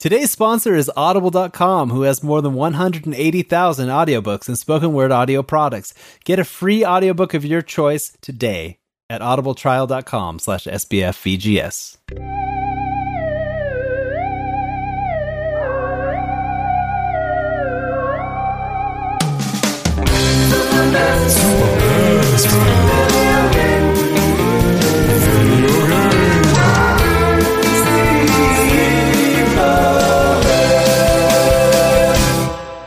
Today's sponsor is Audible.com, who has more than 180,000 audiobooks and spoken word audio products. Get a free audiobook of your choice today at audibletrial.com slash E sbfvgs.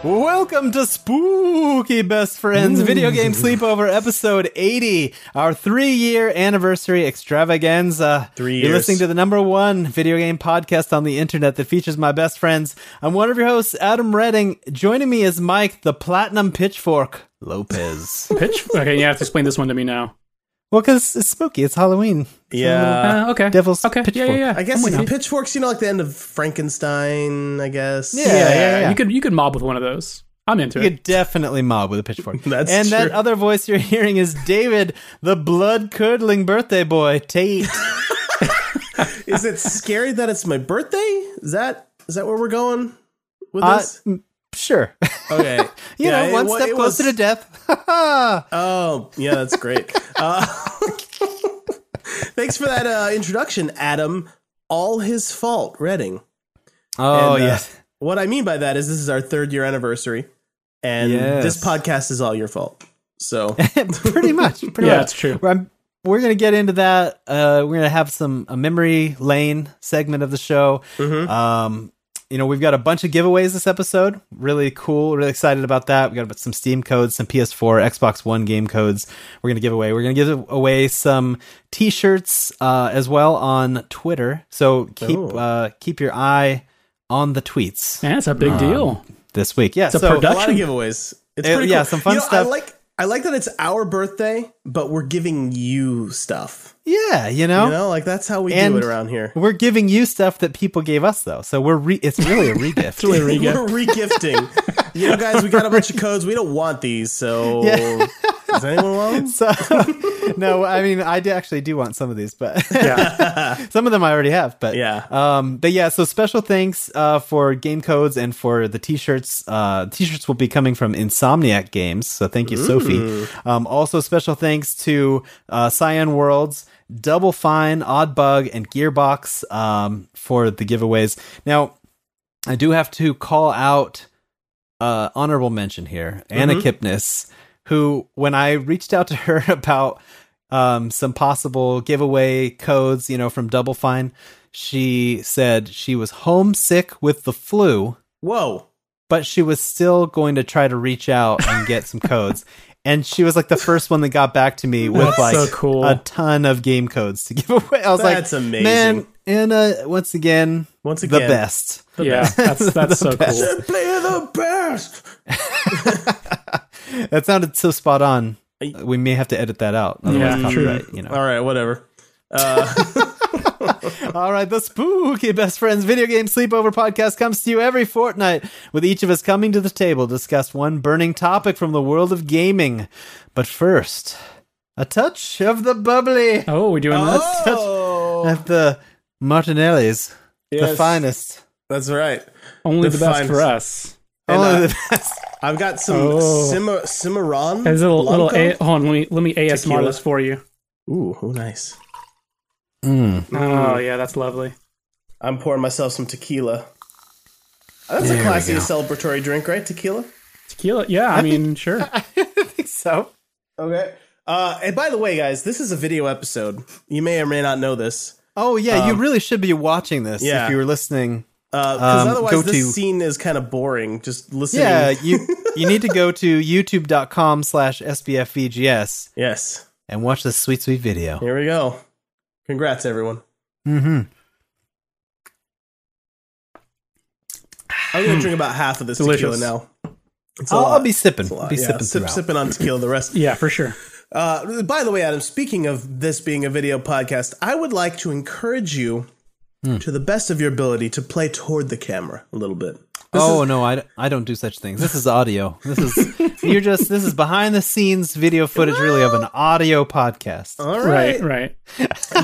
Welcome to Spooky Best Friends Video Game Sleepover Episode 80, our three year anniversary extravaganza. Three You're years. listening to the number one video game podcast on the internet that features my best friends. I'm one of your hosts, Adam Redding. Joining me is Mike, the Platinum Pitchfork Lopez. Pitch? Okay, you have to explain this one to me now. well, because it's spooky, it's Halloween. Yeah. Uh, okay. Devil's okay. Yeah, pitchfork. yeah, yeah. I guess I'm with you. pitchforks, you know, like the end of Frankenstein, I guess. Yeah, yeah, yeah. You could you could mob with one of those. I'm into You it. could definitely mob with a pitchfork. That's and that true. other voice you're hearing is David, the blood curdling birthday boy, Tate. Is it scary that it's my birthday? Is that is that where we're going with Uh, this? m- sure. Okay. You Yeah, know, it one wa- step it closer was- to death. Oh, yeah, that's great. uh, thanks for that uh, introduction, Adam. All his fault, Redding. oh, And, uh, yes. What I mean by that is this is our third year anniversary, and Yes. this podcast is all your fault. So pretty much. Pretty Yeah, much. that's true. I'm, we're going to get into that. Uh, we're going to have some a memory lane segment of the show. Mm-hmm. Um, you know, we've got a bunch of giveaways this episode. Really cool. Really excited about that. We got some Steam codes, some PS4, Xbox One game codes. We're going to give away. We're going to give away some T-shirts uh, as well on Twitter. So keep Oh. uh, keep your eye on the tweets Man, that's a big deal. this week. Yeah, a so a lot of Production. giveaways. It's Uh, pretty yeah, cool. some fun You know, stuff. I like I like that it's our birthday, but we're giving you stuff. yeah, you know. You know, like that's how we Oh. And- do it around here. We're giving you stuff that people gave us though, so we're re- it's really a regift. Really re- We're regifting. you know, guys, we got a bunch of codes. We don't want these, so Yeah. does anyone want them? So, no, I mean, I do actually do want some of these, but Yeah. some of them I already have. But Yeah. um, but yeah. So special thanks uh, for game codes and for the t-shirts. Uh, t-shirts will be coming from Insomniac Games, so thank you, Sophie. Um, also, special thanks to uh, Cyan Worlds, Double Fine, Odd Bug, and Gearbox um, for the giveaways. Now, I do have to call out uh, honorable mention here, Anna Mm-hmm. Kipnis, who when I reached out to her about um, some possible giveaway codes, you know, from Double Fine, she said she was homesick with the flu, Whoa. but she was still going to try to reach out and get some codes. And she was like the first one that got back to me with That's like so cool. a ton of game codes to give away. I was That's like, amazing. man, Anna, once again, Once the again. best. yeah, that's that's so cool. Play the best. That sounded so spot on. Uh, I- We may have to edit that out. Otherwise, Yeah, true. copyright, you know. All right, whatever. All right, the spooky best friends video game sleepover podcast comes to you every fortnight, with each of us coming to the table to discuss one burning topic from the world of gaming. But first, a touch of the bubbly Oh, we're doing that. Oh, at the Martinelli's, the Yes. finest. that's right. Only the, The best fine- for us. And, Only uh, the best. I've got some Oh. Cima- Cimarron. There's a little, little a- Blanco. hold on, let me let me ASMR Tequila. this for you. Ooh, oh, nice. Oh yeah, that's lovely. I'm pouring myself some tequila. That's a classy celebratory drink, right? Tequila. Tequila. Yeah, I mean, sure. I think so. Okay. Uh, and by the way, guys, this is a video episode. You may or may not know this. Oh yeah, you really should be watching this Um, yeah. if you were listening. Because Um, go Uh, otherwise, this to- scene is kind of boring. Just listening. Yeah, you you need to go to youtube.com slash sbfvgs Yes. and watch this sweet, sweet video. Here we go. Congrats, everyone. Mm-hmm. I'm gonna drink about half of this Delicious. tequila now. It's a I'll, lot. I'll be sipping. It's a lot. I'll be yeah, sipping sip, throughout. sipping on tequila. The rest. Yeah, for sure. Uh, by the way, Adam, speaking of this being a video podcast, I would like Hmm. to encourage you to the best of your ability to play toward the camera a little bit. oh no, I, I don't do such things. This is audio. This is you're just this is behind the scenes video footage really of an audio podcast. All Right, right. right.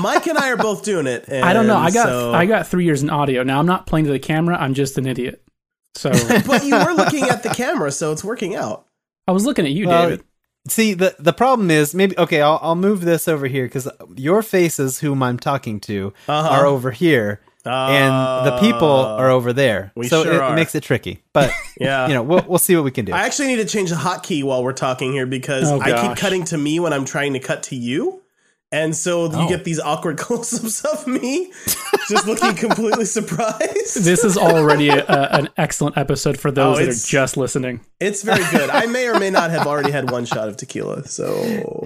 Mike and I are both doing it. And I don't know. I got so- I got three years in audio. Now I'm not playing to the camera. I'm just an idiot. So but you were looking at the camera, so it's working out. I was looking at you, Well, David. See the the problem is maybe okay. I'll I'll move this over here because your faces, whom I'm talking to, Uh-huh. are over here, and the people are over there. we so sure it are. makes it tricky. But Yeah. you know, we'll we'll see what we can do. I actually need to change the hotkey while we're talking here because Oh, I keep gosh. cutting to me when I'm trying to cut to you. And so you Oh. get these awkward close ups of me just looking completely surprised. This is already a, an excellent episode for Oh, those that are it's- just listening. It's very good. I may or may not have already had one shot of tequila. So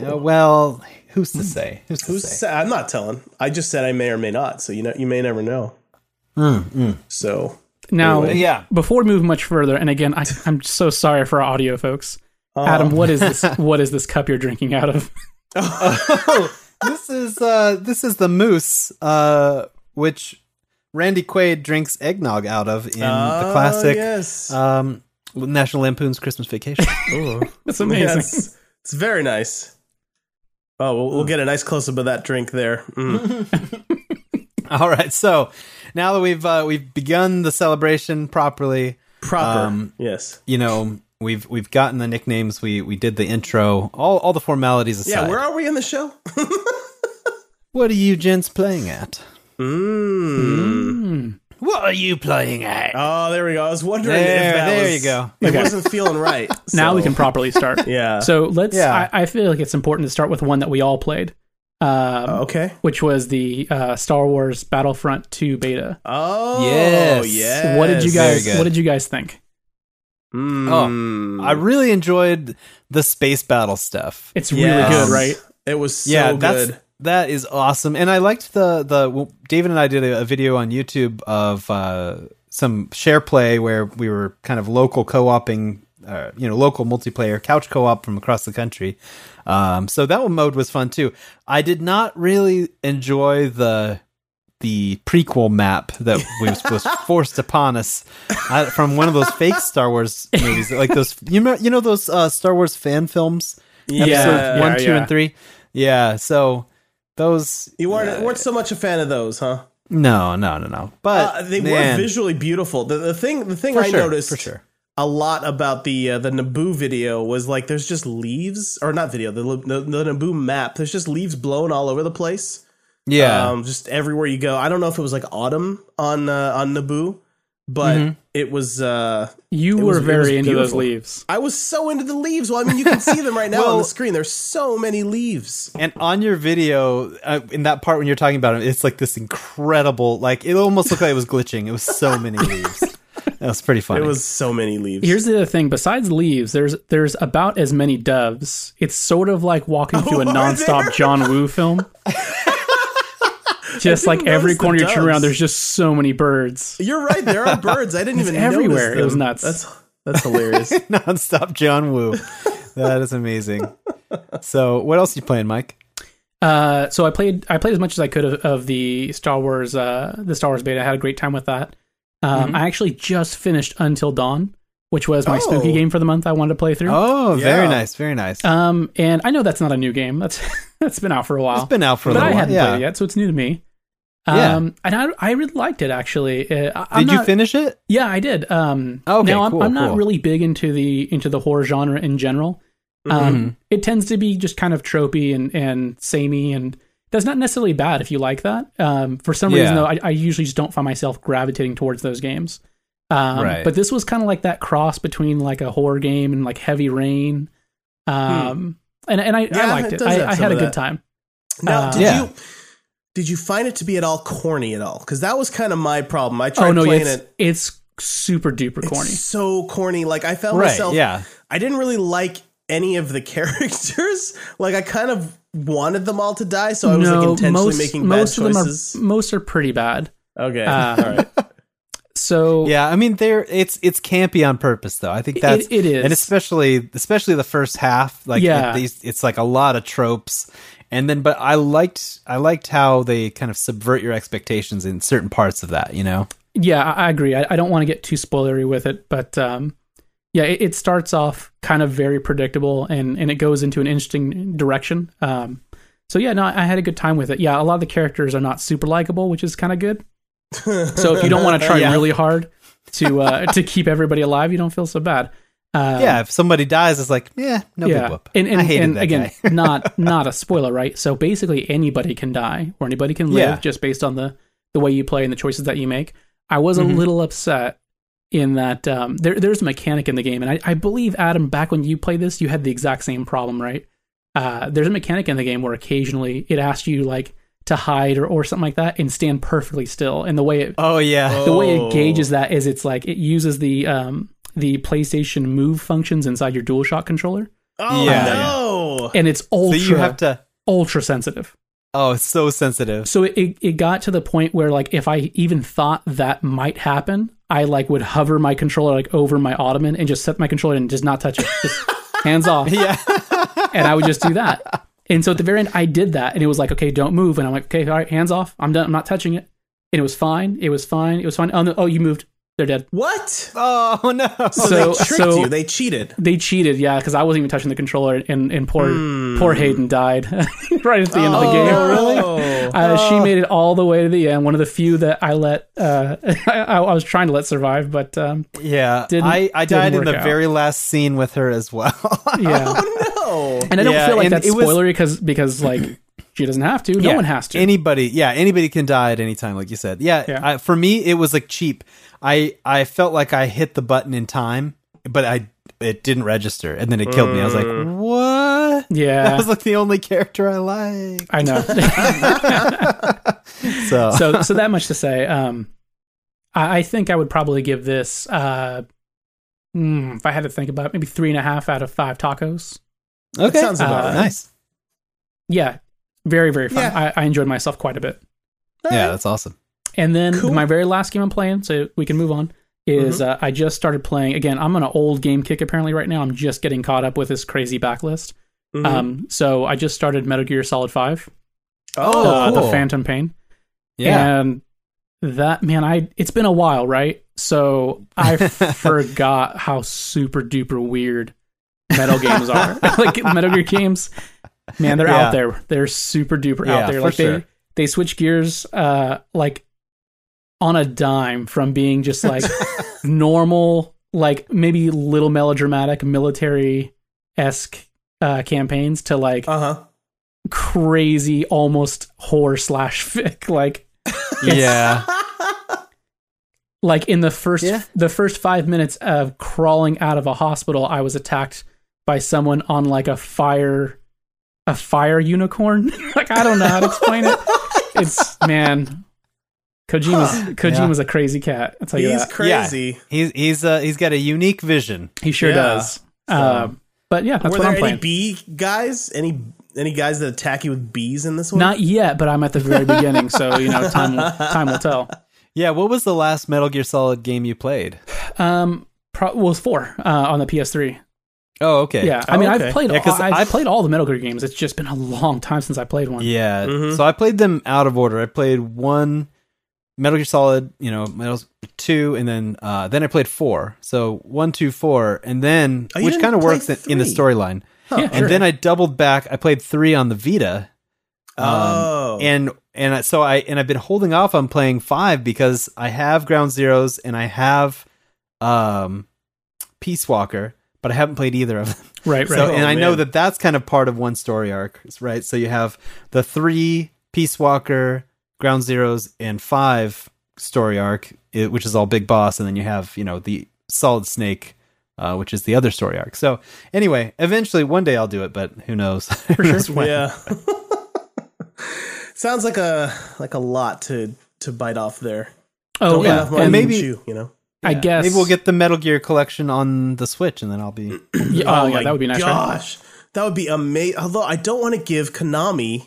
Uh, well, who's to say? Who's to who's say? sa- I'm not telling. I just said I may or may not. So you know you may never know. Hmm, So Now, Yeah. Before we move much further, and again, I, I'm so sorry for our audio folks. Uh-huh. Adam, what is this? What is this cup you're drinking out of? Oh, this is uh this is the moose uh which Randy Quaid drinks eggnog out of in the Oh, classic yes. um National Lampoon's Christmas Vacation. That's amazing. Yes. It's very nice. Oh, we'll, we'll get a nice close up of that drink there. Mm. All right, so now that we've uh, we've begun the celebration properly, Proper. Um, yes. you know we've we've gotten the nicknames. We we did the intro, all all the formalities aside. Yeah, where are we in the show? what are you gents playing at? Hmm? Mm. What are you playing at? Oh, there we go. I was wondering There- if that there was, you go. It Okay. wasn't feeling right. Now so- we can properly start. Yeah. So let's. Yeah. I, I feel like it's important to start with one that we all played, um, Oh, okay. which was the uh, Star Wars Battlefront 2 beta. Oh, Yes. yes. What did you Very guys? good. What did you guys think? Oh, Mm. I really enjoyed the space battle stuff. It's Yes. really good, right? It was so yeah, that's good. that is awesome, and I liked the the well, David and I did a, a video on YouTube of uh, some share play where we were kind of local co-oping. Uh, you know, local multiplayer couch co-op from across the country, um, so that one mode was fun too. I did not really enjoy the the prequel map that we was, was forced upon us uh, from one of those fake Star Wars movies, like those you know you know those uh, Star Wars fan films, Yeah. episodes one, Yeah, two, yeah. and three. Yeah, so those You weren't, weren't so much a fan of those, huh? no, no, no, no. But Uh, they man, were visually beautiful. The, the thing, the thing for I sure, noticed for sure. a lot about the uh, the Naboo video was like there's just leaves or not video the, the the Naboo map there's just leaves blown all over the place Yeah, um just everywhere you go I don't know if it was like autumn on uh, on Naboo but Mm-hmm. it was uh You It were was- it was very into those beautiful. leaves. I was so into the leaves well I mean you can see them right now on Well- the screen there's so many leaves and on your video, uh, in that part when you're talking about it, it's like this incredible, like it almost looked like it was glitching. It was so many leaves. That was pretty funny. it was so many leaves Here's the other thing. Besides leaves, there's there's about as many doves. It's sort of like walking through a are nonstop there? John Woo film. just like every notice the corner you turn around, doves. there's just so many birds. you're right there are birds I didn't even everywhere. notice It was them. nuts. that's that's hilarious nonstop John Woo. That is amazing. So, what else you playing, Mike? Uh, so I played I played as much as I could of, of the Star Wars uh, the Star Wars beta. I had a great time with that. Um, Mm-hmm. I actually just finished Until Dawn, which was my spooky Oh. game for the month. I wanted to play through. Oh, very Yeah. nice, very nice. Um, and I know that's not a new game. That's that's been out for a while. it's been out for a but little I while. hadn't Yeah. played it yet, so it's new to me. Yeah. Um, and I, I really liked it actually. Uh, I- I'm Did you not- finish it? Yeah, I did. Um, Okay, now I'm, cool, I'm not cool. really big into the into the horror genre in general. Mm-hmm. Um, It tends to be just kind of tropey and and samey, and that's not necessarily bad if you like that. Um, for some reason Yeah. though, I, I usually just don't find myself gravitating towards those games. Um, Right. But this was kind of like that cross between like a horror game and like Heavy Rain. Hmm. Um, and and I, I Yeah, liked it it. does have I, I some had a of good that. time. Now, Uh, did Yeah. you did you find it to be at all corny at all? Because that was kind of my problem. I tried Oh no, playing it's it. it's super duper corny. It's so corny. Like I felt Right, myself. yeah. I didn't really like any of the characters. like I kind of wanted them all to die, so I was like intentionally most, making most bad of choices. them are most are pretty bad. okay, Uh, all right. So Yeah, I mean, there it's it's campy on purpose though. I think that's Oh. it is. and especially especially the first half. Like, Yeah. it- these, it's like a lot of tropes, and then but I liked I liked how they kind of subvert your expectations in certain parts of that. You know, yeah, I, I agree. I, I don't want to get too spoilery with it, but um, yeah, it, it starts off kind of very predictable and and it goes into an interesting direction. Um, so yeah, no, I had a good time with it. Yeah, a lot of the characters are not super likable, which is kind of good. So if you don't want to try Yeah. really hard to uh, to keep everybody alive, you don't feel so bad. Um, yeah, if somebody dies, it's like, yeah, no big whoop. And, and, I hated and that again, guy. not not a spoiler, right? So basically, anybody can die or anybody can live Yeah. just based on the the way you play and the choices that you make. I was Mm-hmm. a little upset in that um, there there's a mechanic in the game, and I, I believe Adam, back when you played this, you had the exact same problem, right? Uh, there's a mechanic in the game where occasionally it asks you like to hide or, or something like that and stand perfectly still, and the way it Oh yeah. Oh. the way it gauges that is it's like it uses the um, the PlayStation Move functions inside your DualShock controller oh Yeah. no! and it's So ultra you have to. ultra sensitive. Oh, it's so sensitive. So it, it it got to the point where like if I even thought that might happen, I like would hover my controller like over my ottoman and just set my controller and just not touch it, just hands off, Yeah. and I would just do that. And so at the very end, I did that, and it was like, okay, don't move, and I'm like, okay, all right, hands off, I'm done, I'm not touching it, and it was fine, it was fine, it was fine. Oh, no, oh you moved, they're dead. What? oh no. So So- they tricked so- you. They cheated. They cheated, yeah, because I wasn't even touching the controller, and and poor Hmm. poor Hayden died right at the end Oh, of the game. really? Uh, She Oh. made it all the way to the end. One of the few that I let, uh, I, I was trying to let survive, but um, Yeah. Didn't- I I didn't died in work the out. very last scene with her as well. yeah. Oh no! And I don't Yeah, feel like and that's it was- spoilery because because like she doesn't have to. No Yeah, one has to. Anybody, yeah, anybody can die at any time, like you said. Yeah, Yeah. I, for me, it was like cheap. I I felt like I hit the button in time, but I it didn't register, and then it killed me. I was like, Mm. what? That yeah, was like the only character I like. I know. So, so so that much to say. Um, I, I think I would probably give this, uh, hmm, if I had to think about it, maybe three and a half out of five tacos. okay, Ah, sounds about right. nice. Yeah, very very fun. Yeah. I, I enjoyed myself quite a bit. Yeah, that's awesome. And then Cool. Mm-hmm. my very last game I'm playing, so we can move on, is uh, I just started playing again. I'm on an old game kick apparently right now. I'm just getting caught up with this crazy backlist. Mhm. Um, so I just started Metal Gear Solid Five, oh, uh, cool. the Phantom Pain, Yeah, and that man, I it's been a while, right? So I forgot how super duper weird metal games are. like Metal Gear games, man, they're Yeah. out there. They're super duper Yeah, out there. for Like sure. they they switch gears uh like on a dime from being just like normal, like maybe little melodramatic military esque uh campaigns to like uh huh. crazy almost horror slash fic like yeah, like in the first Yeah. the first five minutes of crawling out of a hospital i was attacked by someone on like a fire a fire unicorn like i don't know how to explain it it's man kojima's kojima's a crazy cat i'll tell you He's that crazy. he's he's uh, he's got a unique vision. he sure Yeah. does um, but yeah that's Were what there i'm any playing bee guys? Any any guys that attack you with bees in this one? not yet but i'm at the very beginning so you know time will, time will tell Yeah, what was the last Metal Gear Solid game you played? um pro- well, it's four uh, on the ps3 Oh, okay. Yeah, I mean, okay. I've played Yeah, 'cause all, I've I've- played all the Metal Gear games. It's just been a long time since I played one. Yeah. Mm-hmm. So I played them out of order. I played one Metal Gear Solid, you know, Metal two, and then uh, then I played four. So one, two, four, and then Oh, you which didn't kind of play works in, in the three. storyline. Yeah, And then I doubled back. I played three on the Vita. Um, Oh. and and I- so I and I've been holding off on playing five because I have Ground Zeroes and I have um, Peace Walker, but I haven't played either of them. right, right. So, Oh, and I know man. that that's kind of part of one story arc, right? So you have the three Peace Walker, Ground Zeroes, and five story arc, i- which is all Big Boss, and then you have you know the Solid Snake, uh, which is the other story arc. So anyway, eventually one day I'll do it, but who knows? Who knows when. yeah. Sounds like a like a lot to to bite off there. oh, Bite yeah. off more and than you maybe- chew, you know. I guess Maybe we'll get the Metal Gear collection on the Switch, and then I'll be. Yeah, oh, yeah, that would be nice. Right? Gosh, that would be amazing. Although I don't want to give Konami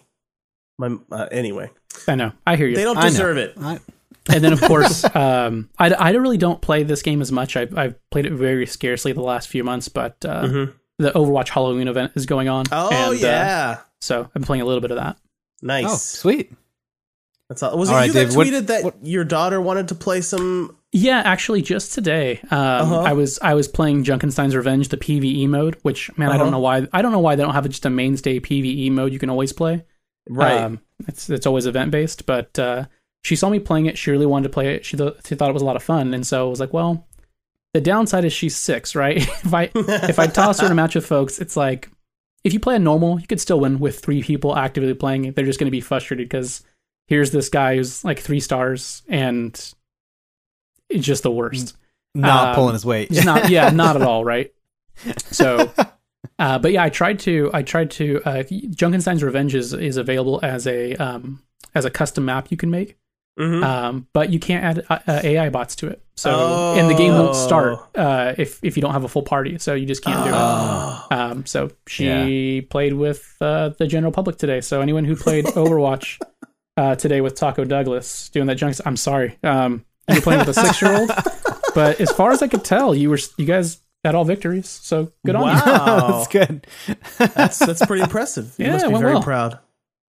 my uh, anyway. I know. I hear you. They don't I know. deserve it. I, and then of course, um, I, I really don't play this game as much. I've, I've played it very scarcely the last few months, but uh, the Overwatch Halloween event is going on. Oh and, uh, yeah, so I'm playing a little bit of that. oh, nice. sweet! That's all. Was All it right, you Dave, that what- tweeted that what- your daughter wanted to play some? Yeah, actually, just today, um, Uh-huh. I was I was playing Junkenstein's Revenge, the PVE mode. Which man, I Uh-huh. don't know why I don't know why they don't have just a mainstay PVE mode you can always play. Um, it's it's always event based, but uh, she saw me playing it. She really wanted to play it. She th- she thought it was a lot of fun, and so I was like, well, the downside is she's six, right? if I if I toss her in a match with folks, it's like if you play a normal, you could still win with three people actively playing. They're just going to be frustrated because here's this guy who's like three stars and it's just the worst. Not Uh, Um, pulling his weight. Just not, yeah, not at all, right? So, uh, but yeah, I tried to, I tried to. Uh, Junkenstein's Revenge is, is available as a um, as a custom map you can make, Mhm. um, but you can't add uh, uh, AI bots to it. So, and the game won't start uh, if if you don't have a full party. So you just can't do it. Oh. Um, so she played with uh, the general public today. So anyone who played Overwatch uh, today with Taco Douglas doing that junk, I'm sorry. Um, you were playing with a six year old, but as far as I could tell, you were you guys had all victories. So good on you. Wow. That's good. that's that's pretty impressive. You Yeah, must be it went very well. proud.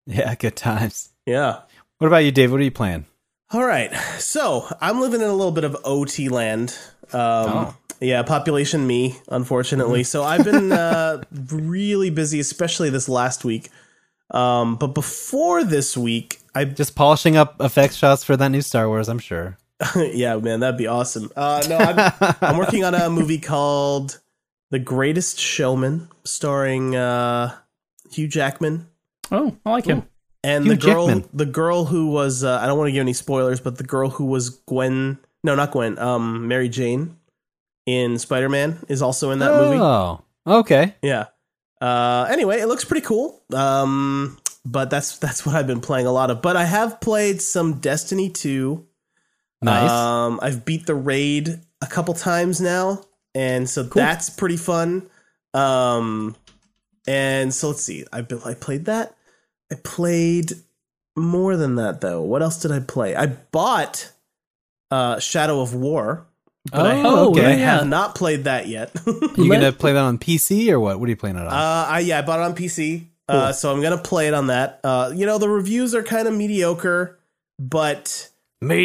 Yeah, good times. Yeah. What about you, Dave? What are you playing? All right. So I'm living in a little bit of OT land. Um, Oh. Yeah, population me, unfortunately. So I've been uh, really busy, especially this last week. Um, but before this week, I Just polishing up effects shots for that new Star Wars, I'm sure. yeah, man, that'd be awesome. Uh, no, I'm, I'm working on a movie called The Greatest Showman, starring uh, Hugh Jackman Oh, I like him. and Hugh the girl, Jackman. the girl who was uh, I don't want to give any spoilers, but the girl who was Gwen, no, not Gwen, um, Mary Jane in Spider Man is also in that movie. Oh, okay. Yeah. Uh, anyway, it looks pretty cool. Um, but that's that's what I've been playing a lot of. But I have played some Destiny two. Nice. Um, I've beat the raid a couple times now, and so that's pretty fun. Um, and so let's see. I bu- I played that. I played more than that though. What else did I play? I bought uh, Shadow of War, but I Oh, okay. yeah, have yeah. not played that yet. uh, you let- gonna play that on PC or what? What are you playing it on? I, yeah, I bought it on PC, uh, so I'm gonna play it on that. Uh, you know, the reviews are kind of mediocre, but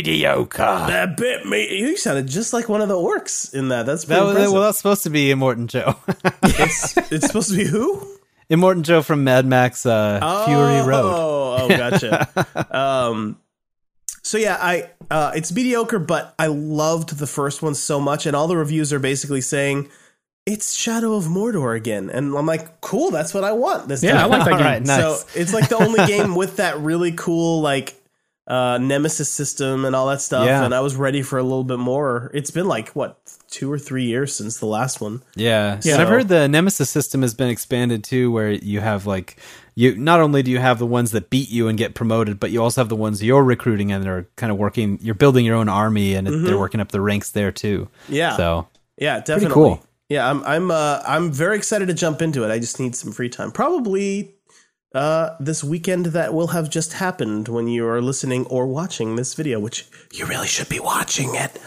Mediocre. that bit me. You sounded just like one of the orcs in that. That's pretty That was impressive. well. That's supposed to be Immortan Joe. it's, it's supposed to be who? Immortan Joe from Mad Max uh, Fury Road. Oh, oh, gotcha. um, so yeah, I uh, it's mediocre, but I loved the first one so much, and all the reviews are basically saying it's Shadow of Mordor again, and I'm like, cool, that's what I want. This Yeah, I time. like that All game. right, nice. So it's like the only game with that really cool like uh, nemesis system and all that stuff. Yeah. And I was ready for a little bit more. It's been like what two or three years since the last one. Yeah. Yeah. And I've So- heard the Nemesis system has been expanded too, where you have like you not only do you have the ones that beat you and get promoted, but you also have the ones you're recruiting and they're kind of working. You're building your own army and they're working up the ranks there too. Mm-hmm. Yeah. So Yeah, definitely. cool. Yeah, I'm I'm uh, I'm very excited to jump into it. I just need some free time. Probably uh, this weekend that will have just happened when you are listening or watching this video, which you really should be watching it.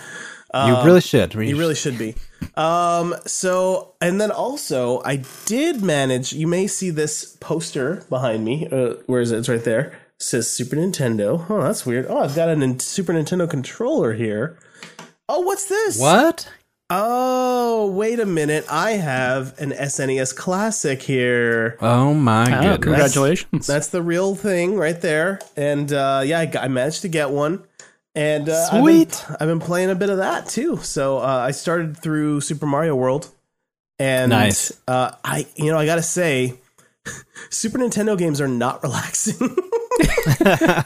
Um, you really should. You really should be. Um, so and then also I did manage. You may see this poster behind me. Uh, where is it? It's right there. It says Super Nintendo. Oh, that's weird. Oh, I've got a Nin- Super Nintendo controller here. Oh, what's this? What? Oh, wait a minute. I have an SNES classic here. Oh my Oh, goodness! congratulations. That's the real thing right there. And uh, yeah, I, got- I managed to get one. And uh, Sweet. I've been, I've been playing a bit of that too. So uh, I started through Super Mario World. And Nice. uh, I, you know, I got to say, Super Nintendo games are not relaxing.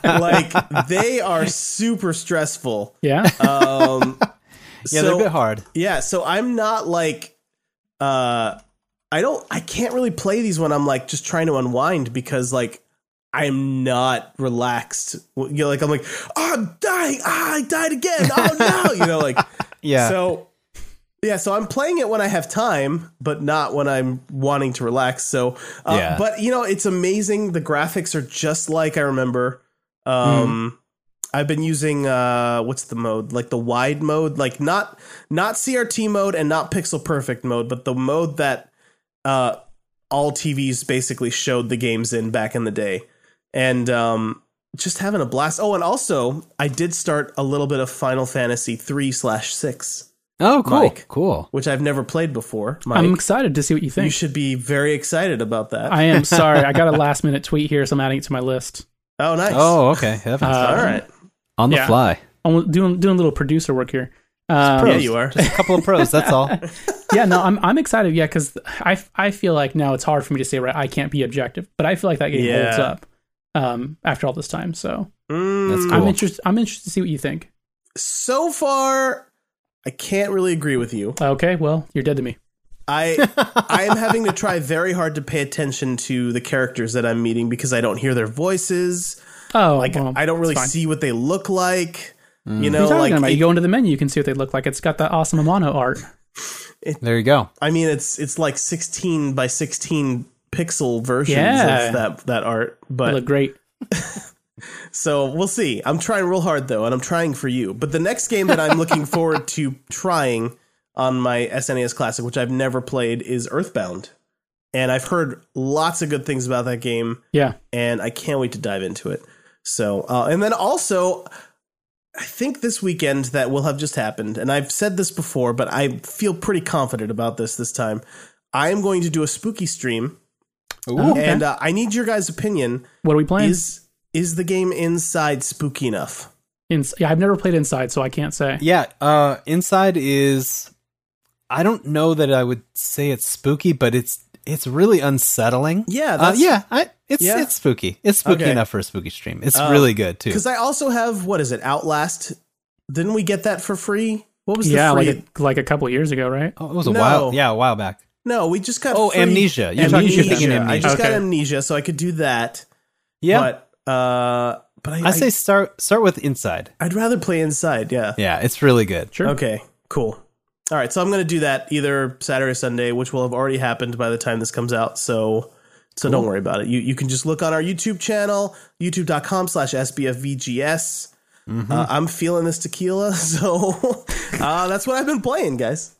like they are super stressful. yeah. Um, Yeah, they're a bit hard. yeah, so I'm not like uh I don't I can't really play these when I'm like just trying to unwind because like I'm not relaxed. You know, like I'm like, oh, I'm dying. Ah, I died again. Oh no, you know, like Yeah. so yeah, so I'm playing it when I have time, but not when I'm wanting to relax. So, uh, Yeah. but you know, it's amazing. The graphics are just like I remember. Um, I've been using uh, what's the mode? Like the wide mode, like not not CRT mode and not pixel perfect mode, but the mode that uh, all TVs basically showed the games in back in the day. And um, just having a blast. Oh, and also I did start a little bit of Final Fantasy three slash six, Oh, cool. Mike. Cool. which I've never played before. I'm Mike, excited to see what you you think. should be very excited about that. I am sorry. I got a last minute tweet here, so I'm adding it to my list. oh, nice. Oh, okay. Heavens. Uh, all right. On the yeah. fly. I'm doing doing a little producer work here. Yeah, Um, you are. Just a couple of pros. That's all. yeah, no, I'm I'm excited. Yeah, because I I feel like now it's hard for me to say right. I can't be objective, but I feel like that game Yeah. holds up um, after all this time. So Mm. That's I'm Cool. interested. I'm interested to see what you think. So far, I can't really agree with you. Uh, Okay, well, you're dead to me. I I am having to try very hard to pay attention to the characters that I'm meeting because I don't hear their voices. Oh, Like well, I don't really it's fine. see what they look like. You What are you know, talking like about? it- you go into the menu, you can see what they look like. It's got that awesome Amano art. There you go. I mean, it's it's like 16 by 16 pixel versions Yeah. of that that art. They But look great. so we'll see. I'm trying real hard though, and I'm trying for you. But the next game that I'm looking forward to trying on my SNES Classic, which I've never played, is Earthbound, and I've heard lots of good things about that game. Yeah. and I can't wait to dive into it. So, uh, and then also, I think this weekend that will have just happened, and I've said this before, but I feel pretty confident about this this time. I am going to do a spooky stream, Ooh. Oh, Okay. and uh, I need your guys' opinion. What are we playing? Is is the game inside spooky enough? Ins- yeah, I've never played Inside, so I can't say. Yeah, uh inside is I don't know that I would say it's spooky, but it's it's really unsettling. Yeah, Uh, that's- yeah, I, it's yeah. it's spooky. It's spooky Okay. enough for a spooky stream. It's Uh, really good too. Because I also have what is it? Outlast. Didn't we get that for free? What was Yeah, the free? like a, like a couple years ago, right? Oh, it was a No. while. Yeah, a while back. no, we just got. Oh, free- Amnesia. You're talking- you're amnesia. thinking I just got Amnesia. Okay. amnesia, so I could do that. Yeah, But uh but I, I say start start with inside. I, would rather play inside, yeah. Yeah, it's really good. Sure. Okay, cool. All right, so I'm going to do that either Saturday or Sunday, which will have already happened by the time this comes out. So so don't worry about it. You you can just look on our YouTube channel, youtube.com slash SBFVGS. Mm-hmm. Uh, I'm feeling this tequila, so uh, that's what I've been playing, guys.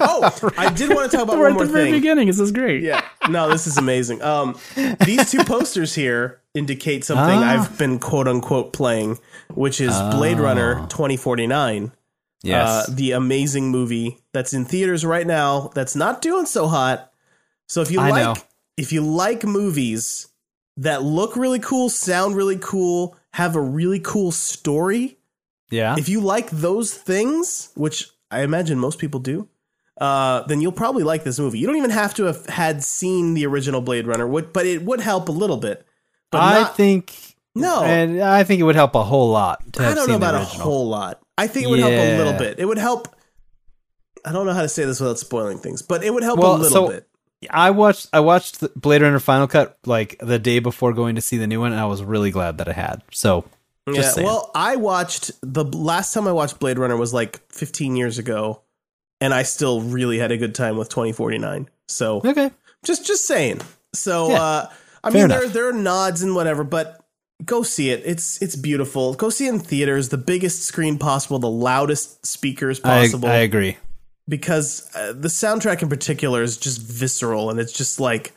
oh, I did want to talk about We're one at more the very thing. beginning. This is great. Yeah. No, this is amazing. Um, these two posters here indicate something Ah. I've been quote unquote playing, which is Blade Runner Ah. 2049. Yes. Uh, the amazing movie that's in theaters right now that's not doing so hot. So if you I like know. if you like movies that look really cool, sound really cool, have a really cool story, yeah. if you like those things, which I imagine most people do, uh, then you'll probably like this movie. You don't even have to have had seen the original Blade Runner, what- but it would help a little bit. But I not, think no, and I think it would help a whole lot. To I have don't seen know about the a original. whole lot. I think it would help a Yeah. little bit. It would help. I don't know how to say this without spoiling things, but it would help Well, a little so- bit. I watched I watched the Blade Runner Final Cut like the day before going to see the new one, and I was really glad that I had. So just Yeah. saying. Well, I watched the last time I watched Blade Runner was like 15 years ago, and I still really had a good time with 2049. So okay, Just just saying. So Yeah. uh I Fair mean there enough. there are nods and whatever, but go see it. It's it's beautiful. Go see it in theaters, the biggest screen possible, the loudest speakers I, possible I agree. because uh, the soundtrack in particular is just visceral and it's just like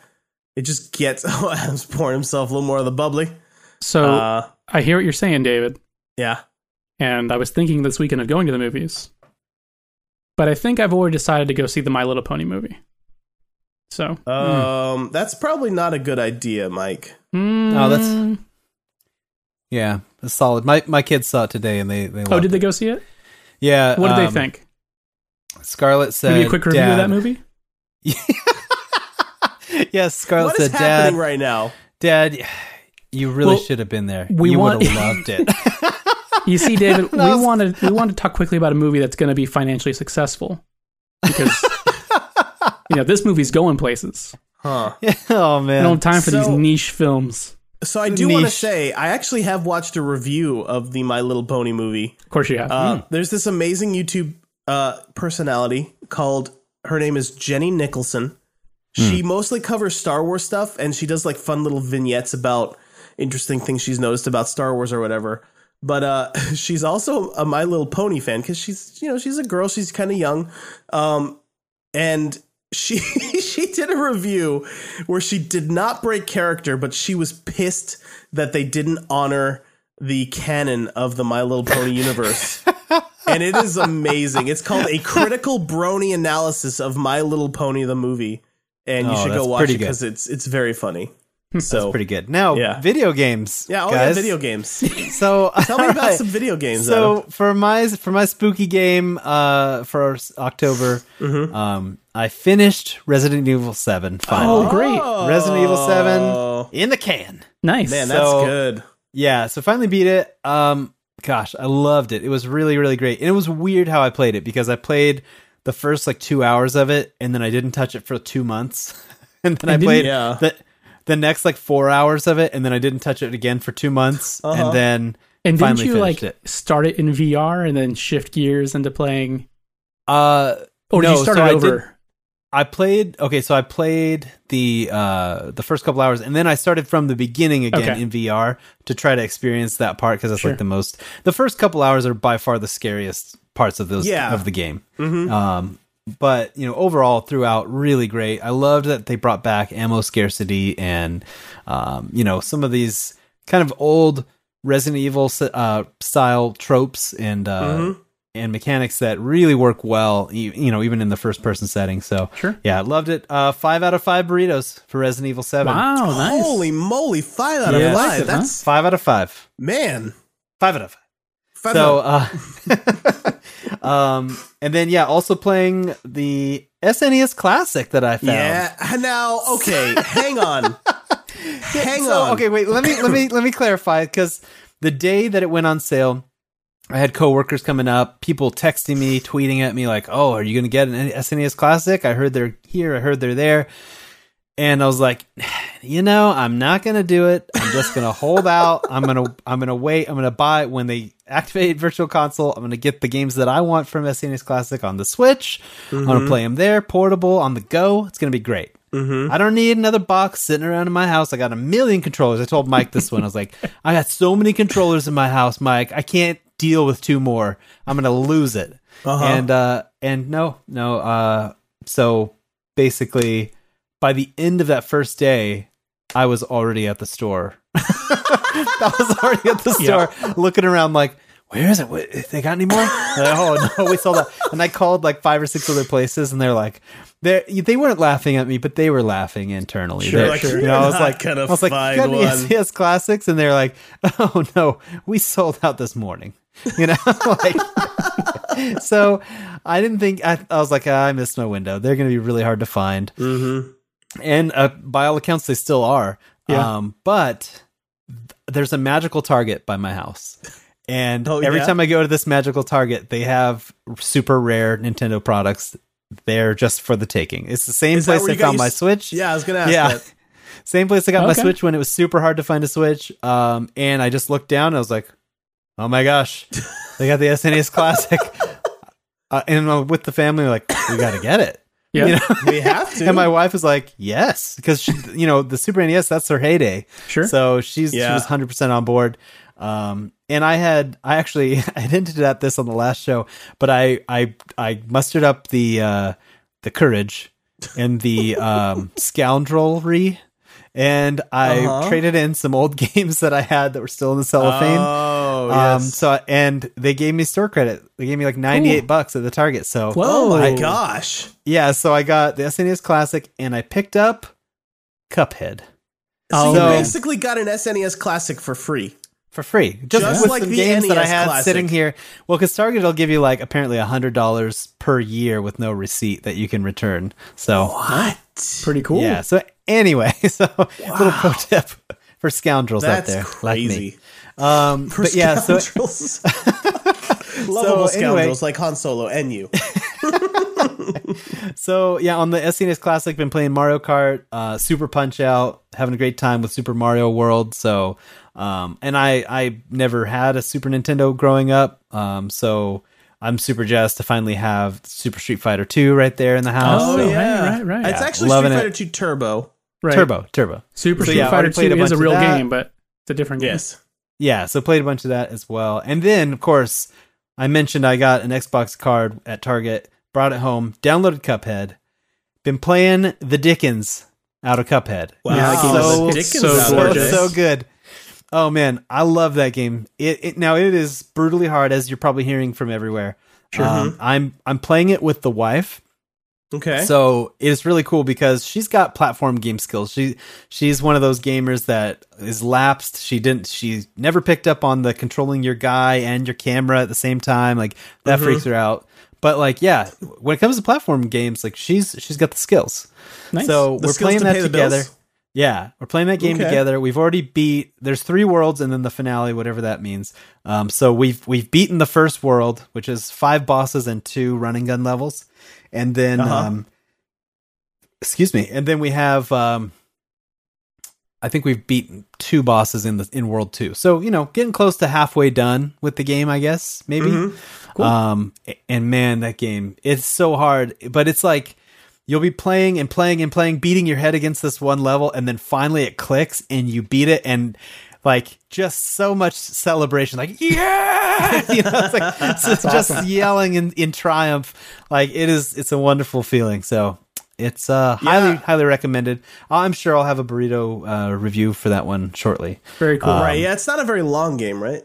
it just gets oh Adam's pouring himself a little more of the bubbly. Oh. So Uh I hear what you're saying, David. yeah. and I was thinking this weekend of going to the movies. But I think I've already decided to go see the My Little Pony movie. So, Hmm. Um that's probably not a good idea, Mike. mm, Oh, that's- Yeah, it's solid. My my kids saw it today, and they they oh, loved did it. they go see it? Yeah. What did um, they think? Scarlett said. Maybe a quick review Dad, of that movie. Yes, Scarlett what is said, happening "Dad, right now? Dad, you really Well, should have been there. we you want- would have loved it." You see, David, No, we it's- wanted we wanted to talk quickly about a movie that's going to be financially successful because you know this movie's going places. Huh. oh We man, don't have time for these So- niche films. So I do want to Niche. say I actually have watched a review of the My Little Pony movie. Of course, you have. Uh, There's this amazing YouTube uh, personality called her name is Jenny Nicholson. She mostly covers Star Wars stuff, and she does like fun little vignettes about interesting things she's noticed about Star Wars or whatever. But uh, she's also a My Little Pony fan because she's you know she's a girl, she's kind of young, um, and she she did a review where she did not break character, but she was pissed that they didn't honor the canon of the My Little Pony universe. and it is amazing. It's called a critical brony analysis of My Little Pony the movie, and you Oh, should go that's watch pretty it good. because it's it's very funny. So That's pretty good. Now, Yeah. video games. yeah, oh yeah, guys. video games. So Tell me about alright. some video games. So Adam. for my for my spooky game uh, for our s- October, um, I finished Resident Evil Seven. Oh, Finally, great. Resident Evil Oh. Seven in the can. Nice. man, that- that's So- good. Yeah, so finally beat it. Um, gosh, I loved it. It was really really great, and it was weird how I played it because I played the first like two hours of it, and then I didn't touch it for two months, and then I, didn't- played Yeah. the the next like four hours of it, and then I didn't touch it again for two months, Uh-huh. and then and didn't finally you like finished it. start it in VR and then shift gears into playing? Uh, Or did no, you start so it I over? did- I played okay, so I played the uh the first couple hours and then I started from the beginning again Okay. in VR to try to experience that part because that's Sure. like the most the first couple hours are by far the scariest parts of those Yeah. of the game. Mm-hmm. Mhm. Um but you know, overall throughout, really great. I loved that they brought back ammo scarcity and um, you know, some of these kind of old Resident Evil s- uh, style tropes and uh, Mm-hmm. and mechanics that really work well, you, you know, even in the first person setting. So, Sure. yeah, loved it. Uh, five out of five burritos for Resident Evil Seven. Wow, nice. Holy moly, five out of Yeah. five. Like it, huh? That's Five out of five. man. Five out of five. Five out so, uh, um, and then yeah, also playing the SNES classic that I found. yeah. Now, okay, hang on, hang so, on. Okay, wait. Let me let me let me clarify because the day that it went on sale, I had coworkers coming up, people texting me, tweeting at me like, "Oh, are you going to get an SNES Classic? I heard they're here. I heard they're there." And I was like, "You know, I'm not going to do it. I'm just going to hold out. I'm going to I'm going to wait. I'm going to buy it when they activate Virtual Console. I'm going to get the games that I want from SNES Classic on the Switch. I'm going to Mm-hmm. play them there, portable, on the go. It's going to be great." I don't need another box sitting around in my house. I got a million controllers. I told Mike this one. I was like, I got so many controllers in my house, Mike. I can't deal with two more. I'm gonna lose it. And uh, and no, no. Uh, so basically, by the end of that first day, I was already at the store. I was already at the store looking around like, where is it? What, they got any more? And I, oh no, we sold out. And I called like five or six other places, and they're like, they they weren't laughing at me, but they were laughing internally. Sure, They're- like, "You're you know, I was not like, gonna I was like, find you got any one." SES classics? And they're like, oh no, we sold out this morning. You know, like so. I didn't think I, I was like, ah, I missed my window. They're going to be really hard to find Mm-hmm. and uh, by all accounts they still are Yeah. um but th- there's a magical target by my house and Oh, every yeah? time i go to this magical target they have super rare nintendo products there just for the taking it's the same Is that place where i you got found your my s- switch Yeah, I was gonna ask yeah that. same place i got my Okay. switch when it was super hard to find a switch um and i just looked down and i was like oh my gosh they got the snes classic uh, and uh, with the family we're like we gotta get it Yeah. you know? We have to. And my wife was like, "Yes," because you know the Super NES that's her heyday. Sure. So she's she Yeah. was hundred percent on board. Um, and I had I actually I hinted at this on the last show, but I I I mustered up the uh, the courage and the um, scoundrelry, and I Uh-huh. traded in some old games that I had that were still in the cellophane. Oh, um, yes. so I- and they gave me store credit. They gave me like ninety eight bucks at the Target. So Whoa. oh my I- gosh. yeah, so I got the SNES Classic and I picked up Cuphead So Oh, you no. basically got an SNES classic for free. for free. Just, Just with like some the games that I NES had Classic. sitting here. Well, because Target will give you like apparently $100 per year with no receipt that you can return. So, What? Pretty cool. yeah. So, anyway, so little pro tip for scoundrels That's out there like me. crazy. Um, but yeah, so scoundrels. Lovable So, anyway- scoundrels like Han Solo and you. So yeah, on the SNES Classic, been playing Mario Kart, uh, Super Punch Out, having a great time with Super Mario World. So, um, and I I never had a Super Nintendo growing up, um, so I'm super jazzed to finally have Super Street Fighter Two right there in the house. Oh, So, yeah. right, right. It's Yeah, actually Street loving Fighter it. 2 Turbo. Right. Turbo, Turbo. Super So, Street yeah, I Fighter already played 2 a is a bunch of real that. game, but it's a different game. Yes. Yeah, so played a bunch of that as well. And then, of course, I mentioned I got an Xbox card at Target, brought it home, downloaded Cuphead, Been playing the Dickens out of Cuphead. Wow. Yeah, that game is- So- it's Dickens so out of gorgeous. Cuphead. so good. Oh man, I love that game. It, it now it is brutally hard, as you're probably hearing from everywhere. Sure. Um, I'm I'm playing it with the wife, okay. so it's really cool because she's got platform game skills. She she's one of those gamers that is lapsed. She didn't she never picked up on the controlling your guy and your camera at the same time. Like that Mhm. freaks her out. But like yeah, when it comes to platform games, like she's she's got the skills. Nice. So The we're skills playing to that pay the together. bills? Yeah, we're playing that game Okay. together. We've already beat. There's three worlds and then the finale, whatever that means. Um, so we've we've beaten the first world, which is five bosses and two running gun levels, and then Uh-huh. um, excuse me, and then we have. Um, I think we've beaten two bosses in the in world two. So you know, getting close to halfway done with the game, I guess maybe. Mhm. Cool. Um, and man, that game, it's so hard, but it's like you'll be playing and playing and playing, beating your head against this one level, and then finally it clicks and you beat it, and like just so much celebration, like yeah, you know, it's like it's just, just yelling in, in triumph. Like it is, it's a wonderful feeling. So. It's uh, highly highly recommended. I'm sure I'll have a burrito uh, review for that one shortly. Very cool. um, right. Yeah, it's not a very long game, right?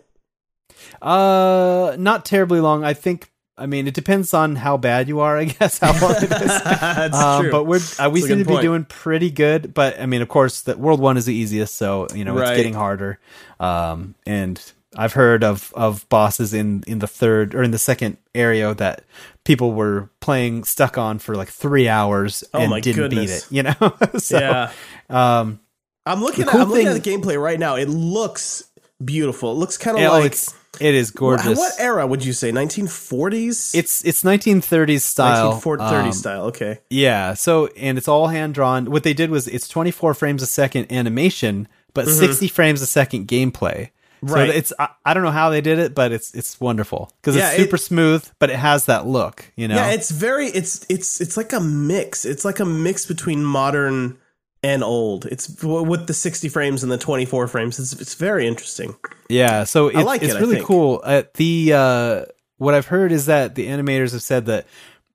Uh, not terribly long. I think. I mean, it depends on how bad you are, I guess. How long it is. That's Um, true. But we're uh, we That's seem a good to be point. doing pretty good. But I mean, of course, that world one is the easiest, so you know Right. it's getting harder. Um, and I've heard of of bosses in in the third or in the second area that people were playing stuck on for like three hours Oh and my didn't goodness. beat it. You know, so, yeah. Um, I'm looking The at cool I'm looking thing- at the gameplay right now. It looks beautiful. It looks kind of it, like it's it is gorgeous. What era would you say? 1940s? it's it's 1930s style. 1930s um, style. Okay. Yeah. So, and it's all hand drawn. What they did was it's 24 frames a second animation, but 60 frames a second gameplay. So Mm-hmm. Right. it's I, I don't know how they did it, but it's it's wonderful because Yeah, it's it- super smooth, but it has that look. You know. Yeah, it's very it's it's it's like a mix. It's like a mix between modern and old. It's w- with the 60 frames and the 24 frames. It's it's very interesting. Yeah, so it's, like it's it, I really think. cool. Uh, the uh, what I've heard is that the animators have said that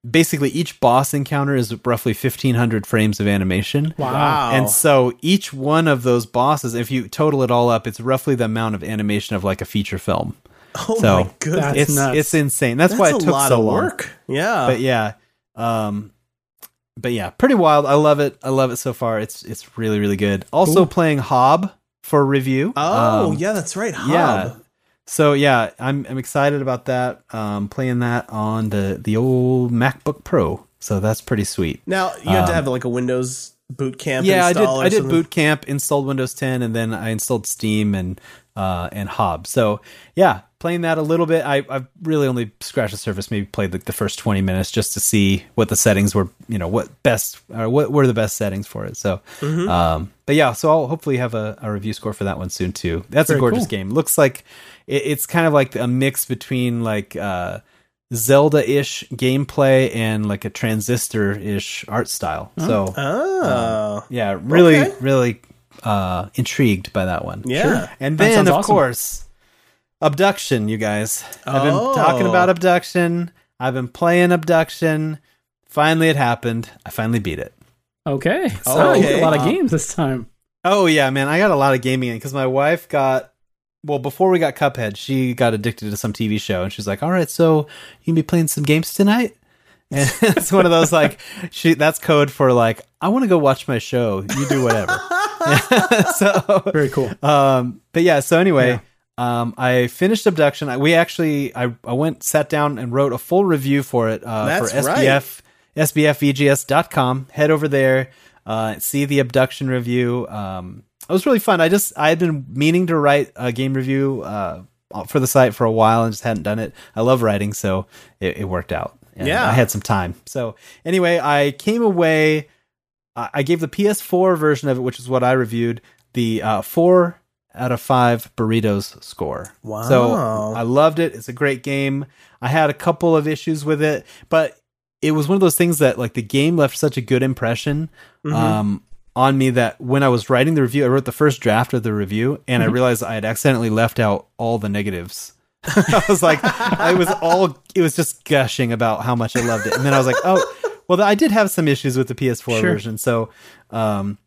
basically each boss encounter is roughly fifteen hundred frames of animation. Wow. And so each one of those bosses, if you total it all up, it's roughly the amount of animation of like a feature film. Oh So, my goodness. That's it's nuts. it's insane. That's, That's why a it took lot so of long. work. Yeah. But yeah, um, but yeah, pretty wild. I love it. I love it so far. It's it's really really good. Also playing Hob for review. oh, Um, yeah, that's right. Hob. yeah. So yeah, I'm I'm excited about that. Um, playing that on the the old MacBook Pro. So that's pretty sweet. Now, you have to have like a Windows boot camp Um, Yeah, I did install or I did something. boot camp, installed Windows 10, and then I installed Steam and uh, and Hob. So yeah, playing that a little bit. I I've really only scratched the surface. Maybe played like the first 20 minutes just to see what the settings were. You know what best or what were the best settings for it. So Mm-hmm. um, but yeah, so I'll hopefully have a, a review score for that one soon too. That's a gorgeous game. Looks like it, it's kind of like a mix between like. Uh, Zelda-ish gameplay and like a transistor-ish art style. So Oh. yeah, really, Okay. really uh, intrigued by that one. Yeah. Sure. and That then sounds of awesome. course, abduction. You guys, I've been Oh. talking about abduction. I've been playing abduction. Finally, it happened. I finally beat it. okay. So you did Okay. a lot of Um, games this time. Oh yeah, man! I got a lot of gaming in because my wife got well before we got Cuphead. She got addicted to some TV show, and she's like, "All right, so you can be playing some games tonight." And it's one of those like she that's code for like I want to go watch my show. You do whatever. so Very cool. um but yeah so anyway um i finished abduction I, we actually I, I went sat down and wrote a full review for it uh That's for sbf E sbfvgs.com head over there uh see the abduction review um it was really fun i just i had been meaning to write a game review uh for the site for a while and just hadn't done it i love writing so it, it worked out And Yeah. i had some time so anyway i came away Uh, I I gave the PS4 version of it, which is what I reviewed, the uh, four out of five burritos score. Wow. So I loved it. It's a great game. I had a couple of issues with it, but it was one of those things that like the game left such a good impression um, on me that when I was writing the review, I wrote the first draft of the review, and I realized I had accidentally left out all the negatives. I was like, I was all, it was just gushing about how much I loved it, and then I was like, oh, Well, I did have some issues with the PS4 Sure. version, so um,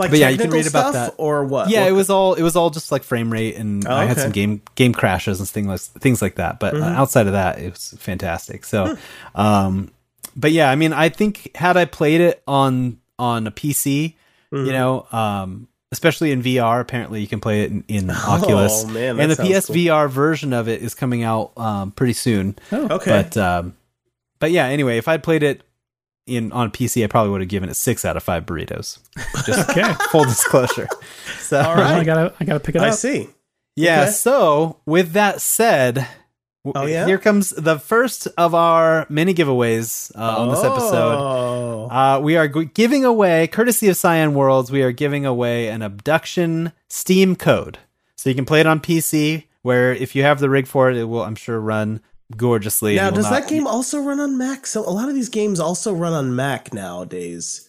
Like But yeah, technical you can read about stuff that. or what? yeah, What- it was all it was all just like frame rate, and Uh, Oh, I had okay. some game game crashes and things like things like that. But uh, Mhm. outside of that, it was fantastic. So, um, but yeah, I mean, I think had I played it on on a PC, Mhm. you know, um, especially in VR, apparently you can play it in, in Oh, Oculus, man, that and the sounds PSVR version of it is coming out um, pretty soon. Oh, Okay. But um, but yeah, anyway, if I'd played it in on PC, I probably would have given it six out of five burritos. Just Okay. full disclosure. So All Well, right. I gotta I gotta pick it uh, I up. see. yeah. Okay. So with that said, w- Oh, yeah? here comes the first of our mini giveaways uh, on this episode. Oh. Uh, we are g- giving away, courtesy of Cyan Worlds, we are giving away an abduction Steam code, so you can play it on PC. Where if you have the rig for it, it will, I'm sure, run gorgeously. Now, and will does not- that game also run on Mac? So a lot of these games also run on Mac nowadays.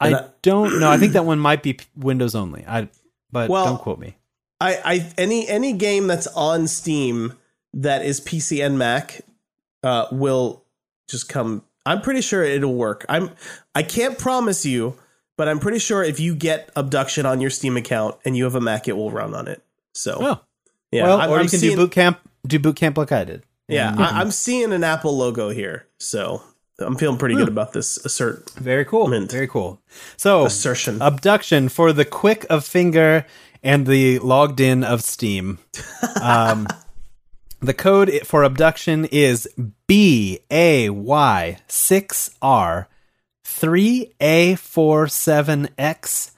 And I I- don't know. I think that one might be p- Windows only. I but Well- don't quote me. I, I any any game that's on Steam that is PC and Mac uh, will just come. I'm pretty sure it'll work. I'm I can't promise you, but I'm pretty sure if you get Abduction on your Steam account and you have a Mac, it will run on it. So Oh, yeah, well, I'm- or I'm you can seeing- do boot camp, do boot camp like I did. Yeah, And- I, I'm seeing an Apple logo here, so I'm feeling pretty good about this assert very cool. Mint. Very cool. So assertion. abduction for the quick of finger and the logged in of Steam. Um, the code i- for abduction is B A Y six R three A four seven X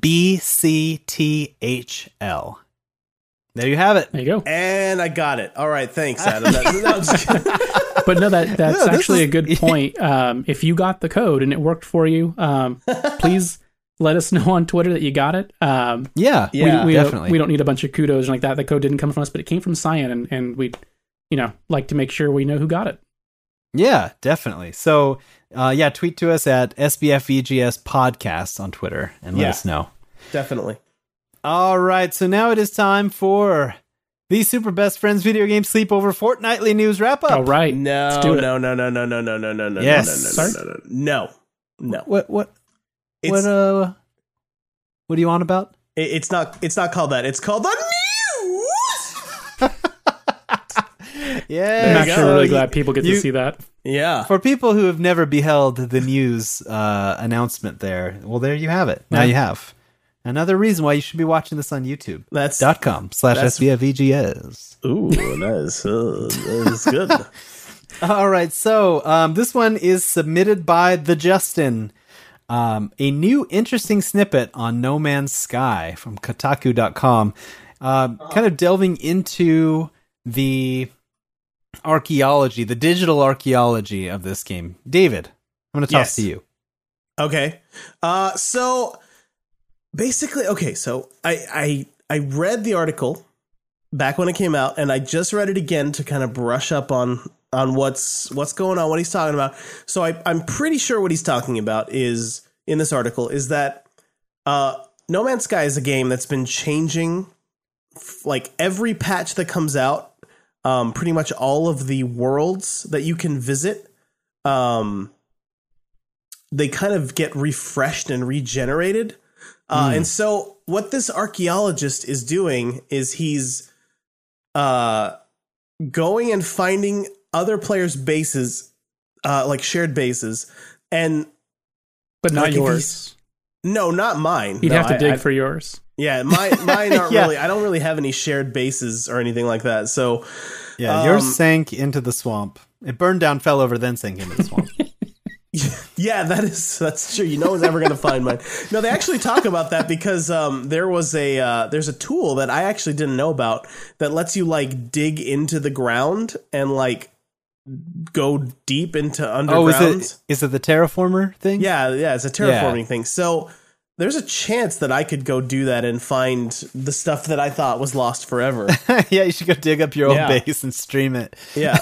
B C T H L. There you have it. There you go. and I got it. All right, thanks, Adam. That- no, I'm just kidding. But no, that that's No, this actually is- a good point. Um, if you got the code and it worked for you, um, please let us know on Twitter that you got it. Um, Yeah, we- Yeah, we, definitely. Don't, we don't need a bunch of kudos and like that. The code didn't come from us, but it came from Cyan, and, and we, you know, like to make sure we know who got it. yeah, definitely. So, uh, yeah, tweet to us at SBFVGS podcast on Twitter and let Yeah. us know. Definitely. All right, so now it is time for the Super Best Friends video game sleepover fortnightly news wrap up. All right. No, Let's do it. no, no, no, no, no, no, no, no, no, Yes. no, Sorry? no, no, no, no, no. What what It's what uh what are you on about? it- it's not it's not called that. It's called the news. Yeah, I'm you actually go. really glad people get you- to see that. Yeah. for people who have never beheld the news uh, announcement there. Well, there you have it. Now you have another reason why you should be watching this on YouTube. That's dot com slash That's- SBFVGS. ooh, that is uh, that is good. All right, so um, this one is submitted by the Justin. Um, a new interesting snippet on No Man's Sky from Kotaku.com, um, Uh-huh. kind of delving into the archaeology, the digital archaeology of this game. David, I'm going to toss Yes. to you. Okay. Uh so basically okay, so I I I read the article back when it came out and I just read it again to kind of brush up on on what's what's going on, what he's talking about. So I I'm pretty sure what he's talking about is in this article is that uh No Man's Sky is a game that's been changing f- like every patch that comes out um pretty much all of the worlds that you can visit um they kind of get refreshed and regenerated. Uh, And so, what this archaeologist is doing is he's uh, going and finding other players' bases, uh, like shared bases, and But not Like, if yours. no, not mine. You'd No, have to I- dig I- for yours. yeah, my mine aren't Yeah. really. I don't really have any shared bases or anything like that. So Yeah, Um, yours sank into the swamp. It burned down, fell over, then sank into the swamp. Yeah, that is that's true. You no one's ever going to find mine. No, they actually talk about that because um, there was a uh, there's a tool that I actually didn't know about that lets you like dig into the ground and like go deep into oh, underground. is it is it the terraformer thing? Yeah, yeah, it's a terraforming thing. So there's a chance that I could go do that and find the stuff that I thought was lost forever. yeah, you should go dig up your old Yeah. base and stream it. Yeah.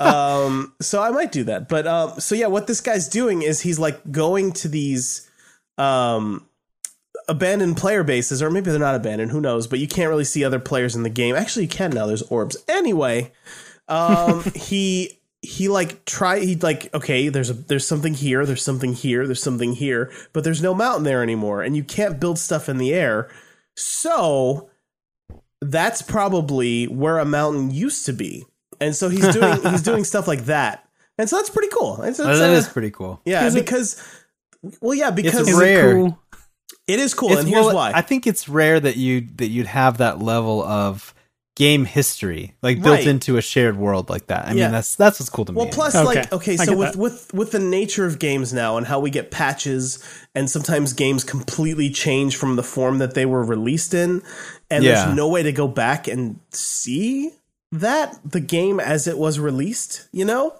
um, so I might do that. But um, so yeah, what this guy's doing is he's like going to these um, abandoned player bases, or maybe they're not abandoned. Who knows? But you can't really see other players in the game. Actually, you can now. There's orbs. Anyway, um, he he like try he like okay there's a there's something here there's something here there's something here but there's no mountain there anymore and you can't build stuff in the air so that's probably where a mountain used to be and so he's doing he's doing stuff like that and so that's pretty cool It's- it's, that uh, is pretty cool. yeah Is it- because well yeah because It's rare. Cool. it is cool It's- and here's well, why I think it's rare that you that you'd have that level of game history like Right. built into a shared world like that. I mean, Yeah. that's that's what's cool to Well, me. plus, Okay. like, okay, I so get with, that. with with the nature of games now and how we get patches, and sometimes games completely change from the form that they were released in, and Yeah. there's no way to go back and see that the game as it was released, you know.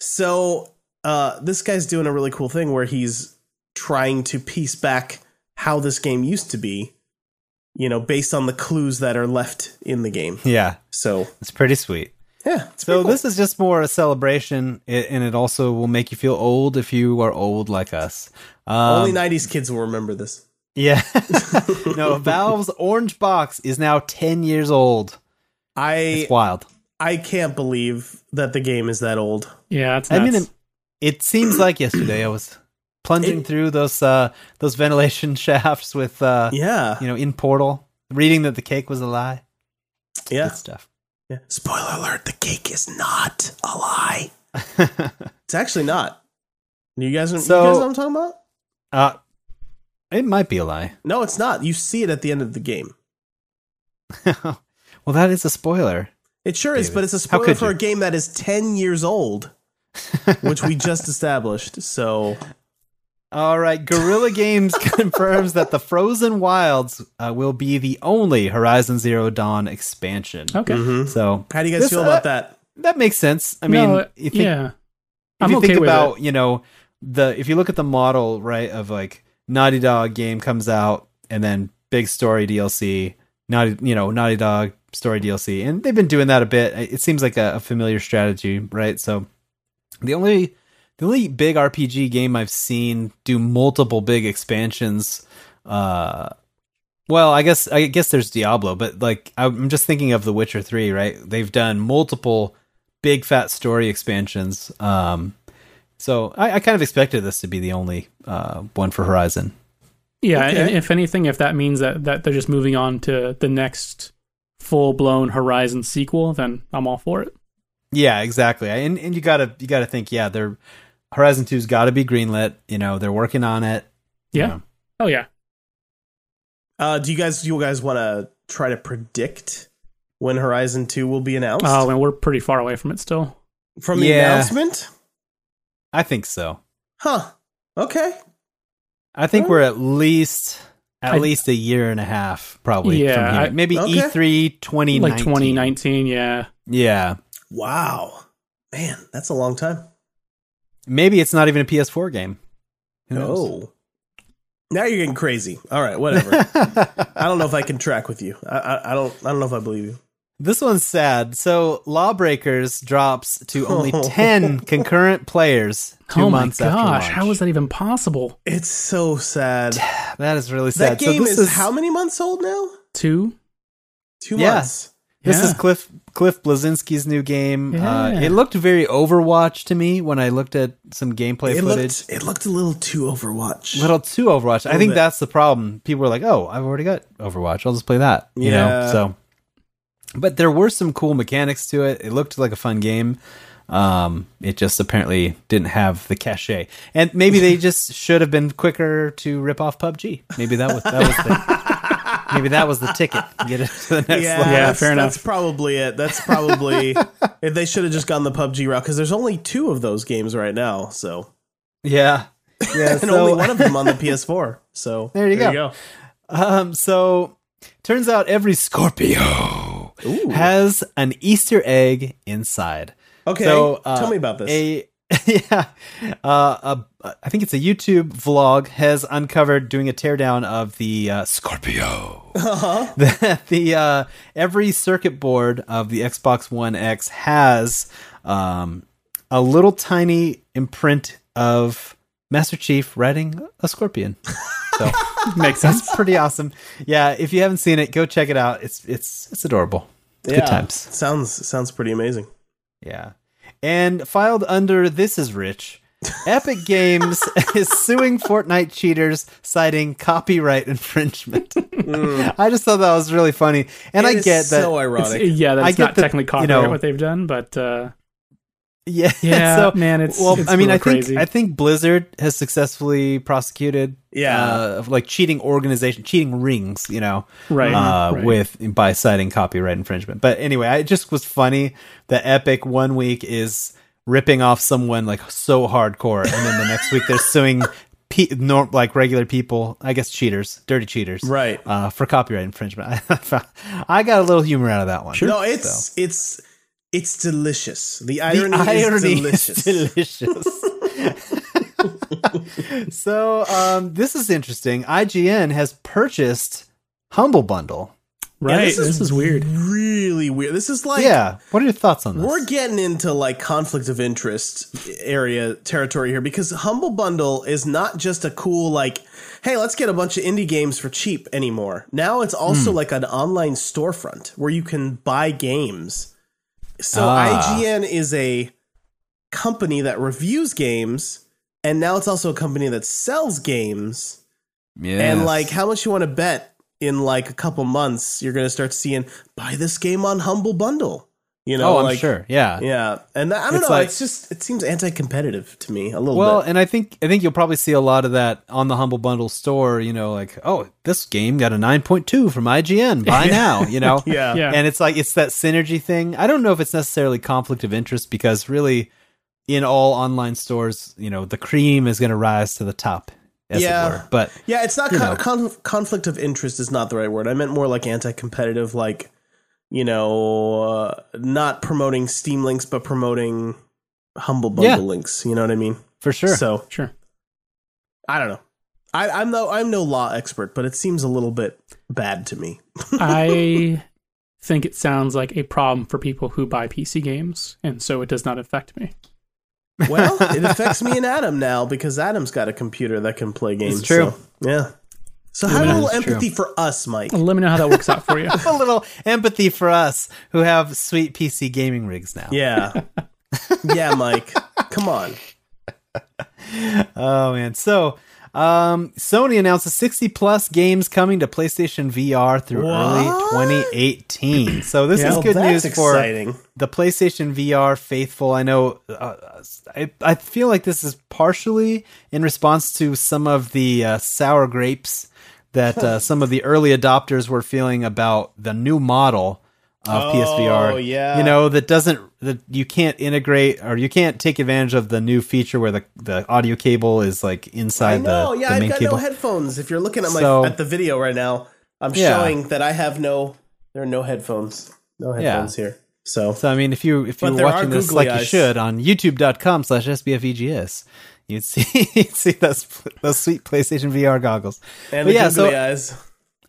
So uh, this guy's doing a really cool thing where he's trying to piece back how this game used to be, you know, based on the clues that are left in the game. yeah, So it's pretty sweet. yeah, it's So pretty cool. this is just more a celebration, i- and it also will make you feel old if you are old like us. Um, only '90s kids will remember this. yeah. no, Valve's Orange Box is now ten years old. I It's wild. I can't believe that the game is that old. Yeah, it's I mean, nuts. it, it seems like yesterday I was plunging It- through those uh, those ventilation shafts with uh, Yeah, you know in Portal, reading that the cake was a lie. yeah. Good stuff. yeah. Spoiler alert: the cake is not a lie. It's actually not. You guys, So- you guys know what I'm talking about? uh, it might be a lie. No, it's not. You see it at the end of the game. well, that is a spoiler. It sure is, David, but it's a how spoiler could for a you? game that is 10 years old, which we just established. So, All right, Guerrilla Games confirms that the Frozen Wilds uh, will be the only Horizon Zero Dawn expansion. okay. mhm. So how do you guys This, feel uh, about that? that makes sense. I mean, no, you think yeah, if I'm you okay think with about you know the if you look at the model right of like naughty dog game comes out and then big story dlc naughty you know naughty dog story dlc and they've been doing that a bit it seems like a, a familiar strategy right so the only the only big rpg game i've seen do multiple big expansions uh well, I guess I guess there's Diablo, but like I'm just thinking of The Witcher 3, right? They've done multiple big fat story expansions. Um, so I, I kind of expected this to be the only uh, one for Horizon. Yeah, Okay. and if anything, if that means that, that they're just moving on to the next full blown Horizon sequel, then I'm all for it. Yeah, exactly. I- And and you gotta you gotta think, yeah, they're Horizon 2's got to be greenlit. You know, they're working on it. you Yeah. know. Oh yeah. Uh, do you guys, do you guys want to try to predict when Horizon 2 will be announced? Oh, and we're pretty far away from it still. From the yeah. announcement? I think so. Huh. Okay. I think we're at least at Uh, I- least a year and a half probably. Yeah, from here. I- maybe E Okay. E3 2019. Like 2019. Yeah. Yeah. Wow. Man, that's a long time. Maybe it's not even a PS4 game. Who knows? Oh. Now you're getting crazy. All right, whatever. I don't know if I can track with you. I, I, I don't. I don't know if I believe you. This one's sad. So Lawbreakers drops to only 10 concurrent players two oh my months after gosh, launch. how is that even possible? It's so sad. That is really sad. That game so this is, how many months old now? Two. Two Yeah. months. This Yeah. is Cliff Cliff Blazinski's new game. Uh, Yeah. it looked very Overwatch to me when I looked at some gameplay It footage. looked. It looked a little too Overwatch. little too Overwatch. I think bit. that's the problem. People were like, "Oh, I've already got Overwatch. I'll just play that." You Yeah. know. So, but there were some cool mechanics to it. It looked like a fun game. Um, it just apparently didn't have the cachet, and maybe they just should have been quicker to rip off PUBG. Maybe that was that was the, maybe that was the ticket. Get it to the next yeah, level. that's, fair enough. That's probably it. That's probably if they should have just gone the PUBG route because there's only two of those games right now. So Yeah, yeah. and only one of them on the PS4. So There you You go. Um, so turns out every Scorpio has an Easter egg inside. Okay, So, uh, tell me about this. A yeah, uh, a, I think it's a YouTube vlog has uncovered doing a teardown of the uh, Scorpio. Uh-huh. that the uh, every circuit board of the Xbox One X has um, a little tiny imprint of Master Chief riding a scorpion. So Makes sense. that's pretty awesome. Yeah, if you haven't seen it, go check it out. It's it's it's adorable. It's Yeah. Good times. Sounds sounds pretty amazing. Yeah. and filed under This Is Rich. Epic Games is suing Fortnite cheaters, citing copyright infringement. I just thought that was really funny, and Mm. It I is get that. so ironic. yeah, Oh, I that's get not the- technically you copyright know- what they've done, but uh, yeah, yeah, so- man, it's well, it's I mean, a I little think crazy. I think Blizzard has successfully prosecuted, Yeah. uh, of, like cheating organization, cheating rings, you know, Right, uh, right. with by citing copyright infringement. But anyway, I- it just was funny that Epic one week is ripping off someone like so hardcore, and then the next week they're suing. Pe- nor- like regular people, I guess cheaters, dirty cheaters, Right. Uh, for copyright infringement, I got a little humor out of that one. No, So. it's it's it's delicious. The The irony, is delicious. delicious. so um, this is interesting. IGN has purchased Humble Bundle. right, this, is, weird. Really weird. This is like yeah. What are your thoughts on this? We're getting into like conflict of interest area territory here because Humble Bundle is not just a cool like, hey, let's get a bunch of indie games for cheap anymore. Now it's Hmm. also like an online storefront where you can buy games. So Ah. IGN is a company that reviews games, and now it's also a company that sells games. And like, how much you want to bet in like a couple months, you're going to start seeing buy this game on Humble Bundle. You know, oh, I'm like, sure. Yeah. Yeah, and I don't It's know. like- it's just it seems anti-competitive to me a little Well, bit. and I think I think you'll probably see a lot of that on the Humble Bundle store. You know, like oh, this game got a 9.2 from IGN. Buy now. You know. Yeah, Yeah. And it's like it's that synergy thing. I don't know if it's necessarily conflict of interest because really, in all online stores, you know, the cream is going to rise to the top, as Yeah. it were. But yeah. It's not You con- know. conf- conflict of interest is not the right word. I meant more like anti-competitive, like you know, uh, not promoting Steam links but promoting Humble Bundle Yeah. links. You know what I mean? for sure, So Sure. I don't know. I, I'm no I'm no law expert, but it seems a little bit bad to me. I think it sounds like a problem for people who buy PC games, and so it does not affect me. Well, it affects me and Adam now because Adam's got a computer that can play games. It's true. so- yeah. So have a Yeah, little it's true. empathy for us, Mike. Let me know how that works out for you. a little empathy for us who have sweet PC gaming rigs now. Yeah. yeah, Mike. Come on. Oh man. So um Sony announces 60 plus games coming to PlayStation VR through What? early 2018. So this is Well, good that's news for exciting. the PlayStation VR faithful. I know. Uh, I I feel like this is partially in response to some of the uh, sour grapes that uh, some of the early adopters were feeling about the new model of Oh, PSVR. yeah. you know that doesn't that you can't integrate or you can't take advantage of the new feature where the the audio cable is like I inside know. the, yeah, the I've main got cable. no headphones. If you're looking at my So- at the video right now, I'm Yeah. showing that I have no. There are no headphones. No Yeah. headphones here. So So I mean, if you if But you were there are watching this googly like you eyes. should on youtube.com slash sbfegs, E you'd see you'd see those those sweet PlayStation VR goggles. and But the yeah, googly so eyes.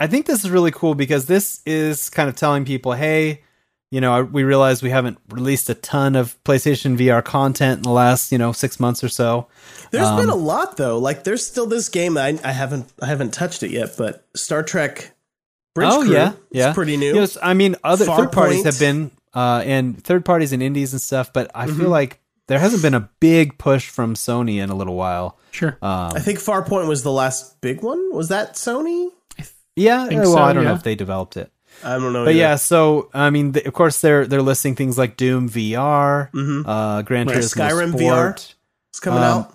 I think this is really cool because this is kind of telling people, hey, you know, I, we realize we haven't released a ton of PlayStation VR content in the last you know six months or so. There's um, been a lot though. Like there's still this game that I, I haven't I haven't touched it yet, but Star Trek Bridge oh Crew yeah, is yeah, pretty new. You know, s- I mean, other Farpoint. third parties have been uh, and third parties and indies and stuff, but I Mm-hmm. feel like there hasn't been a big push from Sony in a little while. Sure. Um, I think Farpoint was the last big one. Was that Sony? Yeah, Think well, so, I don't know yeah. Oh, if they developed it, I don't know. but either. yeah. So I mean, th of course they're they're listing things like Doom VR, uh, Gran Mm-hmm. Right. Turismo Skyrim Sport. it's um, coming out.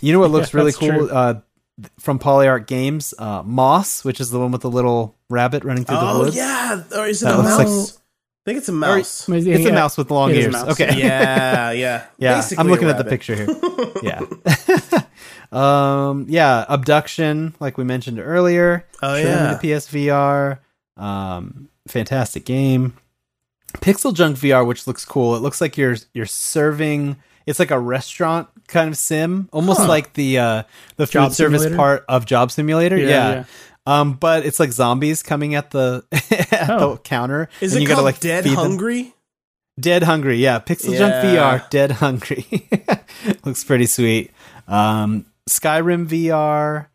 You know what looks really that's cool true. uh, th- from PolyArt Games, uh, Moss, which is the one with the little rabbit running through the Oh woods. yeah, or is it That a looks mouse? like- I think it's a mouse. Maybe- It's yeah. a mouse with long It is a ears. mouse. Okay, yeah, yeah, Yeah, Basically I'm a looking at the rabbit. picture here. yeah. um, yeah, abduction, like we mentioned earlier. Oh, Show me yeah. the PSVR. Um, fantastic game. Pixel Junk VR, which looks cool. It looks like you're you're serving. It's like a restaurant kind of sim, almost like the uh, the food Job service Simulator? part of Job Simulator. Yeah, Yeah. yeah. Um, but it's like zombies coming at the at Oh. the counter. Is and it you called gotta like Dead feed them. Hungry? Dead Hungry, yeah. Pixel Junk Yeah. VR, Dead Hungry. Looks pretty sweet. Um, Skyrim VR,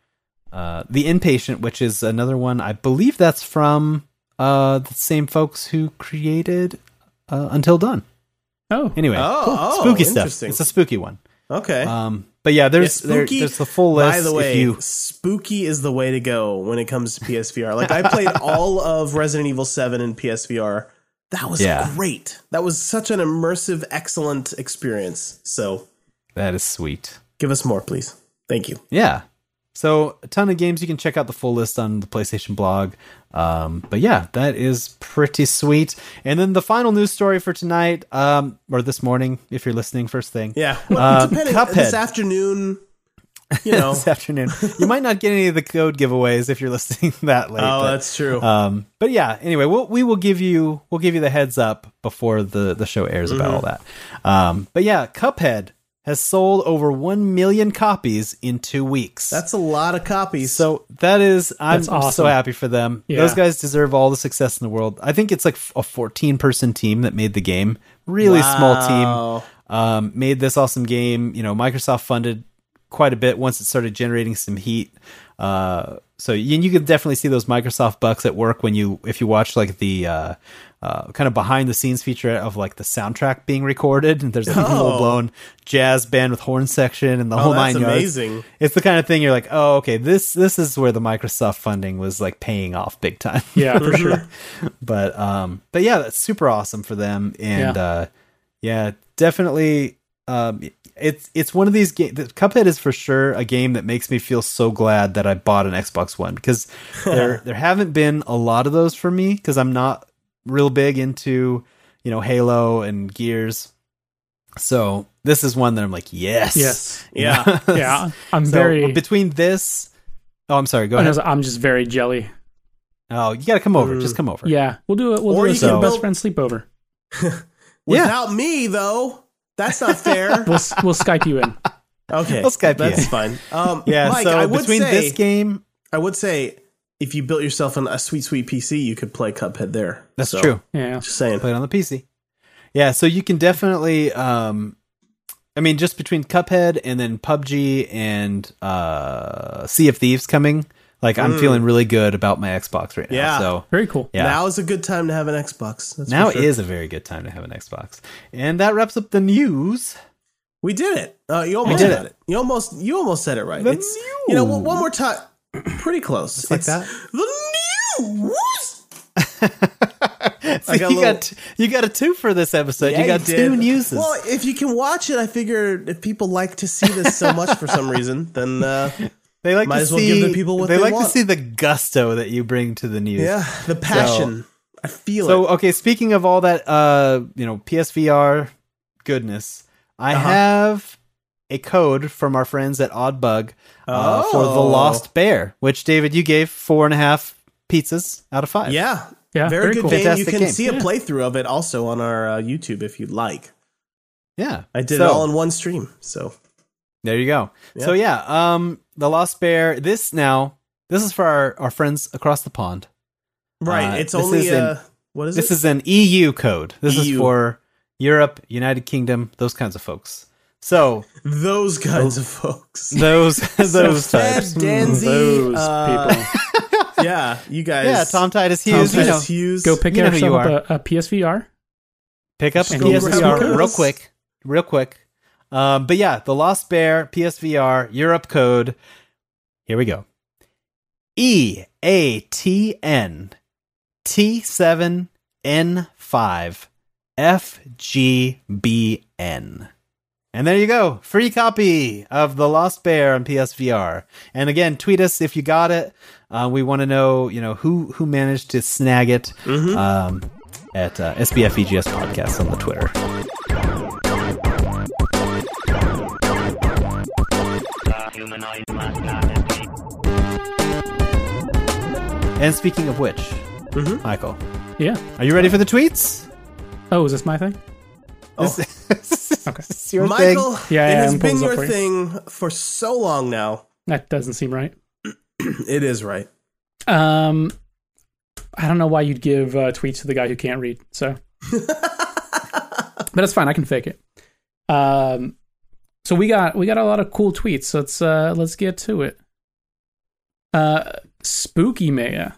uh, The Inpatient, which is another one. I believe that's from uh, the same folks who created uh, Until Dawn. Oh, Anyway, Oh, cool. oh, spooky stuff. interesting. It's a spooky one. Okay. Um, but yeah, there's Yeah, there, spooky- there's the full list. By the way, if you, spooky is the way to go when it comes to PSVR. Like I played all of Resident Evil 7 in PSVR. That was Yeah. great. That was such an immersive, excellent experience. So that is sweet. give us more, please. Thank you. Yeah. So a ton of games you can check out the full list on the PlayStation blog. Um, but yeah, that is pretty sweet. And then the final news story for tonight, um, or this morning, if you're listening first thing. Yeah. Well, Uh, depending Cuphead. this afternoon, you know. this afternoon. You might not get any of the code giveaways if you're listening that late. oh, but, that's true. um, but yeah. Anyway, we'll, we will give you we'll give you the heads up before the the show airs Mm-hmm. about all that. Um, but yeah, Cuphead has sold over one million copies in two weeks. that's a lot of copies. So that is, I'm That's so awesome. happy for them. Yeah. Those guys deserve all the success in the world. I think it's like a 14 person team that made the game. Really small Wow. team um, made this awesome game. You know, Microsoft funded quite a bit once it started generating some heat. Uh, so you, you can definitely see those Microsoft bucks at work when you if you watch like the uh, uh, kind of behind the scenes feature of like the soundtrack being recorded. And there's like a Oh. full blown jazz band with horn section and the whole Oh, nine that's yards amazing. it's the kind of thing you're like, oh, okay, this this is where the Microsoft funding was like paying off big time. yeah, for sure. but um, but yeah, that's super awesome for them, and Yeah. uh, yeah, definitely. Um, it's it's one of these games. Cuphead is for sure a game that makes me feel so glad that I bought an Xbox One because there there haven't been a lot of those for me because I'm not real big into you know Halo and Gears. So this is one that I'm like, yes, Yes. Yeah. Yeah, I'm So uh, very. between this. Oh, I'm sorry. Go I ahead. was- I'm just very jelly. Oh, you gotta come over. Mm. Just come over. Yeah, we'll do it. We'll Or do a you can so. build- best friend sleepover. Yeah. Without me though, that's not fair. We'll s- we'll Skype you in. okay. I'll Skype you. That's fine. Um Yeah. Mike, so I would between say, this game, I would say if you built yourself an, a sweet, sweet PC, you could play Cuphead there. that's So, true. Yeah, Just saying. Play it on the PC. Yeah. So you can definitely. um I mean, just between Cuphead and then PUBG and uh Sea of Thieves coming, like I'm feeling really good about my Xbox right now. Hmm. Yeah. So very cool. yeah. Now is a good time to have an Xbox. That's now for sure. is a very good time to have an Xbox. And that wraps up the news. We did it. Uh, you almost did got it. You almost you almost said it right. The it's you know news. one one more time. Pretty close. like It's that. The news. So I you got a little- got you got a two for this episode. Yeah, you got did. two newses. Well, if you can watch it, I figure if people like to see this so much for some reason, then uh, They like Might to as see well give the people what they like to want. see the gusto that you bring to the news. yeah, the passion. I feel So it. okay, speaking of all that, uh, you know, PSVR goodness, I Uh-huh. have a code from our friends at Oddbug uh, for the Oh. Lost Bear, which David you gave four and a half pizzas out of five. Yeah, Yeah, very, very good cool. game. Fantastic you can game. see a Yeah. playthrough of it also on our uh, YouTube if you'd like. yeah. I did So- it all in one stream. So There you go. Yeah. So yeah, um, the Lost Bear. This now, this is for our, our friends across the pond. right, Uh, it's this only is in- uh, what is This it? E is an EU code. This is EU. for Europe, United Kingdom, those kinds of folks. So Those Oh. kinds of folks. those those So Fab types. Danzy, Those uh, people yeah, you guys. Hmm. Yeah, Tom Titus Tom Hughes. you know, Titus Hughes. go pick you know who you yourself up a, a PSVR. pick up a and go grab PSVR those. real quick, real quick. Um, but yeah, the Lost Bear PSVR Europe code. Here we go. E A T N T seven N five F G B N. And there you go. Free copy of The Lost Bear on PSVR. And again, tweet us if you got it. Uh, we want to know, you know, who who managed to snag it um, at uh, SBFEGS podcast on the Twitter. And speaking of which, Mm-hmm. Michael, Yeah. are you ready for the tweets? Oh, is this my thing? okay. your thing. Michael, Yeah, it yeah, has I'm been pulling this up your for you. thing for so long now. That doesn't seem right. It is right. Um, I don't know why you'd give uh, tweets to the guy who can't read. So, but it's fine. I can fake it. Um, so we got we got a lot of cool tweets. So let's uh, let's get to it. Uh, Spooky Maya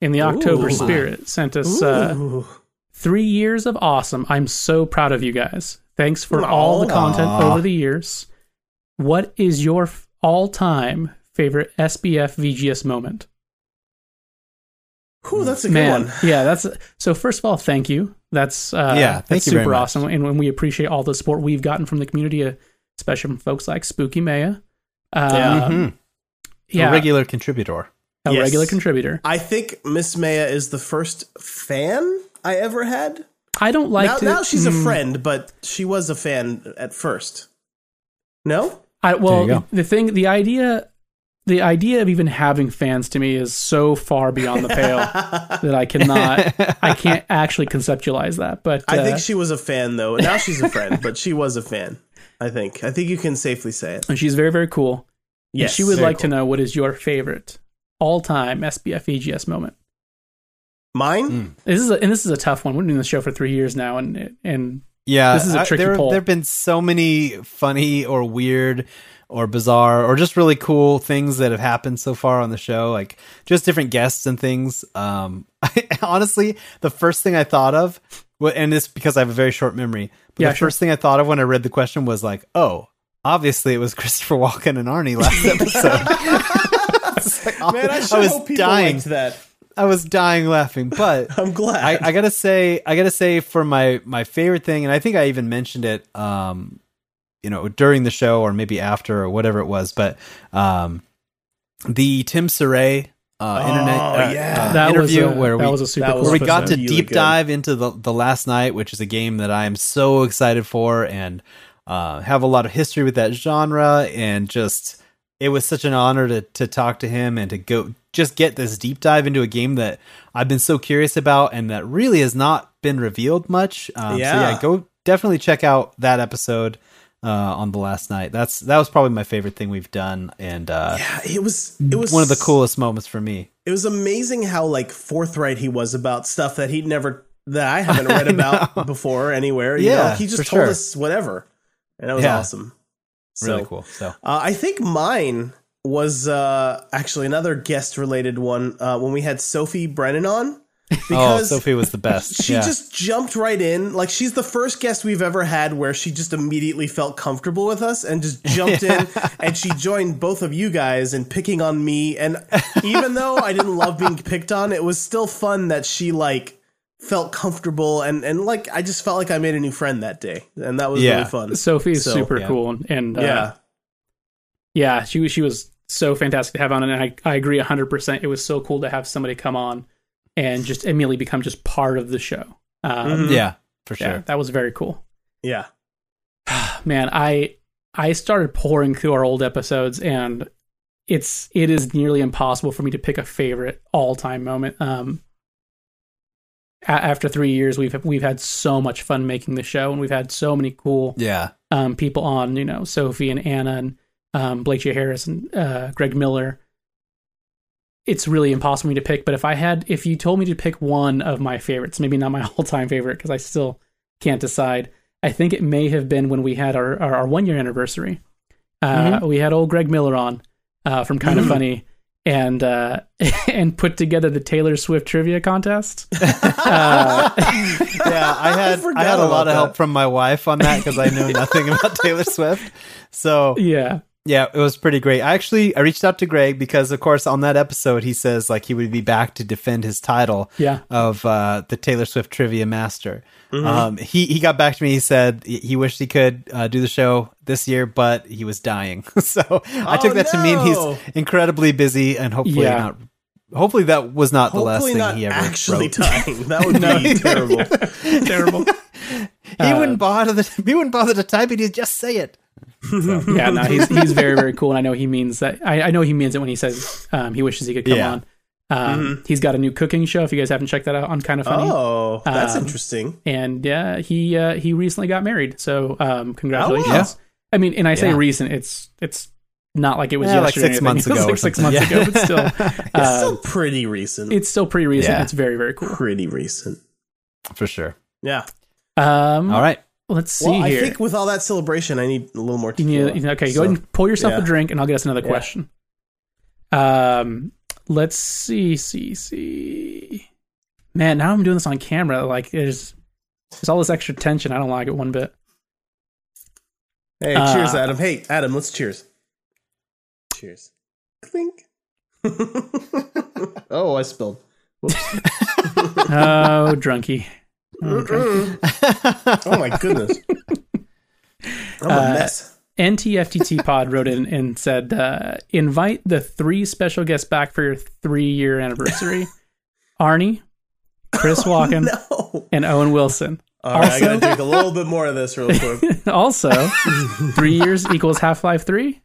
in the October Ooh. Spirit sent us uh, Ooh. Three years of awesome. I'm so proud of you guys. Thanks for all the Aw. content over the years. What is your f- all-time favorite SBF VGS moment? Whew, that's a good Man, one. yeah, that's so. First of all, thank you. That's uh, Yeah, thank that's you super very much. awesome, and when we appreciate all the support we've gotten from the community, uh, especially from folks like Spooky Maya. Uh, Yeah. Mhm. yeah, A regular contributor. a Yes. regular contributor. I think Miss Maya is the first fan I ever had. I don't like now, to. now she's Mm, a friend, but she was a fan at first. No, I, There you well, go. the thing, the idea, the idea of even having fans to me is so far beyond the pale that I cannot, I can't actually conceptualize that. But I uh, think she was a fan though. Now she's a friend, but she was a fan. I think. I think you can safely say it. and she's very, very cool. And Yes, she would very like to cool. know what is your favorite all-time SBF EGS E moment. Mine. This is a, and this is a tough one. We've been doing the show for three years now, and and Yeah, This is a I- tricky there, poll. There have been so many funny or weird or bizarre or just really cool things that have happened so far on the show, like just different guests and things. Um, I, honestly, the first thing I thought of, wa- and it's because I have a very short memory, but Yeah, the sure. first thing I thought of when I read the question was like, oh, obviously it was Christopher Walken and Arnie last episode. It's like, Man, I, sure hope people liked that. I was dying laughing, but I'm glad. I, I gotta say, I gotta say, for my my favorite thing, and I think I even mentioned it, um, you know, during the show or maybe after or whatever it was, but um, the Tim Saray uh, Oh, internet uh, yeah. uh, that was interview a, where we that was a super that cool where we got episode. to Really deep good. dive into the the last night, which is a game that I am so excited for and uh, have a lot of history with that genre, and just it was such an honor to to talk to him and to go just get this deep dive into a game that I've been so curious about and that really has not been revealed much. Um, So Yeah. yeah, go definitely check out that episode uh, on the last night. That's that was probably my favorite thing we've done, and uh, yeah, it was. It was one of the coolest moments for me. It was amazing how like forthright he was about stuff that he'd never that I haven't read about before anywhere. You Yeah, know? he for just told sure. us whatever, and that was Yeah. awesome. So, Really cool. So Uh, I think mine was uh, actually another guest related one uh, when we had Sophie Brennan on oh, because Sophie was the best. she Yeah. just jumped right in. Like she's the first guest we've ever had where she just immediately felt comfortable with us and just jumped in and she joined both of you guys in picking on me. And even though I didn't love being picked on, it was still fun that she like felt comfortable and and like I just felt like I made a new friend that day. And that was Yeah. really fun. Sophie is So, super yeah. cool, and, and uh, yeah. yeah, she was she was so fantastic to have on, and I, I agree hundred percent. It was so cool to have somebody come on and just immediately become just part of the show. Um, Mhm. yeah, for yeah, Mm-hmm. sure. that was very cool. Yeah. Man, I I started pouring through our old episodes, and it's it is nearly impossible for me to pick a favorite all time moment. Um, a- after three years, we've we've had so much fun making the show, and we've had so many cool Yeah. um, people on, you know, Sophie and Anna and um, Blake J. Harris and uh, Greg Miller. It's really impossible for me to pick, but if I had, if you told me to pick one of my favorites, maybe not my all time favorite because I still can't decide. I think it may have been when we had our, our, our one year anniversary. Uh, We had old Greg Miller on uh, from Kind of Funny and uh, and put together the Taylor Swift trivia contest. yeah, I had I, forgot had a about lot of that. help from my wife on that because I know nothing about Taylor Swift. So Yeah. yeah, it was pretty great. I actually I reached out to Greg because of course on that episode he says like he would be back to defend his title Yeah. of uh, the Taylor Swift trivia master. Mm-hmm. Um, he he got back to me. He said he- he wished he could uh, do the show this year, but he was dying. so I Oh, took that to mean no. he's incredibly busy and hopefully Yeah. not. Hopefully that was not the last Hopefully thing not he ever actually wrote. dying. That would be terrible. Terrible. He wouldn't bother. To, he wouldn't bother to type it. He'd just say it. yeah, no, he's he's very very cool, and I know he means that. I, I know he means it when he says um, he wishes he could come Yeah. Mm-hmm. on. Um, He's got a new cooking show. If you guys haven't checked that out, on kind of funny. Oh, that's Um, interesting. And yeah, he uh, he recently got married, so um, congratulations. Yeah. I mean, and I say Oh, Yeah. recent. It's it's not like it was Yeah, like yesterday. or six anything. months It was ago or like six something. months Yeah. ago, but still, It's uh, still pretty recent. it's still pretty recent. Yeah. It's very very cool. pretty recent. For sure. Yeah. Um, All right. let's see Well, I here. think with all that celebration, I need a little more You tequila. need- you know, okay, So- go ahead and pour yourself a yeah. drink, and I'll get us another Yeah. question. Um, let's see, see, see. man, now I'm doing this on camera. Like there's there's all this extra tension. I don't like it one bit. Hey, cheers, Uh, Adam. Hey, Adam, let's cheers. Cheers. Clink. oh, I spilled. Oh, drunky. Oh, drunky. Oh my goodness. I'm a Uh, mess. NTFTT Pod wrote in and said, uh, invite the three special guests back for your three year anniversary Arnie, Chris Walken, Oh, No. and Owen Wilson. All right, I also- gotta drink a little bit more of this real quick. also, three years equals Half Life 3?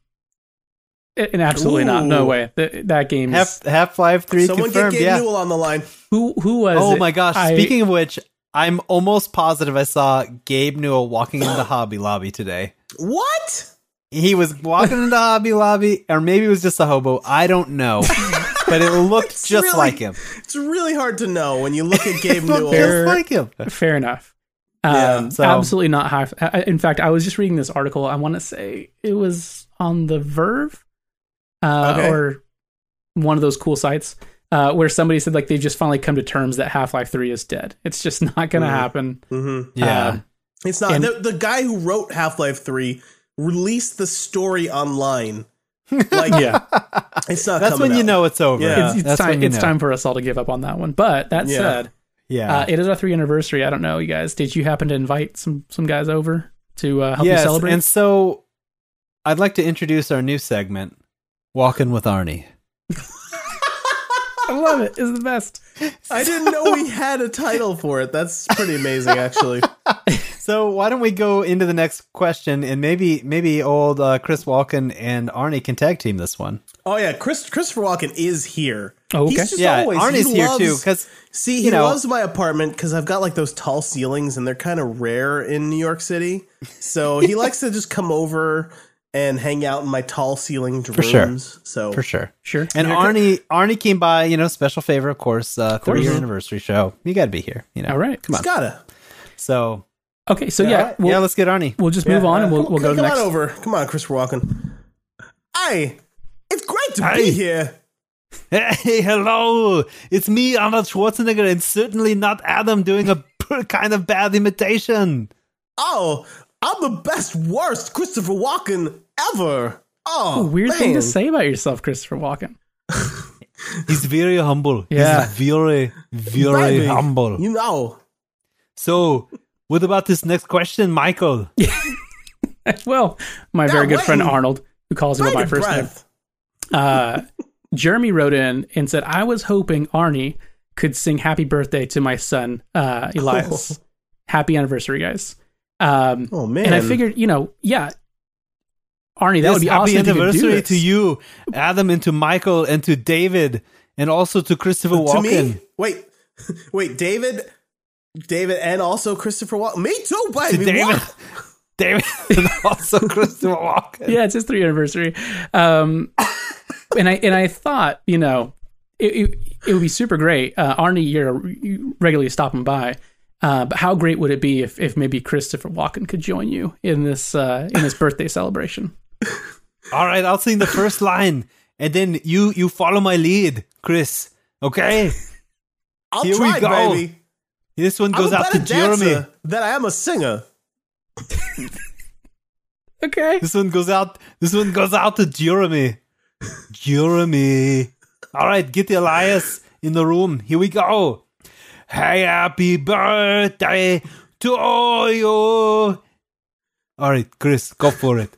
And absolutely not. No Ooh. way. Th- that game is. Half Half Life Three Someone get confirmed. Gabe Yeah. Newell on the line. Who, who was Oh it? my gosh! I- Speaking of which, I'm almost positive I saw Gabe Newell walking into Hobby Lobby today. What? He was walking into Hobby Lobby, or maybe it was just a hobo. I don't know, but it looked just really- like him. It's really hard to know when you look at Gabe It looked just Newell. like him. Fair enough. Um, Yeah, so- Absolutely not half. I- I- In fact, I was just reading this article. I want to say it was on the Verve uh, Okay. or one of those cool sites uh, where somebody said like they've just finally come to terms that Half Life Three is dead. It's just not going to Mhm. happen. Mhm. Mm. Yeah. Um, It's not And- the, the guy who wrote Half Life Three released the story online. Like yeah, it's not. That's coming when you out. know it's over. Yeah. it's, it's That's when time. you It's know. time for us all to give up on that one. But that Yeah. said, Yeah. uh, it is our three anniversary. I don't know, you guys. Did you happen to invite some some guys over to uh, help you yes, celebrate? and so I'd like to introduce our new segment, Walking with Arnie. I love it. It's the best. I didn't know we had a title for it. That's pretty amazing, actually. So why don't we go into the next question, and maybe maybe old uh, Chris Walken and Arnie can tag team this one. Oh yeah, Chris Christopher Walken is here. Oh, okay. He's just yeah, always, Arnie's he here loves- too because see, he you know- loves my apartment because I've got like those tall ceilings, and they're kind of rare in New York City. So he likes to just come over and hang out in my tall ceilinged rooms. sure. So for sure. Sure. And You're- Arnie Arnie came by, you know, special favor, of course, uh, course. thirty year anniversary show. You got to be here, you know. All right. come he's on. gotta So Okay. So yeah, yeah, we'll- yeah, let's get Arnie. We'll just move on and we'll, we'll go come to the next. on over. Come on, Chris Walken. Hi, it's great to Hey. be here. Hey, hello! It's me, Arnold Schwarzenegger, and certainly not Adam doing a kind of bad imitation. Oh, I'm the best, worst Christopher Walken ever. Oh, A weird thing to man. say about yourself, Christopher Walken. He's very humble. Yeah. He's very, very Baby, humble. You know, So, what about this next question, Michael? well, my very good friend Arnold, who calls him by Find my a first name, breath. uh, Jeremy wrote in and said, "I was hoping Arnie could sing Happy Birthday to my son uh, Elias. Oh. Happy anniversary, guys." Um, Oh man! and I figured, you know, yeah, Arnie, that Yes, would be happy awesome. if you could do anniversary this. to you, Adam, and to Michael, and to David, and also to Christopher to Walken. me, wait, wait, David, David, and also Christopher Walken. Me too, To baby. David, What? David, and also Christopher Walken. yeah, it's his three anniversary. Um, and I and I thought, you know, it it, it would be super great. Uh, Arnie, you're you regularly stopping by, uh, but how great would it be if, if maybe Christopher Walken could join you in this uh, in this birthday celebration? All right, I'll sing the first line, and then you you follow my lead, Chris. Okay, I'll Here we try, go. baby. this one I'm a goes out better to Jeremy. dancer than I am a singer. Okay, This one goes out. This one goes out to Jeremy. Jeremy. All right, get Elias in the room. Here we go. Happy birthday to you. All right, Chris, go for it.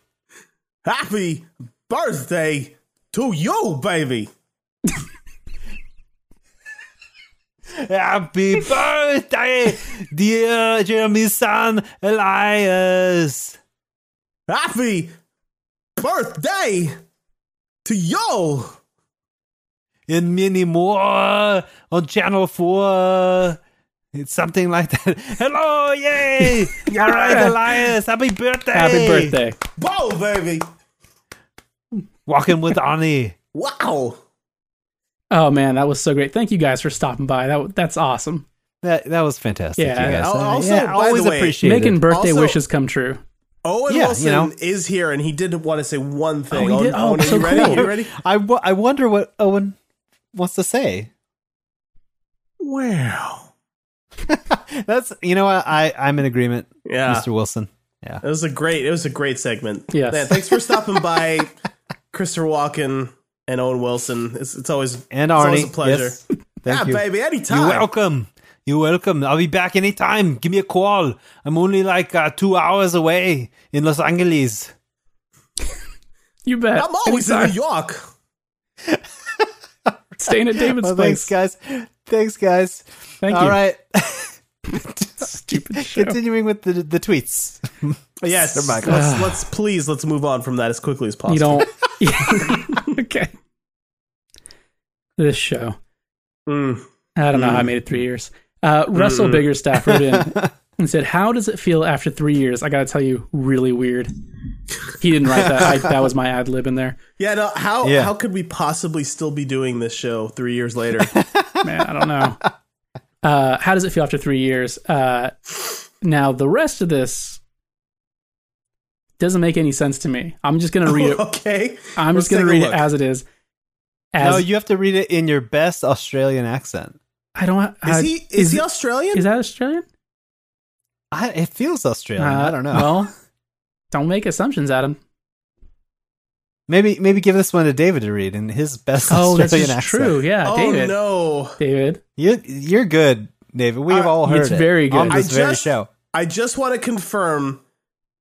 Happy birthday to you, baby. Happy birthday, dear Jeremy's son, Elias. Happy birthday to you. and many more on Channel 4. It's something like that. Hello, yay! All right, Elias, happy birthday! happy birthday! Whoa, baby. Walking with Arnie. Wow. Oh man, that was so great. Thank you guys for stopping by. That w- that's awesome. That that was fantastic, Yeah, you guys. al- Uh, also, yeah, by always the way, appreciate Making it. birthday Also- wishes come true. Owen Yeah, you Wilson know. is here, and he didn't want to say one thing. Oh, he Owen, did? Oh, Owen, are so you ready? cool. You ready? I, wo- I wonder what Owen wants to say. Wow. That's you know what I I'm in agreement, Yeah, Mr. Wilson. Yeah. it was a great it was a great segment. Yes. Man, thanks for stopping by, Christopher Walken and Owen Wilson. It's it's always And it's Arnie, always a pleasure. yes. yeah, Thank you. baby, You're anytime. welcome. You're welcome. I'll be back anytime. Give me a call. I'm only like uh, two hours away in Los Angeles. You bet. I'm always in Anytime. New York. staying at David's Well, place. thanks, guys. Thanks, guys. Thank All you. right. Stupid show. Continuing with the the tweets. Yes, Sir Michael. let's, let's please let's move on from that as quickly as possible. You don't. Yeah. okay. This show. Mm. I don't know how I made it three years. Uh, Russell Biggerstaff wrote in and said, "How does it feel after three years?" I got to tell you, really weird. He didn't write that. I, that was my ad lib in there. Yeah, no, how Yeah. how could we possibly still be doing this show three years later? Man, I don't know. Uh, how does it feel after three years? Uh, now the rest of this doesn't make any sense to me. I'm just gonna read it. okay. I'm Let's just gonna take a read it look. as it is. As no, you have to read it in your best Australian accent. I don't. Is uh, he is, he Australian? Is that Australian? I, it feels Australian. I Uh, don't know. Well, don't make assumptions, Adam. Maybe maybe give this one to David to read in his best Oh, that's Australian just accent. true. Yeah, oh uh, David. no. David. You you're good, David. We've Uh, all heard it's it very good. on this I very just- show. I just want to confirm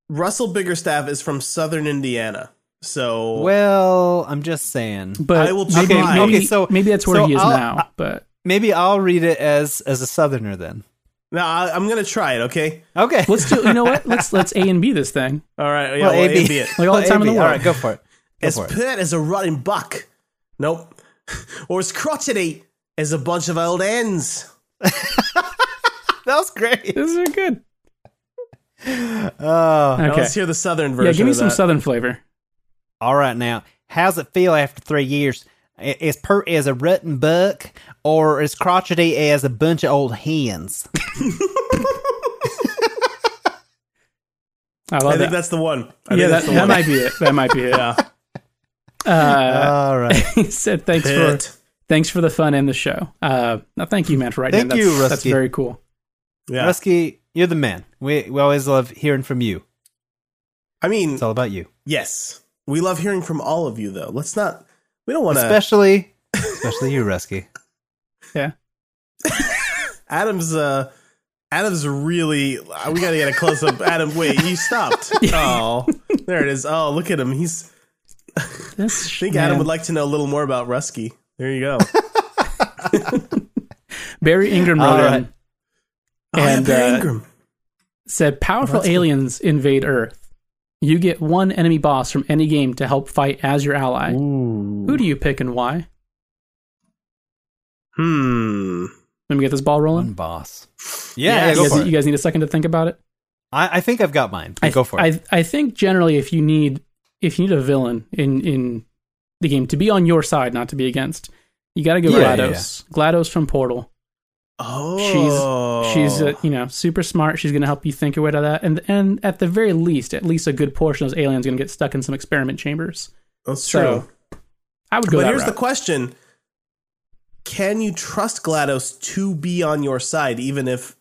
Russell Biggerstaff is from southern Indiana. So Well, I'm just saying. But I will maybe, try. maybe, Okay, so- maybe that's where so he is I'll- now. But Maybe I'll read it as as a Southerner then. no, I, I'm gonna try it, okay? Okay. let's do. You know what? Let's let's A and B this thing. All right, yeah, Well, well, AB. it'd be it. Like all the time in the AB. world. All right, go for it. Go As for it. pert as a rotting buck. Nope. or as crotchety as a bunch of old ends. That was great. This is good. Oh, Now Okay. let's hear the southern version. yeah, give me of some that. southern flavor. All right, now, how's it feel after three years? A- As pert as a rotten buck, or as crotchety as a bunch of old hens? I I love think that. that's the one. I think Yeah, that, that's the that one. might be it. That might be it. Yeah. Uh, All right. he said thanks for Pert. thanks for the fun and the show. Uh, no, thank you, man, for writing. Thank that. you, That's- That's Rusty. very cool. Yeah. Rusky, you're the man. We, we always love hearing from you. I mean, It's all about you. yes. We love hearing from all of you, though. Let's not. We don't want to. Especially, especially you, Rusky. Adam's. uh Adam's really. uh, We got to get a close up. Adam, wait, you stopped. Oh, there it is. Oh, look at him. He's. This I think Adam would like to know a little more about Rusky. There you go. Barry Ingram wrote All in right. And, oh, yeah, Barry uh, Ingram. said powerful aliens invade Earth. You get one enemy boss from any game to help fight as your ally. Who do you pick and why? Hmm. Let me get this ball One rolling. boss. Yeah, Yeah, yeah you, go guys, for you it. guys need a second to think about it. I, I think I've got mine. go for it. I, I think generally, if you need if you need a villain in in the game to be on your side, not to be against, you got to go Yeah, yeah, Glados. Glados from Portal. Oh, She's uh, you know super smart. She's going to help you think your way to that, and and at the very least, at least a good portion of those aliens going to get stuck in some experiment chambers. That's true. so, I would go. but that here's route. the question can you trust glados to be on your side even if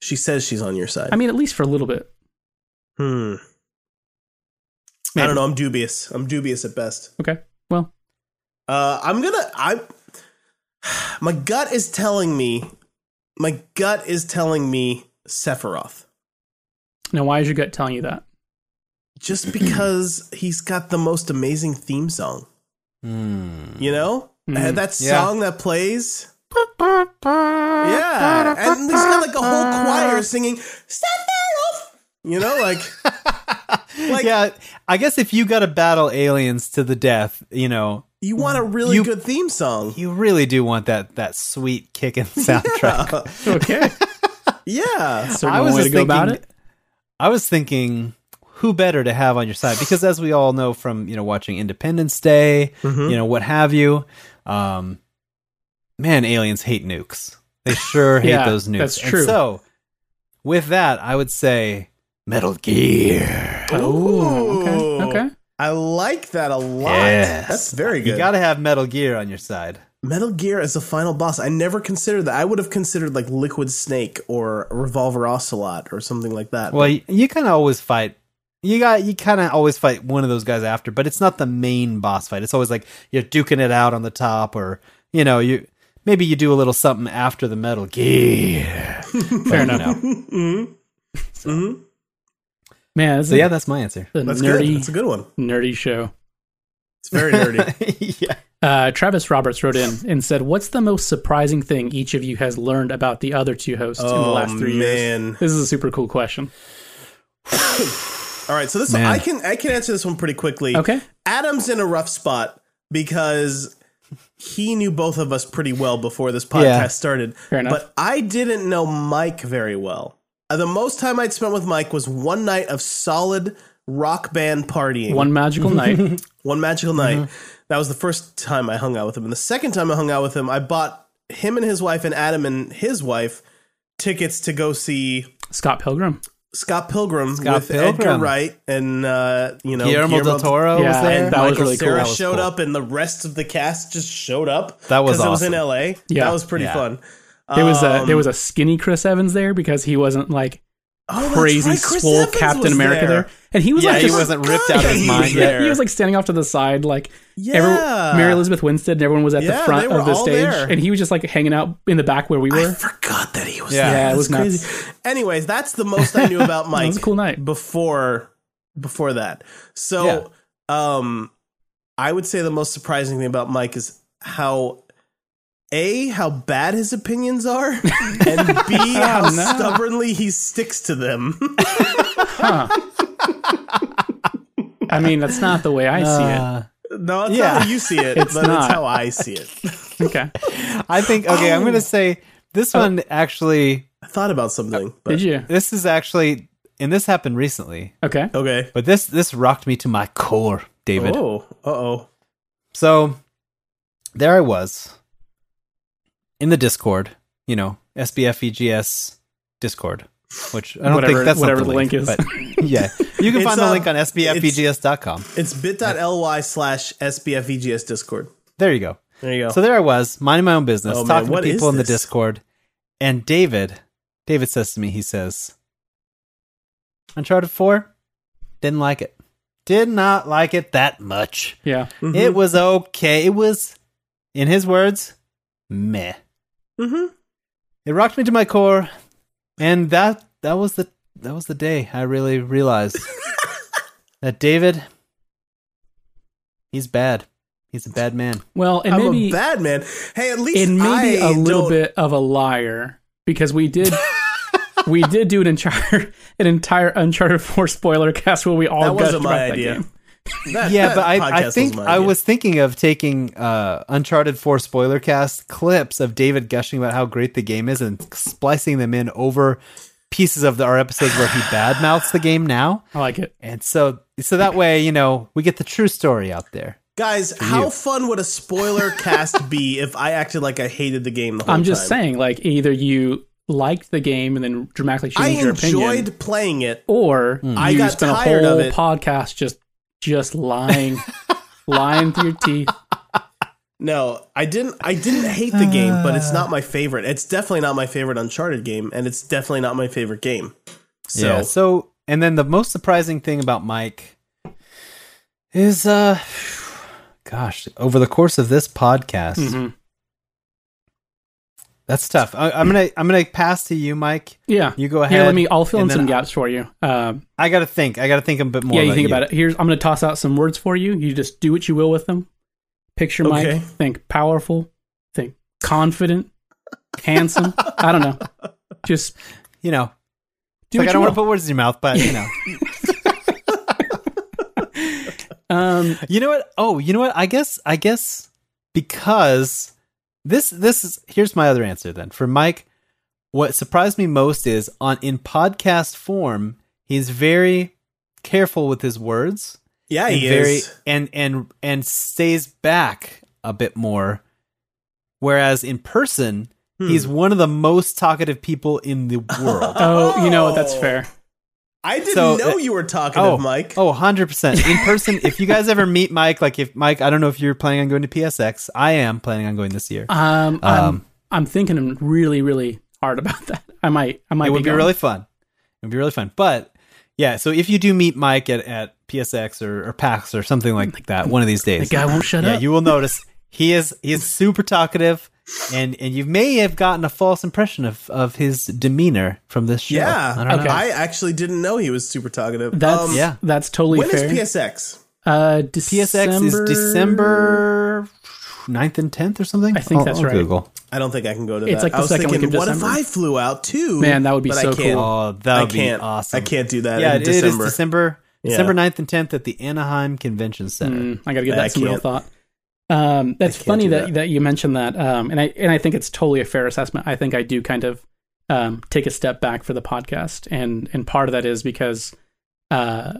she says she's on your side I mean, at least for a little bit. hmm. i Maybe. don't know i'm dubious i'm dubious at best Okay. Well, uh, i'm gonna i my gut is telling me my gut is telling me sephiroth now why is your gut telling you that? just because he's got the most amazing theme song Hmm. you know Mhm. Uh, that Yeah. song that plays yeah and he's got like a whole choir singing sephiroth you know like Like- yeah, I guess if you got to battle aliens to the death, you know, You want a really You- good theme song. you really do want that that sweet kicking soundtrack. Okay. Yeah. Certain way to go about it. I was thinking who better to have on your side because as we all know from, you know, watching Independence Day, Mm-hmm. you know, what have you, um man, aliens hate nukes. They sure hate Yeah, those nukes. that's And true. so, with that, I would say Metal Gear. Oh, okay. Okay. I like that a lot. Yes. That's very good. You got to have Metal Gear on your side. Metal Gear as a final boss. I never considered that. I would have considered like Liquid Snake or Revolver Ocelot or something like that. Well, you, you kind of always fight. You got you kind of always fight one of those guys after, but it's not the main boss fight. It's always like you're duking it out on the top, or you know you maybe you do a little something after the Metal Gear. Fair enough. mm-hmm. Mm-hmm. Man, this So is yeah, that's my answer. a That's nerdy, good. That's a good one. nerdy show. It's very nerdy. yeah. Uh, Travis Roberts wrote in and said, "What's the most surprising thing each of you has learned about the other two hosts in the oh last three years?" man. This is a super cool question. All right, so this Man. I can I can answer this one pretty quickly. Okay, Adam's in a rough spot because he knew both of us pretty well before this podcast Yeah. started. fair enough. But I didn't know Mike very well. Uh, the most time I'd spent with Mike was one night of solid rock band partying. One magical night. One magical night. Mm-hmm. That was the first time I hung out with him. And the second time I hung out with him, I bought him and his wife and Adam and his wife tickets to go see Scott Pilgrim. Scott Pilgrim Scott with Edgar Pilgrim. Wright and uh, you know Guillermo, del Toro Yeah, was there. and that was Michael really cool. Cera That was showed cool. up, and the rest of the cast just showed up. That was 'cause it was in awesome. L.A. Yeah. that was pretty Yeah. fun. There was a Um, there was a skinny Chris Evans there because he wasn't like oh, that's crazy right, Chris swole Evans Captain was America there. and he was yeah, like he just- wasn't ripped out of Yeah, his he mind was yet. there. he was like standing off to the side, like Yeah, every, Mary Elizabeth Winstead and everyone was at the Yeah, front they were of the all stage, there. and he was just like hanging out in the back where we I were. forgot that he was. Yeah. there. Yeah, That's it was nuts. crazy. Anyways, that's the most I knew about Mike. It was a cool night. before before that. So um I would say the most surprising thing about Mike is how A, how bad his opinions are, and B, how Oh, no. stubbornly he sticks to them. Huh. I mean, that's not the way I Uh, no, that's Yeah. not how you see it, It's but not. it's how I see it. see it. Okay, I think okay, I'm gonna say this one actually I thought about something. But, did you? this is actually and this happened recently, Okay, Okay. but this this rocked me to my core, David. Oh, uh oh. So there I was in the Discord, you know, SBFEGS E Discord, which I don't Whatever- think that's not whatever the link is. but yeah, you can It's, find um, the link on SBFEGS.com. It's bit.ly slash SBFEGS E Discord. There you go. There you go. So there I was, minding my own business, Oh, man, talking what to is people in the this? Discord, and David, David says to me, he says, "Uncharted Four, didn't like it, did not like it that much. yeah, Mhm. It was okay. It was, in his words, meh. Mhm. It rocked me to my core, and that that was the that was the day I really realized that David, he's bad. He's a bad man." well, and I'm maybe a bad man. Hey, at least and maybe I a little don't- bit of a liar because we did we did do an entire an entire Uncharted Four spoiler cast where we all Oh, That gushed wasn't my about idea. that game. That- yeah, that but podcast I, I was think mine, I yeah. was thinking of taking uh, Uncharted 4 spoiler cast clips of David gushing about how great the game is and splicing them in over pieces of the, our episodes where he badmouths the game now. I like it. And so so that way, you know, we get the true story out there. Guys, how fun would a spoiler cast be if I acted like I hated the game the whole time? I'm just saying, like either you liked the game and then dramatically I changed your enjoyed opinion, playing it. or I you got spent a tired of whole it. podcast just just lying, lying through your teeth. No, I didn't. I didn't hate the game, but it's not my favorite. It's definitely not my favorite Uncharted game, and it's definitely not my favorite game. So, yeah. So and then the most surprising thing about Mike is uh gosh, over the course of this podcast, Mhm. that's tough. I, I'm gonna I'm gonna pass to you, Mike. Yeah. You go ahead. Here, let me. I'll fill in and then some gaps for you. Um, I gotta think. I gotta think a bit more. yeah, you think about it. Here's I'm going to toss out some words for you. You just do what you will with them. Picture Okay. Mike. Think powerful. Think confident. handsome. I don't know. Just You know, do like I what don't you want to will. put words in your mouth, but you know, um, you know what? Oh, you know what? I guess, I guess because this, this is here's my other answer then for Mike. What surprised me most is on in podcast form, he's very careful with his words. yeah, and he very is. and and and stays back a bit more. Whereas in person, Hmm. he's one of the most talkative people in the world. Oh. oh, you know what? That's fair. I didn't So, know uh, you were talkative, Oh, Mike. Oh, 100%. In person, if you guys ever meet Mike, like if Mike, I don't know if you're planning on going to PSX. I am planning on going this year. Um, I'm, Um, I'm thinking really, really hard about that. I might, I might it would be going. really fun. It would be really fun. But yeah, so if you do meet Mike at, at PSX or, or PAX or something like that, one of these The days, guy won't shut yeah, up. you will notice he is he is super talkative, and and you may have gotten a false impression of of his demeanor from this show. yeah, I don't know. I actually didn't know he was super talkative. that's um, yeah. that's totally When is fair. PSX? uh, PSX December- is December 9th and tenth or something. I think I'll- that's I'll right. Google. I don't think I can go to It's that. like the I was second week thinking, of what if December. I flew out too? Man, that would be but so I can't, cool. Oh, that I would be can't. awesome. I can't do that. Yeah, in it is December. December Yeah. December 9th and tenth at the Anaheim Convention Center. Mm, I got to give I that some real can't. thought. Um, that's can't funny do that, that that. you mentioned that, um, and I and I think it's totally a fair assessment. I think I do kind of um, take a step back for the podcast, and and part of that is because, uh,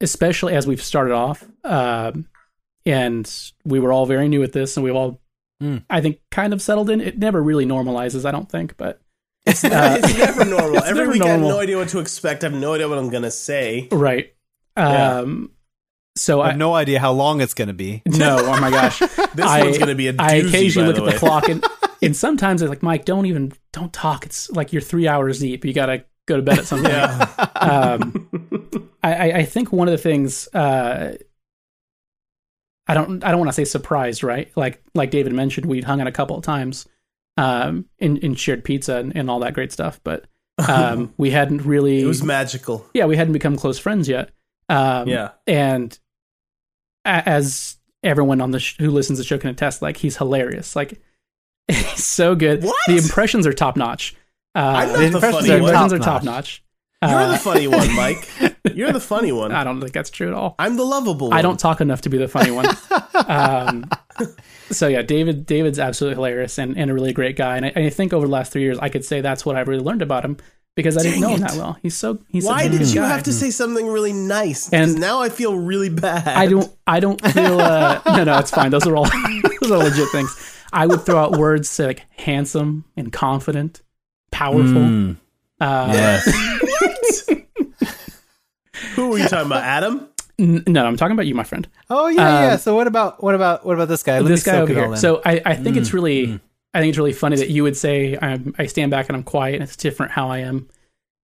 especially as we've started off, um, and we were all very new at this, and we've all, Mm. I think, kind of settled in. It never really normalizes, I don't think, but it's never normal. It's Every never week, I have normal. no idea what to expect. I have no idea what I'm gonna say. right. Yeah. Um, so I I have no idea how long it's going to be. no, oh my gosh. This I- one's gonna be a doozy, I occasionally by look the at way. the clock and and sometimes it's like Mike, don't even don't talk. It's like you're three hours deep. You gotta go to bed at some point. Yeah. um, I, I- I think one of the things uh, I don't I don't want to say surprised, right? Like like David mentioned, we'd hung out a couple of times um, and, and shared pizza and, and all that great stuff, but um, we hadn't really It was magical. yeah, we hadn't become close friends yet. Um, Yeah. and a- as everyone on the sh- who listens to the show can attest, like he's hilarious. Like he's so good. What? The impressions are top notch. I'm Uh, not the impressions funny the are one. impressions are top-notch. top notch. You're the funny one, Mike. You're the funny one. Uh, I don't think that's true at all. I'm the lovable one. I don't talk enough to be the funny one. um, so yeah, David David's absolutely hilarious and, and a really great guy. And I, and I think over the last three years, I could say that's what I really learned about him because I Dang didn't know him it. that well. He's so he's such Why a did good you guy. have to say something really nice? And- And now I feel really bad. I don't. I don't feel. Uh, no, no, it's fine. Those are all. those are legit things. I would throw out words say, like handsome and confident, powerful. Mm, Uh, yes. Who are you talking about, Adam? n- no, I'm talking about you, my friend. Oh yeah, yeah. So what about what about what about this guy? Let Um, this me guy soak over it all here. in. So I, I think it's really. I think it's really funny that you would say I'm, I stand back and I'm quiet, and it's different how I am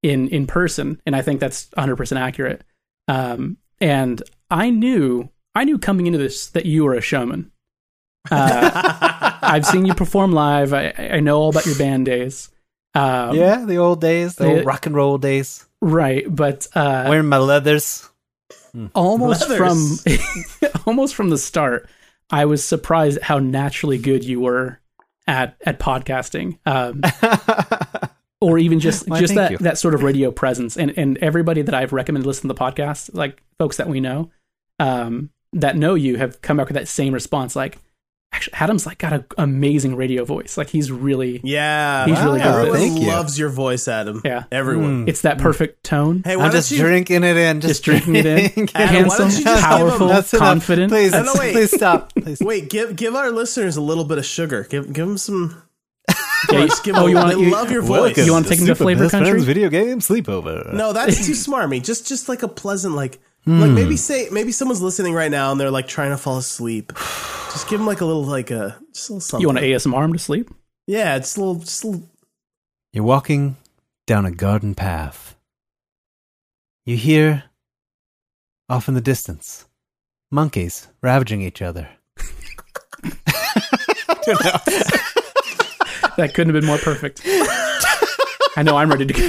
in in person, and I think that's 100 percent accurate. Um, and I knew I knew coming into this that you were a showman. Uh, I've seen you perform live. I, I know all about your band days. Um, yeah, the old days, the the- old rock and roll days. Right, but uh, Wearing my leathers. almost Leathers. from almost from the start, I was surprised at how naturally good you were at at podcasting, um, or even just Why, just thank that you. that sort of radio presence. And and everybody that I've recommended listen to the podcast, like folks that we know, um, that know you, have come back with that same response. Like, actually, Adam's like got an amazing radio voice. Like he's really Yeah. He's really good at this. Everyone Thank you. loves your voice, Adam. Yeah. Everyone. it's that perfect tone. Mm. Hey, why I'm don't just you drinking it in. Just, Just drinking it in. drinking Adam, why Handsome, don't you just give him- powerful, That's enough. confident. Please, I don't know, wait. please stop. Please. Hmm. Wait, give give our listeners a little bit of sugar. Give give them some. Yeah, you- Just give them oh, a you little- wanna- they you- love your voice. You wanna take him to Super Flavor Best Country? Friends Video game sleepover. No, that's too smarmy. Just just like a pleasant like Hmm. like maybe say maybe someone's listening right now and they're like trying to fall asleep. Just give them like a little like a just a little something. You want to ASMR him to sleep? Yeah, it's a little just a little You're walking down a garden path. You hear, off in the distance, monkeys ravaging each other. That couldn't have been more perfect. I know I'm ready to go.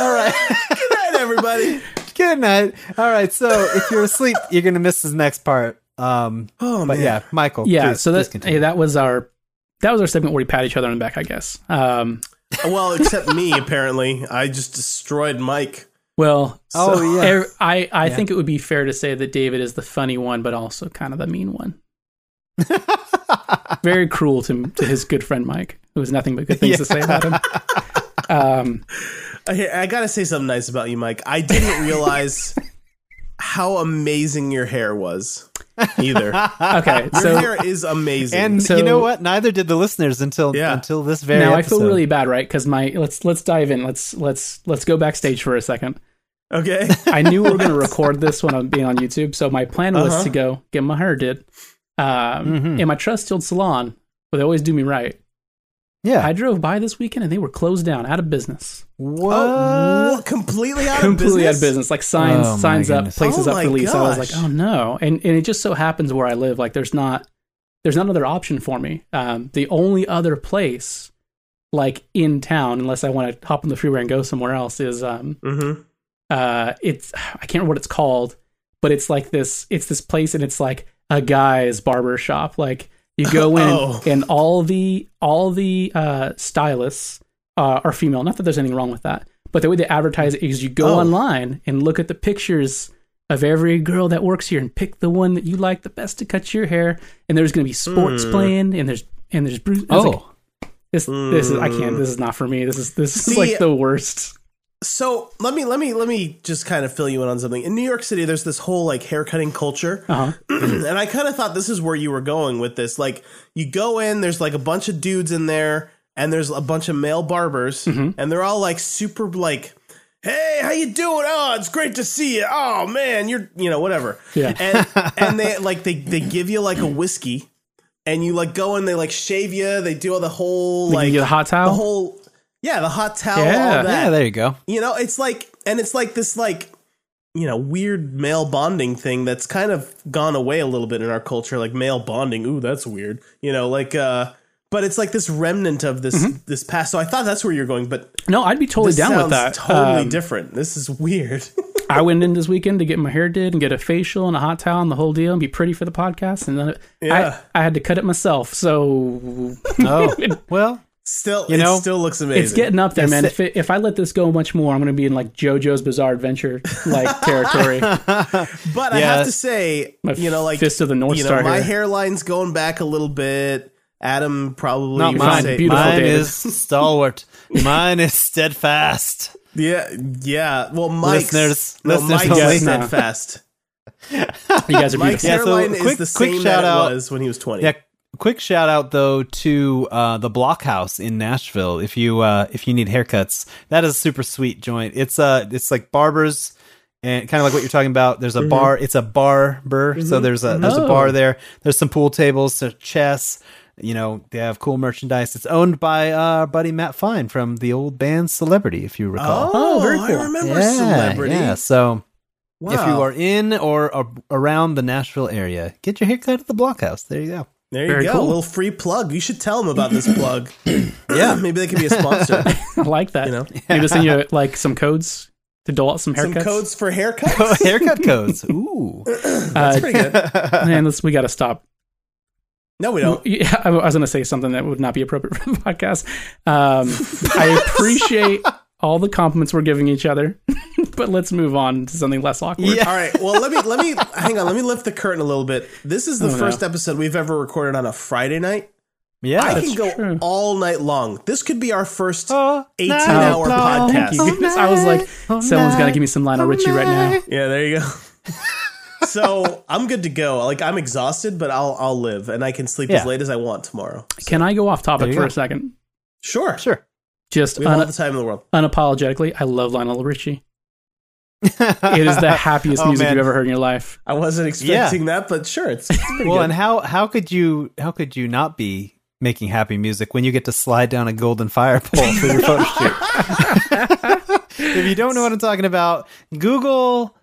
All right. Good night, everybody. Good night. All right. So if you're asleep, you're going to miss this next part. Um, Oh but man. yeah, Michael. Yeah, please- so please that continue. hey, that was our that was our segment where we pat each other on the back, I guess. Um, Well, except me apparently. I just destroyed Mike. well, Oh, So- yeah. er- I I think it would be fair to say that David is the funny one, but also kind of the mean one. Very cruel to to his good friend Mike, who has nothing but good things to say about him. Um, I, I gotta say something nice about you, Mike. I didn't realize how amazing your hair was. either. Okay, Your so hair is amazing. And So- you know what? Neither did the listeners until Yeah. until this very. now I episode. feel really bad, right? Because my let's let's dive in. Let's let's let's go backstage for a second. okay. I knew we were going to record this when I'm being on YouTube, so my plan was Uh-huh. Mm-hmm. to go get my hair did. Um, Mhm. In my trust-filled salon, where they always do me right. Yeah. I drove by this weekend and they were closed down, out of business, what? Oh, what? completely out completely of out of business. business. Like signs, Oh, my signs up, goodness. places Oh, up my for lease. I was gosh. like, oh no, and and it just so happens where I live, like there's not there's not another option for me. Um, the only other place, like in town, unless I want to hop on the freeway and go somewhere else, is um, Mm-hmm. uh it's I can't remember what it's called, but it's like this it's this place and it's like a guy's barber shop. Like you go in Oh. and all the all the uh stylists uh, are female. Not that there's anything wrong with that, but the way they advertise it is you go Oh. online and look at the pictures of every girl that works here and pick the one that you like the best to cut your hair and there's going to be sports Hmm. playing and there's and there's Bruce Oh, this this is I can't this is not for me this is this is Hmm. See, like the worst So let me let me let me just kind of fill you in on something. In New York City, there's this whole like haircutting culture, uh-huh and I kind of thought this is where you were going with this. Like you go in, there's like a bunch of dudes in there, and there's a bunch of male barbers, Mm-hmm. and they're all like super like, "Hey, how you doing? Oh, it's great to see you. Oh man, you're you know whatever." Yeah. and and they like they they give you like a whiskey, and you like go in, they like shave you, they do all the whole They give like you the hot towel? the whole yeah, the hot towel, Yeah. all that yeah, there you go. you know it's like and it's like this like you know weird male bonding thing that's kind of gone away a little bit in our culture like male bonding ooh that's weird you know like uh but it's like this remnant of this this past so i thought that's where you're going but no I'd be totally this down Mm-hmm. with sounds that totally Um, different this is weird I went in this weekend to get my hair did and get a facial and a hot towel and the whole deal and be pretty for the podcast. And then Yeah. I, I had to cut it myself. So Oh. well. still You it know, still looks amazing it's getting up there, man. If, it, if I let this go much more, I'm going to be in like JoJo's Bizarre Adventure like territory. but i have yeah. to say My you know like fist of the North you know Star my here. hairline's going back a little bit adam probably Not would mine. say- Beautiful mine David. is stalwart. mine is steadfast. yeah yeah well mike's Listeners- no, listeners mike's only. steadfast you guys are Mike's beautiful. Yeah, so hairline is quick- the quick same shout that out. it was when he was 20. Yeah. Quick shout out though to uh, the Blockhouse in Nashville. If you uh, if you need haircuts, that is a super sweet joint. It's uh it's like barbers and kind of like what you're talking about. There's a Mm-hmm. bar. It's a barber. So there's a there's Oh. a bar there. There's some pool tables. There's chess. You know they have cool merchandise. It's owned by uh, our buddy Matt Fine from the old band Celebrity, if you recall. Oh, very cool. I remember celebrity. yeah. So Wow. if you are in or a- around the Nashville area, get your haircut at the Blockhouse. There you go. there you Very go. cool. A little free plug. You should tell them about this plug. Yeah. Maybe they could be a sponsor. I like that. you know, Maybe they'll send you like some codes to dole out some haircuts. some codes for haircuts. haircut codes. Ooh. Uh, Pretty good. man, let's, we got to stop. No, Oh. we don't. Yeah, I was going to say something that would not be appropriate for the podcast. Um, I appreciate all the compliments we're giving each other, but let's move on to something less awkward. Yeah. All right. Well, let me let me hang on. Let me lift the curtain a little bit. This Oh, is the no. first episode we've ever recorded on a Friday night. I Yeah. can go true. all night long. This could be our first Oh, 18 night hour long. podcast. Thank you. goodness. I was like, Oh, someone's got to give me some Lionel Richie right now. Yeah, there you go. so I'm good to go. Like I'm exhausted, but I'll I'll live and I can sleep as Yeah. late as I want tomorrow. Can I go off topic you for go. a second? Sure, Sure. Just We have all un- the time in the world. unapologetically, I love Lionel Richie. It is the happiest Oh, music man. you've ever heard in your life. I wasn't expecting that, but sure, it's, it's pretty Well, good. and how how could you how could you not be making happy music when you get to slide down a golden fire pole for your photo shoot? if you don't know what I'm talking about, Google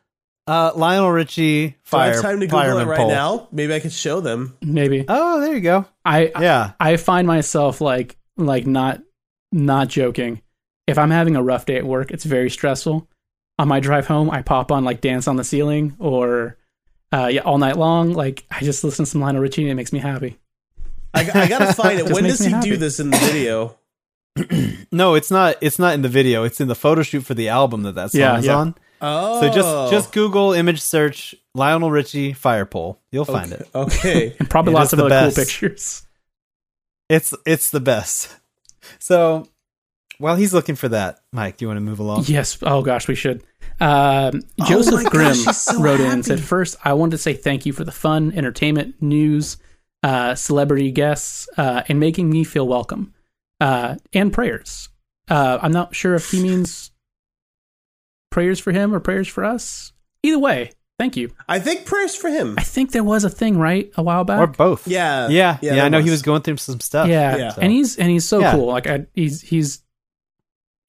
uh, Lionel Richie Do I fire have time to Google it fireman right pole. now? Maybe I could show them. Maybe Oh, there you go. I Yeah. I find myself like like not not joking. If I'm having a rough day at work, it's very stressful. On my drive home, I pop on like Dance on the Ceiling or uh, yeah, all night long. Like I just listen to some Lionel Richie and it makes me happy. I, I gotta find it. Just when makes does me he happy. do this in the video? No, it's not. It's not in the video. It's in the photo shoot for the album that that song Yeah, is yeah. on. Oh, So just just Google image search Lionel Richie fire pole. You'll find it. Oh. okay. And probably It lots is of the other best. cool pictures. It's it's the best. So while he's looking for that, Mike, do you want to move along? Yes. Oh gosh, we should. Um, Oh Joseph my gosh, Grimm she's so wrote in and said, happy. First, I wanted to say thank you for the fun, entertainment, news, uh, celebrity guests, uh, and making me feel welcome. Uh, and prayers. Uh, I'm not sure if he means prayers for him or prayers for us. Either way, thank you. I think prayers for him. I think there was a thing, right? A while back? or both. Yeah, yeah, yeah, yeah. there I know was. he was going through some stuff. yeah, Yeah. and he's and he's so Yeah. cool like I, he's he's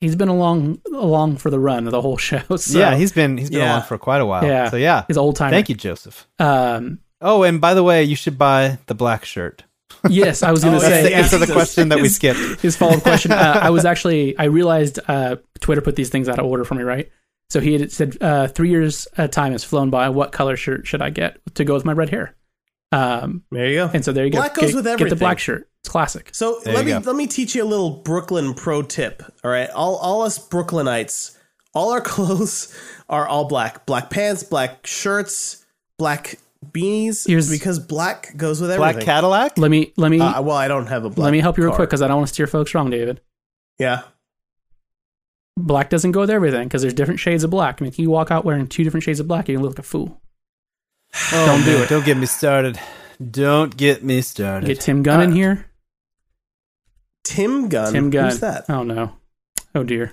he's been along along for the run of the whole show so yeah. He's been he's been Yeah. along for quite a while. Yeah. Oh, So yeah, he's old time thank you, Joseph. um Oh, and by the way, you should buy the black shirt. yes i was gonna Oh, That's say the yeah. answer to the Jesus. question that we Yes. skipped. his follow-up question uh, i was actually i realized uh twitter put these things out of order for me right so he had said uh three years uh, time has flown by what color shirt should i get to go with my red hair um There you go. and so there you go Black goes get, with get the everything. black shirt it's classic So There let me you go. let me teach you a little Brooklyn pro tip. All right, all all us Brooklynites, all our clothes are all black. Black pants, black shirts, black beanies. Here's- because black goes with Black everything. Cadillac. let me let me Uh, well, I don't have a black. let me help you real car. quick because i don't want to steer folks wrong david Yeah. black doesn't go with everything because there's different shades of black. I mean, if you walk out wearing two different shades of black, you're gonna look like a fool. don't do it. Oh, Don't get me started. Don't get me started. Get Tim Gunn in Uh, here. Tim Gunn. Tim Gunn. Um, Who's that? Oh no. Oh dear.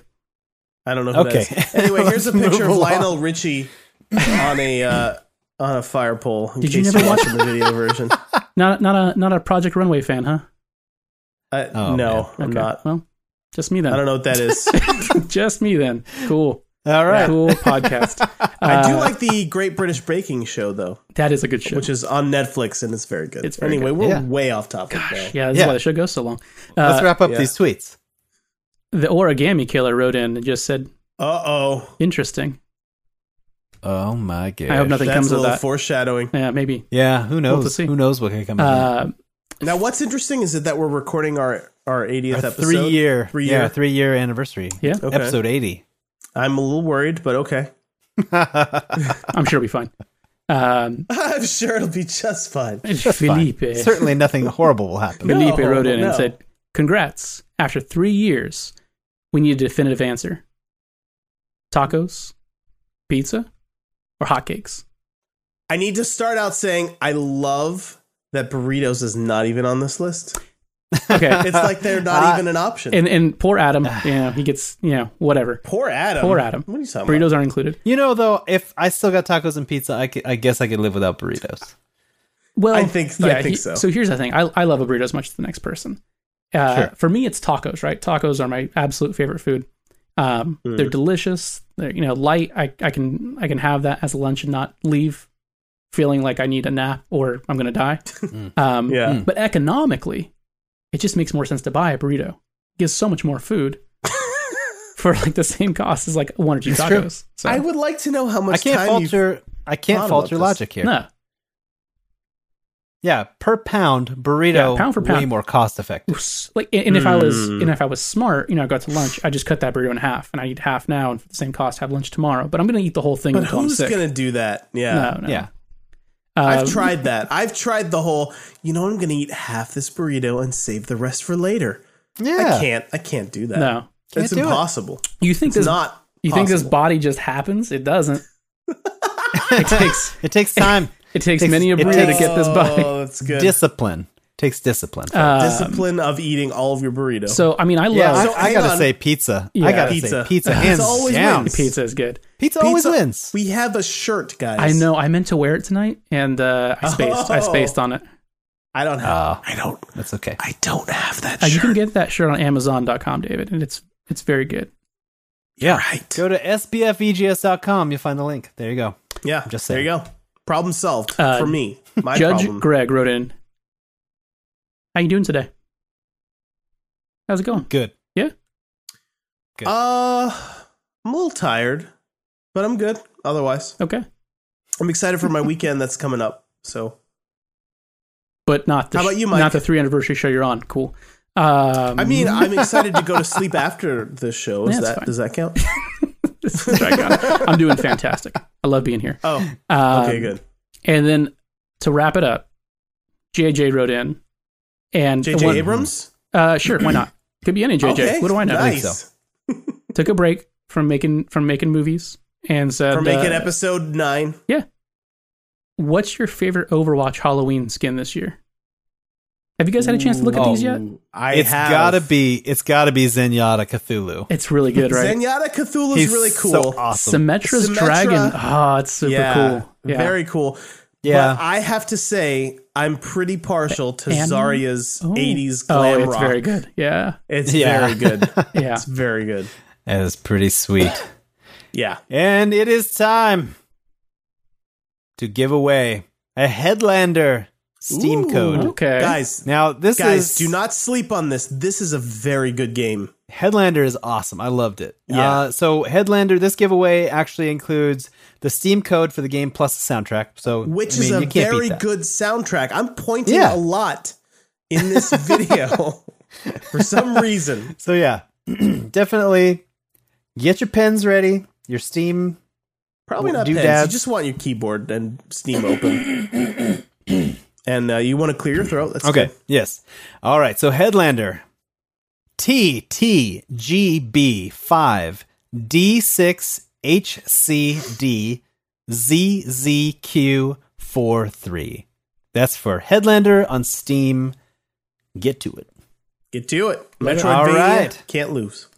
I don't know. Who Okay. That is. Anyway, here's a Let's picture of move along. Lionel Richie on a uh, on a fire pole. In Did you case never you're watch- watching the video version? Not not a not a Project Runway fan, huh? Uh, Oh, no, man. I'm not. Well, just me I don't then. know what that is. just me then. Cool. All right. Cool podcast. I do Uh, like the Great British Baking Show though. that is a good show. which is on Netflix and it's very good. It's very anyway, we're Yeah. way off topic now. yeah, this is Yeah. why the show goes so long. Let's Uh, wrap up yeah. these tweets. the origami killer wrote in and just said, Uh oh, "Interesting." Oh my god. I hope nothing that's comes a of little that. foreshadowing. yeah, maybe. Yeah, who knows? see. Who knows what could Mm-hmm. come out? Uh, Now, what's interesting is that, that we're recording our our 80th of that. Our episode. three year, three yeah, year. three year anniversary. yeah, Okay. Episode eighty. I'm a little worried, but okay. I'm sure it'll be fine. Um, I'm sure it'll be just fine. Felipe. Fine. Certainly nothing horrible will happen. Felipe No, wrote in and no. said, Congrats. After three years, we need a definitive answer tacos, pizza, or hotcakes? I need to start out saying I love that burritos is not even on this list. Okay. It's like they're not even an option. and, and poor Adam, you know, he gets, you know, whatever. poor Adam. Poor Adam. What are you talking about? Burritos aren't included. You know, though, if I still got tacos and pizza, I, could, I guess I could live without burritos. Well, I think- I think he- so. So here's the thing I, I love a burrito as much as the next person. Uh, Sure. For me, it's tacos, right? Tacos are my absolute favorite food. Um, Hmm. They're delicious. They're you know light. I, I can I can have that as a lunch and not leave feeling like I need a nap or I'm gonna die. Hmm. um, Yeah. But economically, it just makes more sense to buy a burrito. gives so much more food for like the same cost as like one or two It's true. tacos. So I would like to know how much I can't time fault you. your I thought can't about fault your this. logic here. no Yeah, per pound burrito Yeah, pound for pound. way more cost effective. like and and if I was Hmm. and if I was smart, you know, I got to lunch, I just cut that burrito in half and I eat half now and for the same cost have lunch tomorrow. But I'm gonna eat the whole thing But until I'm who's sick. gonna do that? Yeah. no, no. Yeah. Um, I've tried that. I've tried the whole. You know, I'm going to eat half this burrito and save the rest for later. Yeah. I can't. I can't do that. No. Can't it's do it. impossible. You think It's this not. you think this possible. body just happens? It doesn't. it takes It takes time. it takes Takes- many a it burrito to takes- get this body. Oh, that's good. discipline. Takes discipline. Uh, Discipline of eating all of your burrito. so I mean, I love yeah, Oh. so I, I hang gotta on. say pizza. Yeah. I gotta Pizza. say pizza Pizza hands always down. wins. pizza is good. Pizza, always wins. We have a shirt, guys. I know. I meant to wear it tonight, and uh, I spaced. Oh. I spaced on it. I don't have. Uh, I don't. That's okay. I don't have that Uh, you shirt. can get that shirt on Amazon.com, David, and it's it's very good. Yeah. right. Go to E sbfegs.com. You'll find the link. There you go. yeah. just there you saying. go. Problem solved Uh, for me. My Judge problem. Greg wrote in. How you doing today? How's it going? Good. uh, I'm a little tired, but I'm good. Otherwise, Okay, I'm excited for my weekend that's coming up. So but not the How about you, Mike? not the three anniversary show you're on. Cool. Um, I mean, I'm excited to go to sleep after this show. Is Yeah, it's that fine. does that count? this is what I got. I'm doing fantastic. I love being here. Oh, Um, okay, good. And then to wrap it up, JJ wrote in, and JJ one- Abrams. Uh, sure, why not? Could be any JJ. Okay, What do I know? Nice. so. Took a break from making from making movies and said, for making uh, episode nine. "What's your favorite Overwatch Halloween skin this year?" Have you guys had a chance to look at these yet? I It's have. gotta be. It's gotta be Zenyatta Cthulhu. It's really good, right? Zenyatta Cthulhu's He's really cool. So awesome. Symmetra's Symmetra. dragon. Ah, it's super yeah, cool. Yeah. very cool. Yeah. but I have to say I'm pretty partial to And- Zarya's Oh. '80s oh, glam it's rock. very good. Yeah, It's Yeah. very good. yeah. It's very good. That is pretty sweet. Yeah. and it is time to give away a Headlander Steam Ooh. code. okay, Guys, Now this guys, is do not sleep on this. This is a very good game. Headlander is awesome. I loved it. Yeah. Uh, so Headlander, this giveaway actually includes the Steam code for the game plus the soundtrack. So which I mean, you is a can't beat very that. good soundtrack. I'm pointing Yeah. a lot in this video for some reason. So yeah, definitely get your pens ready. Your Steam. Probably Well, not pens. doodads. You just want your keyboard and Steam open, and uh, you want to clear your throat. That's Okay. good. Yes. All right. So Headlander. T T G B five D six H C D Z Z Q four three. That's for Headlander on Steam. Get to it. Get to it. Later. Metroidvania All right. can't lose.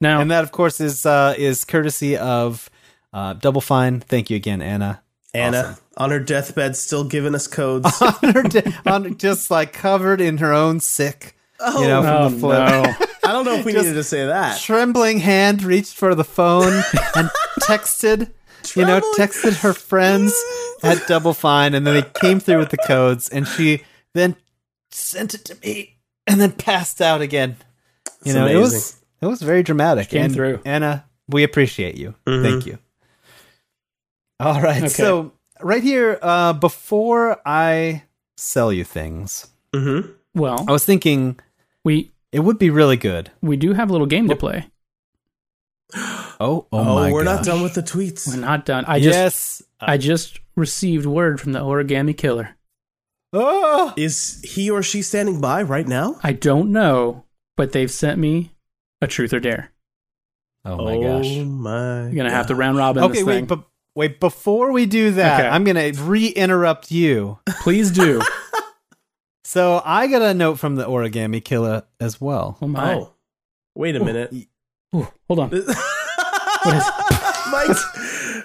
now And that, of course, is uh, is courtesy of uh, Double Fine. Thank you again, Anna. Anna Awesome. uh, on her deathbed still giving us codes. on her de- on just like covered in her own sick, you know, oh from the flip. no, I don't know if we Just- needed to say that. Trembling hand reached for the phone and texted, you know, Trembling- texted her friends at Double Fine, and then they came through with the codes, and she then sent it to me, and then passed out again. You It's know, it was amazing. it was very dramatic. She came and through. Anna, we appreciate you. Mhm. Thank you. All right. Okay. So right here, uh, before I sell you things, Mm-hmm. well, I was thinking we it would be really good. we do have a little game to play. Oh, oh, Oh, my we're not gosh. done with the tweets. We're not done. I just yes. I just received word from the origami killer. Oh, Is he or she standing by right now? I don't know, but they've sent me a truth or dare. oh my gosh. my You're gonna have to round robin Okay, this wait, thing. but wait, before we do that, Okay. I'm going to re-interrupt you. Please do. So, I got a note from the Origami Killer as well. Oh my. Oh, wait a minute. Ooh, hold on. Mike,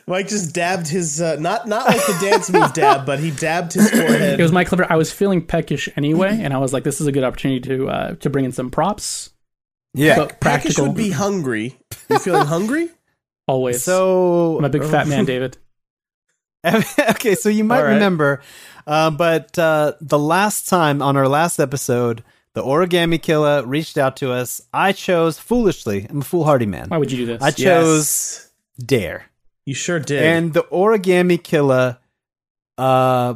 Mike just dabbed his uh, not not like the dance move dab, but he dabbed his forehead. It was my clever. I was feeling peckish anyway, and I was like, "This is a good opportunity to uh, to bring in some props." Yeah. Peckish But practical would be hungry. You feeling hungry? always. So, I'm a big fat uh, man, David. okay, so you might All right. remember, uh, but uh, the last time on our last episode, the Origami Killer reached out to us. I chose foolishly. I'm a foolhardy man. Why would you do this? I chose Dare, You sure did. and the Origami Killer uh,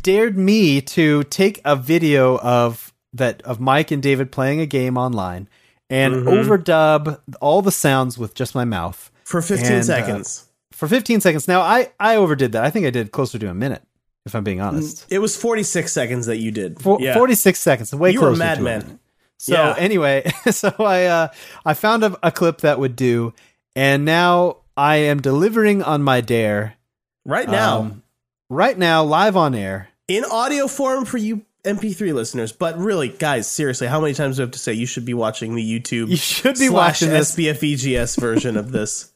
dared me to take a video of that of Mike and David playing a game online and Mm-hmm. overdub all the sounds with just my mouth for 15 and, uh, seconds. for 15 seconds. Now I I overdid that. I think I did closer to a minute, if I'm being honest. it was 46 seconds that you did. Four, Yeah. 46 seconds, way You were closer a to a minute. madman. So Yeah. anyway, so I uh, I found a, a clip that would do, and now I am delivering on my dare Right now, um, right now, live on air. in audio form for you MP3 listeners. But really, guys, seriously, how many times do I have to say you should be watching the YouTube You should be slash watching this. SBFEGS E version of this?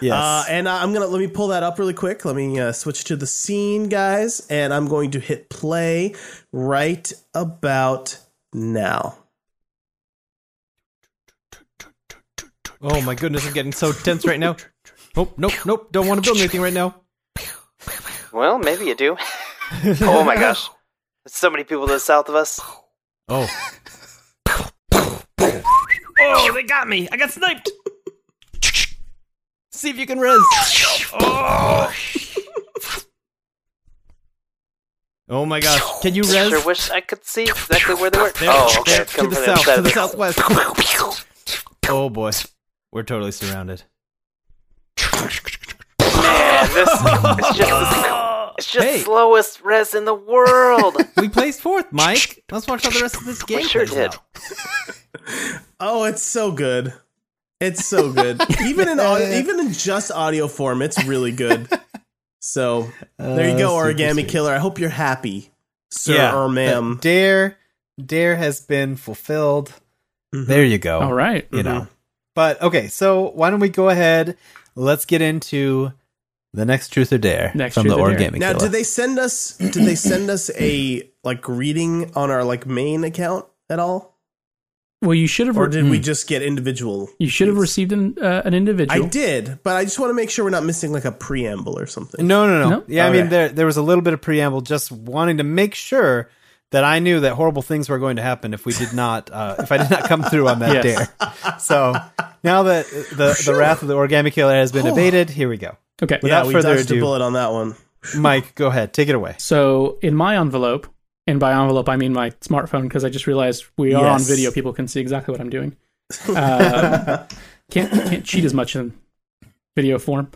Yes. Uh, and I- I'm gonna let me pull that up really quick. Let me uh, switch to the scene, guys, and I'm going to hit play right about now. Oh my goodness, I'm getting so tense right now. Nope, nope, nope. Don't want to build anything right now. Well, maybe you do. oh my gosh. There's so many people to the south of us. Oh, Oh, they got me! I got sniped! See if you can res. Oh, oh my gosh. Can you res? Sure wish I could see exactly where they were. There, oh, okay. there, it's to coming the from south, inside to of the the- southwest. Oh boy, we're totally surrounded. Man, this it's just the, it's just Hey. slowest res in the world. We placed fourth, Mike. Let's watch how the rest of this game sure plays did. out. Oh, it's so good. It's so good. even in audio, even in just audio form, it's really good. So there you go, Uh, super origami sweet. killer. I hope you're happy, sir Yeah, or ma'am. But Dare, dare has been fulfilled. Mm-hmm. There you go. All right. You know. But okay, so why don't we go ahead? Let's get into the next truth or dare Next from truth the or dare. origami now, Killer. did they send us? Did they send us a like reading on our like main account at all, Mm-hmm. Well, you should have. or Re- did we Hmm. just get individual? you should have received an uh, an individual. I did, but I just want to make sure we're not missing like a preamble or something. No, no, no. No? Yeah, I Okay. mean there there was a little bit of preamble, just wanting to make sure that I knew that horrible things were going to happen if we did not, uh, if I did not come through on that Yes. dare. So now that the the wrath of the origami killer has been abated, here we go. Okay. yeah, Without we further dodged a ado, bullet on that one. Mike, go ahead, take it away. So in my envelope, and by envelope I mean my smartphone, because I just realized we are on Yes. video. People can see exactly what I'm doing. Um, can't can't cheat as much in video form.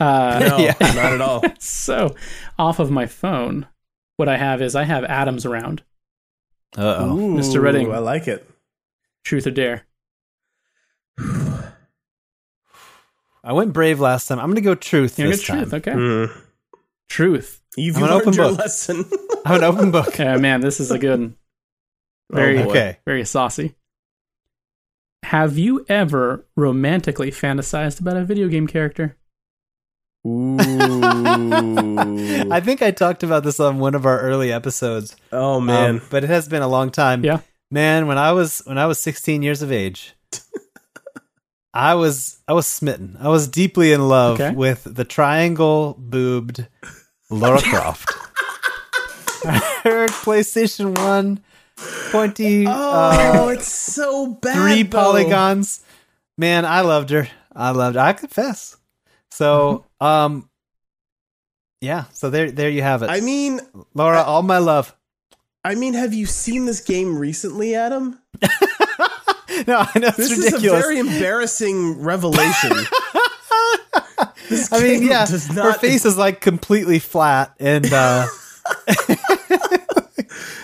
Uh, No, Yeah. not at all. so off of my phone, what I have is I have Adams round. Uh oh. Mr. Ooh, Redding. I like it. Truth or dare? I went brave last time. I'm gonna go truth You're this good truth. time. Okay. Mm. Truth. You've Hmm. I'm an learned open your book. lesson. I'm an open book. Oh man, this is a good one. Very Oh, boy. Okay. very saucy. Have you ever romantically fantasized about a video game character? Ooh. I think I talked about this on one of our early episodes. oh um, man. but it has been a long time. Yeah. Man, when I was when I was 16 years of age, I was I was smitten. I was deeply in love Okay. with the triangle boobed Laura Croft. Her PlayStation 1 pointy oh, uh, it's so bad. three though. polygons. Man, I loved her. I loved her. I confess. So, um yeah, so there there you have it. I mean, Laura, all my love. I mean, have you seen this game recently, Adam? No, I know it's This ridiculous. is a very embarrassing revelation. This I mean, game yeah, does her not- face is like completely flat and uh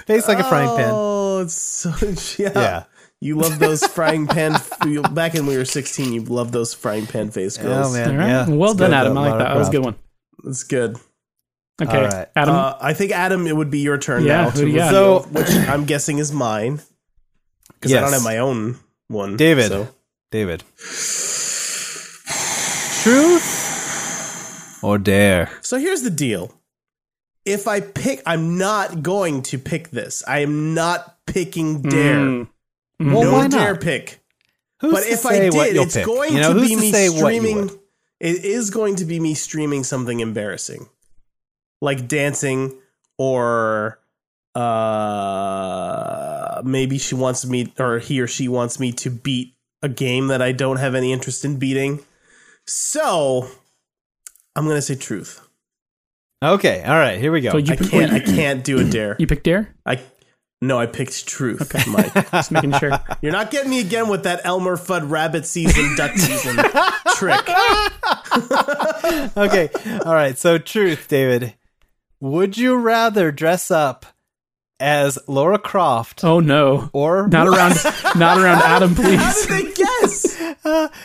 face like a frying pan. Oh, it's so yeah. Yeah. You love those frying pan. f- you- Back when we were sixteen, you loved those frying pan face girls. Oh All man, right. yeah. well Let's done, go with Adam. I like Lara that. That was a good Croft. one. That's good. Okay. All right. Adam, Uh, I think Adam, it would be your turn Yeah, now. who do you got? so, which I'm guessing is mine because I Yes. don't have my own one. David. so. David. Truth or dare? So here's the deal. If I pick, I'm not going to pick this. I am not picking dare. Mm. Well, no why dare not? pick. Who's but to if I say did, what you'll it's pick? going you know, to who's be to me say what you streaming. would? It is going to be me streaming something embarrassing, like dancing or uh maybe she wants me or he or she wants me to beat a game that I don't have any interest in beating. So I'm gonna say truth. Okay, all right, here we go. So you I pick- can't. I wait, can't do a dare. you picked dare? I no, I picked truth, Mike. Just making sure. You're not getting me again with that Elmer Fudd rabbit season, duck season trick. okay, all right. So, truth, David. Would you rather dress up as Laura Croft Oh no. or Not around not around Adam, How please. did they guess?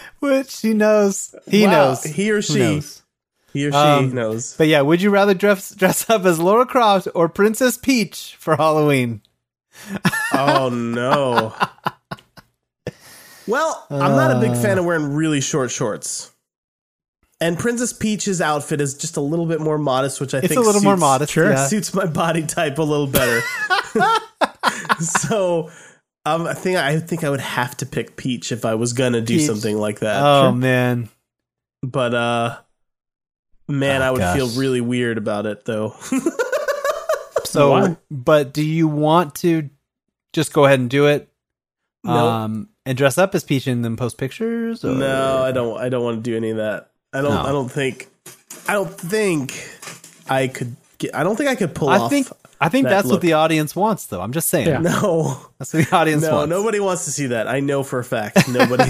which she knows. He Wow, knows. He or Who she. knows? He or she Um, knows. But yeah, would you rather dress dress up as Laura Croft or Princess Peach for Halloween? Oh no. Well, I'm not a big fan Uh, of wearing really short shorts. And Princess Peach's outfit is just a little bit more modest, which I It's think a little more suits- modest. Sure. yeah. suits my body type a little better. so um, I think I think I would have to pick Peach if I was gonna do Peach. something like that. Oh man. But uh man, Oh, I would gosh. feel really weird about it though. So, Why? but do you want to just go ahead and do it? No. Um, and dress up as Peach and then post pictures? Or? No, I don't. I don't want to do any of that. I don't. No. I don't think. I don't think I could. Get, I don't think I could pull I off. think I think that that's look. what the audience wants, though. I'm just saying Yeah. no, that's what the audience no, wants. nobody wants to see that. I know for a fact nobody.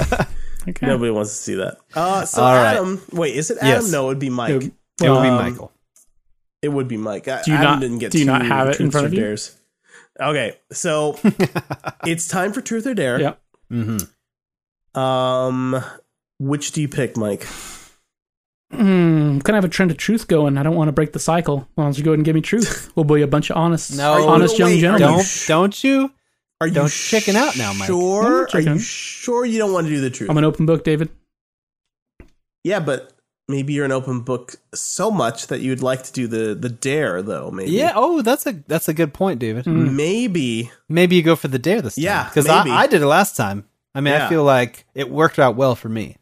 Okay. nobody wants to see that. Uh, so All right. Adam, wait, is it Adam? Yes. No, it would be Mike. It would, it would be Um, Michael. be Mike. I, Do you Adam not- didn't get do you not two have it truths in front or of you? Dares. Okay, so it's time for truth or dare. Yeah. Mm-hmm. Um, Which do you pick, Mike? Hmm, kind of have a trend of truth going. I don't want to break the cycle. Why don't you go ahead and give me truth? We'll be a bunch of honest, No. honest young Wait, are gentlemen. Don't sh- don't you? Are you Don't chicken out now, Mike. No, I'm Sure? not Are chickening. you sure you don't want to do the truth? I'm an open book, David. yeah, but maybe you're an open book so much that you'd like to do the the dare though. Maybe. Yeah. Oh, that's a that's a good point, David. Mm. um, Maybe. Maybe you go for the dare this time. Yeah, because I, maybe. I did it last time. I mean, I Yeah. feel like it worked out well for me.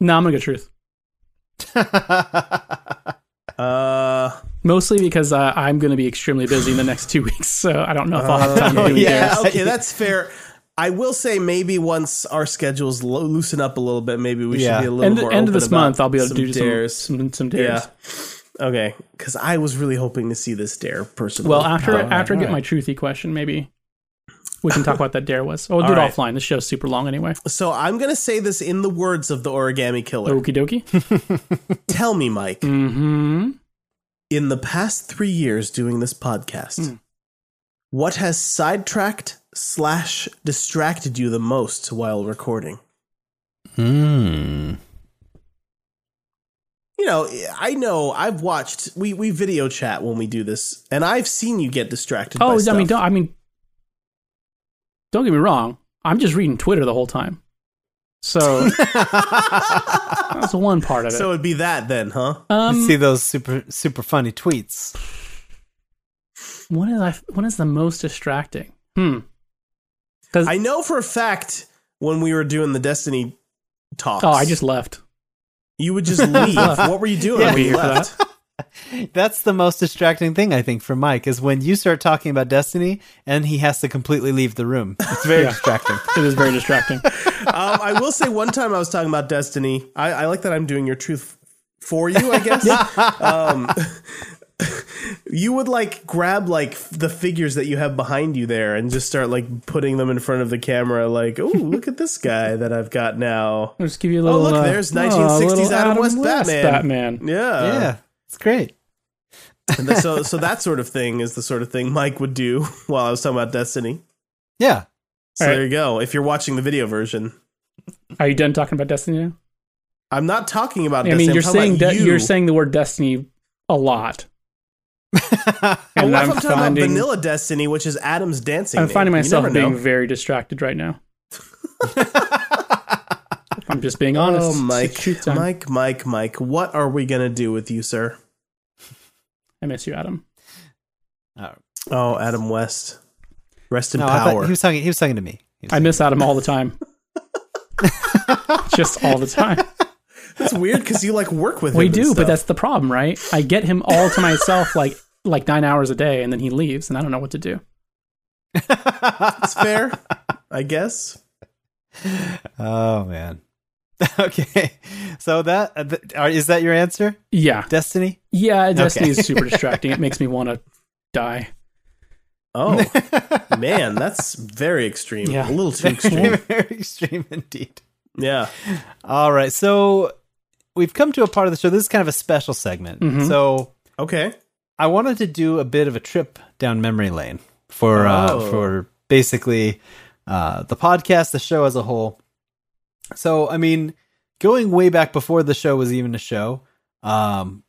No, I'm gonna go truth. Uh. Mostly because uh, I'm gonna be extremely busy in the next two weeks, so I don't know if I'll have time to Oh, do yeah. yeah, dares. okay, that's fair. I will say maybe once our schedules lo- loosen up a little bit, maybe we Yeah. should be a little End, more. end open of this about month, I'll be able to some do dares. some some, some dares. Yeah. Okay, because I was really hoping to see this dare personally. Um, Well, after after I get alright. my truthy question, maybe we can talk about that dare was. Oh, we'll do it Alright. offline. This show's super long anyway. so I'm gonna say this in the words of the origami killer. Okie dokie. Tell me, Mike, mm-hmm. in the past three years doing this podcast, Hmm. what has sidetracked slash distracted you the most while recording? Hmm. you know, I know I've watched we we video chat when we do this, and I've seen you get distracted. by Oh, I mean, stuff. don't I mean, don't get me wrong. I'm just reading Twitter the whole time, so that's one part of it. so it'd be that then, huh? um, See those super super funny tweets. when is I, when is the most distracting? Hmm. Because I know for a fact when we were doing the Destiny talks. oh, I just left. you would just leave. what were you doing Yeah. when Were you you for left? That's the most distracting thing I think for Mike is when you start talking about Destiny and he has to completely leave the room. It's very Yeah. distracting. It was very distracting. um, I will say one time I was talking about Destiny. I, I like that I'm doing your truth for you. I guess. um, you would like grab like f- the figures that you have behind you there and just start like putting them in front of the camera. Like, oh, look at this guy that I've got now. I'll just give you a little. look, uh, there's oh, a 1960s little Adam West Batman. Batman. Yeah, yeah, it's great. And th- so, so that sort of thing is the sort of thing Mike would do while I was talking about Destiny. Yeah. So All right. there you go. If you're watching the video version, Are you done talking about Destiny now? I'm not talking about. I Uh, Destiny, mean, I'm you're talking saying about that you. you're saying the word destiny a lot, Oh, and what if I'm, I'm talking about finding Vanilla Destiny, which is Adam's dancing. I'm name? finding You myself never know. being very distracted right now. I'm just being honest. Oh, It's Mike, truth time. Mike, Mike, Mike, what are we gonna do with you, sir? I miss you, Adam. Oh, Adam West, rest in No, I thought- power. he was talking. He was talking to me. He was I miss Adam all the time. just all the time. That's weird because you like work with. We him and do, stuff. but that's the problem, right? I get him all to myself like like nine hours a day, and then he leaves, and I don't know what to do. that's fair, I guess. Oh man. Okay. So that uh, th- are- is that your answer? Yeah, Destiny? yeah. Destiny is super distracting. It makes me want to die. Oh man, that's very extreme. Yeah. A little too Very, extreme. very extreme indeed. yeah. All right. So we've come to a part of the show. This is kind of a special segment. Mm-hmm. Mhm. So Okay. I wanted to do a bit of a trip down memory lane for Oh. uh, for basically uh, the podcast, the show as a whole. So, I mean, going way back before the show was even a show, um,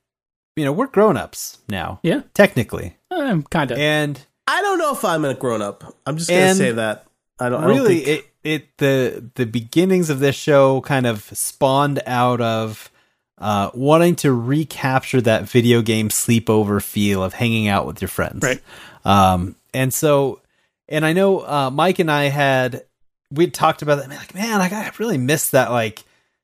you know, we're grown ups now, Yeah, technically, um, kind of. and I don't know if I'm a grown up. I'm just gonna And say that. I don't I don't really think- it it the the beginnings of this show kind of spawned out of uh, wanting to recapture that video game sleepover feel of hanging out with your friends Right. um and so and i know uh mike and i had we talked about that man, like man like, i really miss that like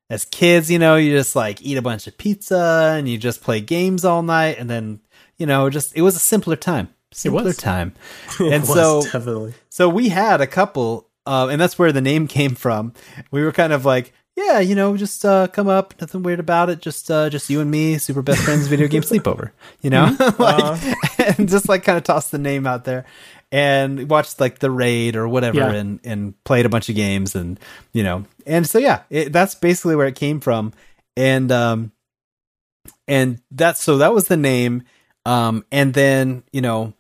as kids you know you just like eat a bunch of pizza and you just play games all night and then you know just it was a simpler time simpler was. time it and was so definitely. so we had a couple, uh, and that's where the name came from. We were kind of like, yeah, you know, just uh, come up, nothing weird about it, just uh, just you and me, super best friends, video game sleepover, you know, like, and just like kind of tossed the name out there, and watched like the raid or whatever, Yeah. and and played a bunch of games, and you know, and so yeah, it, that's basically where it came from, and um, and that's so that was the name, um, and then you know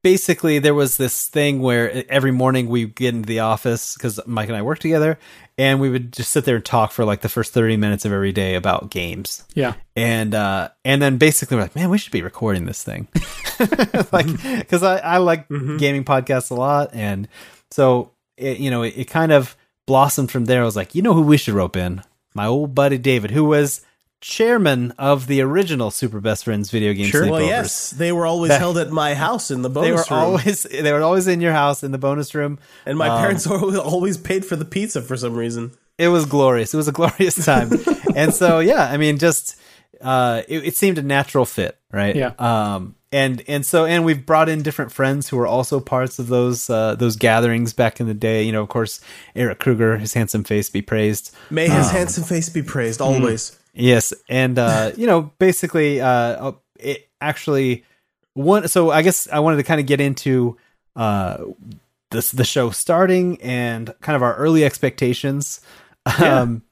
basically there was this thing where e-, every morning we get into the office because Mike and I work together, and we would just sit there and talk for like the first thirty minutes of every day about games, Yeah. and uh, and then basically we're like, man, we should be recording this thing, like Mm-hmm. because I I like gaming podcasts a lot, and so it, you know it, it kind of blossomed from there. I was like, you know who we should rope in, my old buddy David, who was chairman of the original Super Best Friends video game. Sure. Well, Sleepovers yes, they were always That- held at my house in the they were bonus room, always they were always in your house in the bonus room and my um, parents always always paid for the pizza for some reason. it was glorious it was a glorious time and so yeah i mean just uh it, it seemed a natural fit right Yeah. um and and so and we've brought in different friends who were also parts of those uh those gatherings back in the day you know of course eric kruger his handsome face be praised May Um, his handsome face be praised always. Yes, and uh, you know, basically, uh, it actually one. So I guess I wanted to kind of get into uh, this the show starting and kind of our early expectations. Um,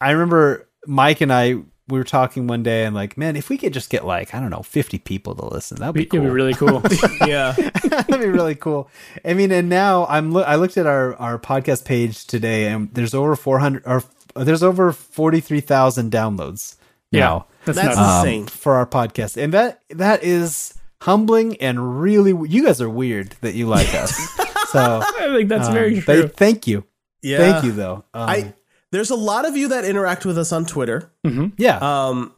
I remember Mike and I we were talking one day and like, man, if we could just get like I don't know, fifty people to listen, that'd be It'd be cool. really cool. Yeah, That'd be really cool. I mean, and now I'm loo- I looked at our our podcast page today, and there's over 400 or there's over 43,000 downloads. yeah. now, That's, That's nuts. a- um, Insane. for our podcast, and that that is humbling and really. You guys are weird that you like us. So I think that's um, very they- true. thank you, yeah. thank you though. Um, I there's a lot of you that interact with us on Twitter. hmm yeah, Um,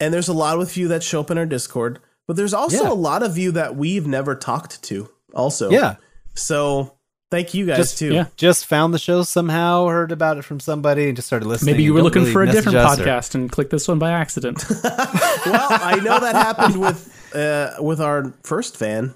and there's a lot with you that show up in our Discord, but there's also Yeah. a lot of you that we've never talked to. Also, yeah. So thank you guys Just- too. yeah. Just found the show somehow, heard about it from somebody, and just started listening. Maybe you and were don't looking really for a message different us or- podcast and clicked this one by accident. Well, I know that happened with uh, with our first fan.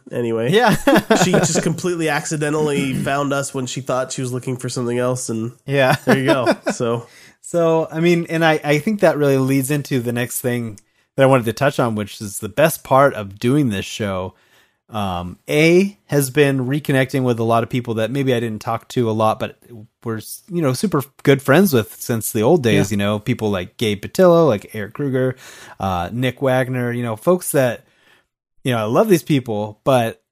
Anyway, Yeah, she just completely accidentally found us when she thought she was looking for something else, and yeah. there you go. So So, I mean, and I, I think that really leads into the next thing that I wanted to touch on, which is the best part of doing this show. Um, a has been reconnecting with a lot of people that maybe I didn't talk to a lot, but we're you know super good friends with since the old days. You know, people like Gabe Patillo, like Eric Kruger, uh, Nick Wagner. You know, folks that you know I love these people, but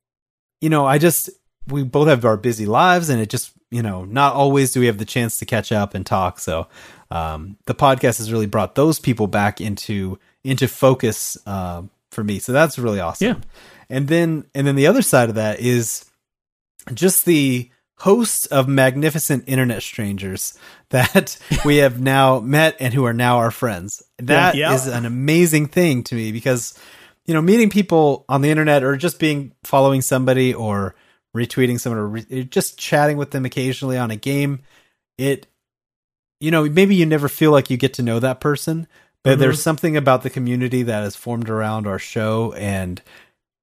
you know I just we both have our busy lives, and it just you know not always do we have the chance to catch up and talk. So um, the podcast has really brought those people back into into focus uh, for me. So that's really awesome. Yeah. And then and then the other side of that is just the host of magnificent internet strangers that we have now met and who are now our friends. That is Yeah. an amazing thing to me because you know meeting people on the internet or just being following somebody or retweeting someone or re- just chatting with them occasionally on a game it you know maybe you never feel like you get to know that person but Mm-hmm. there's something about the community that is formed around our show and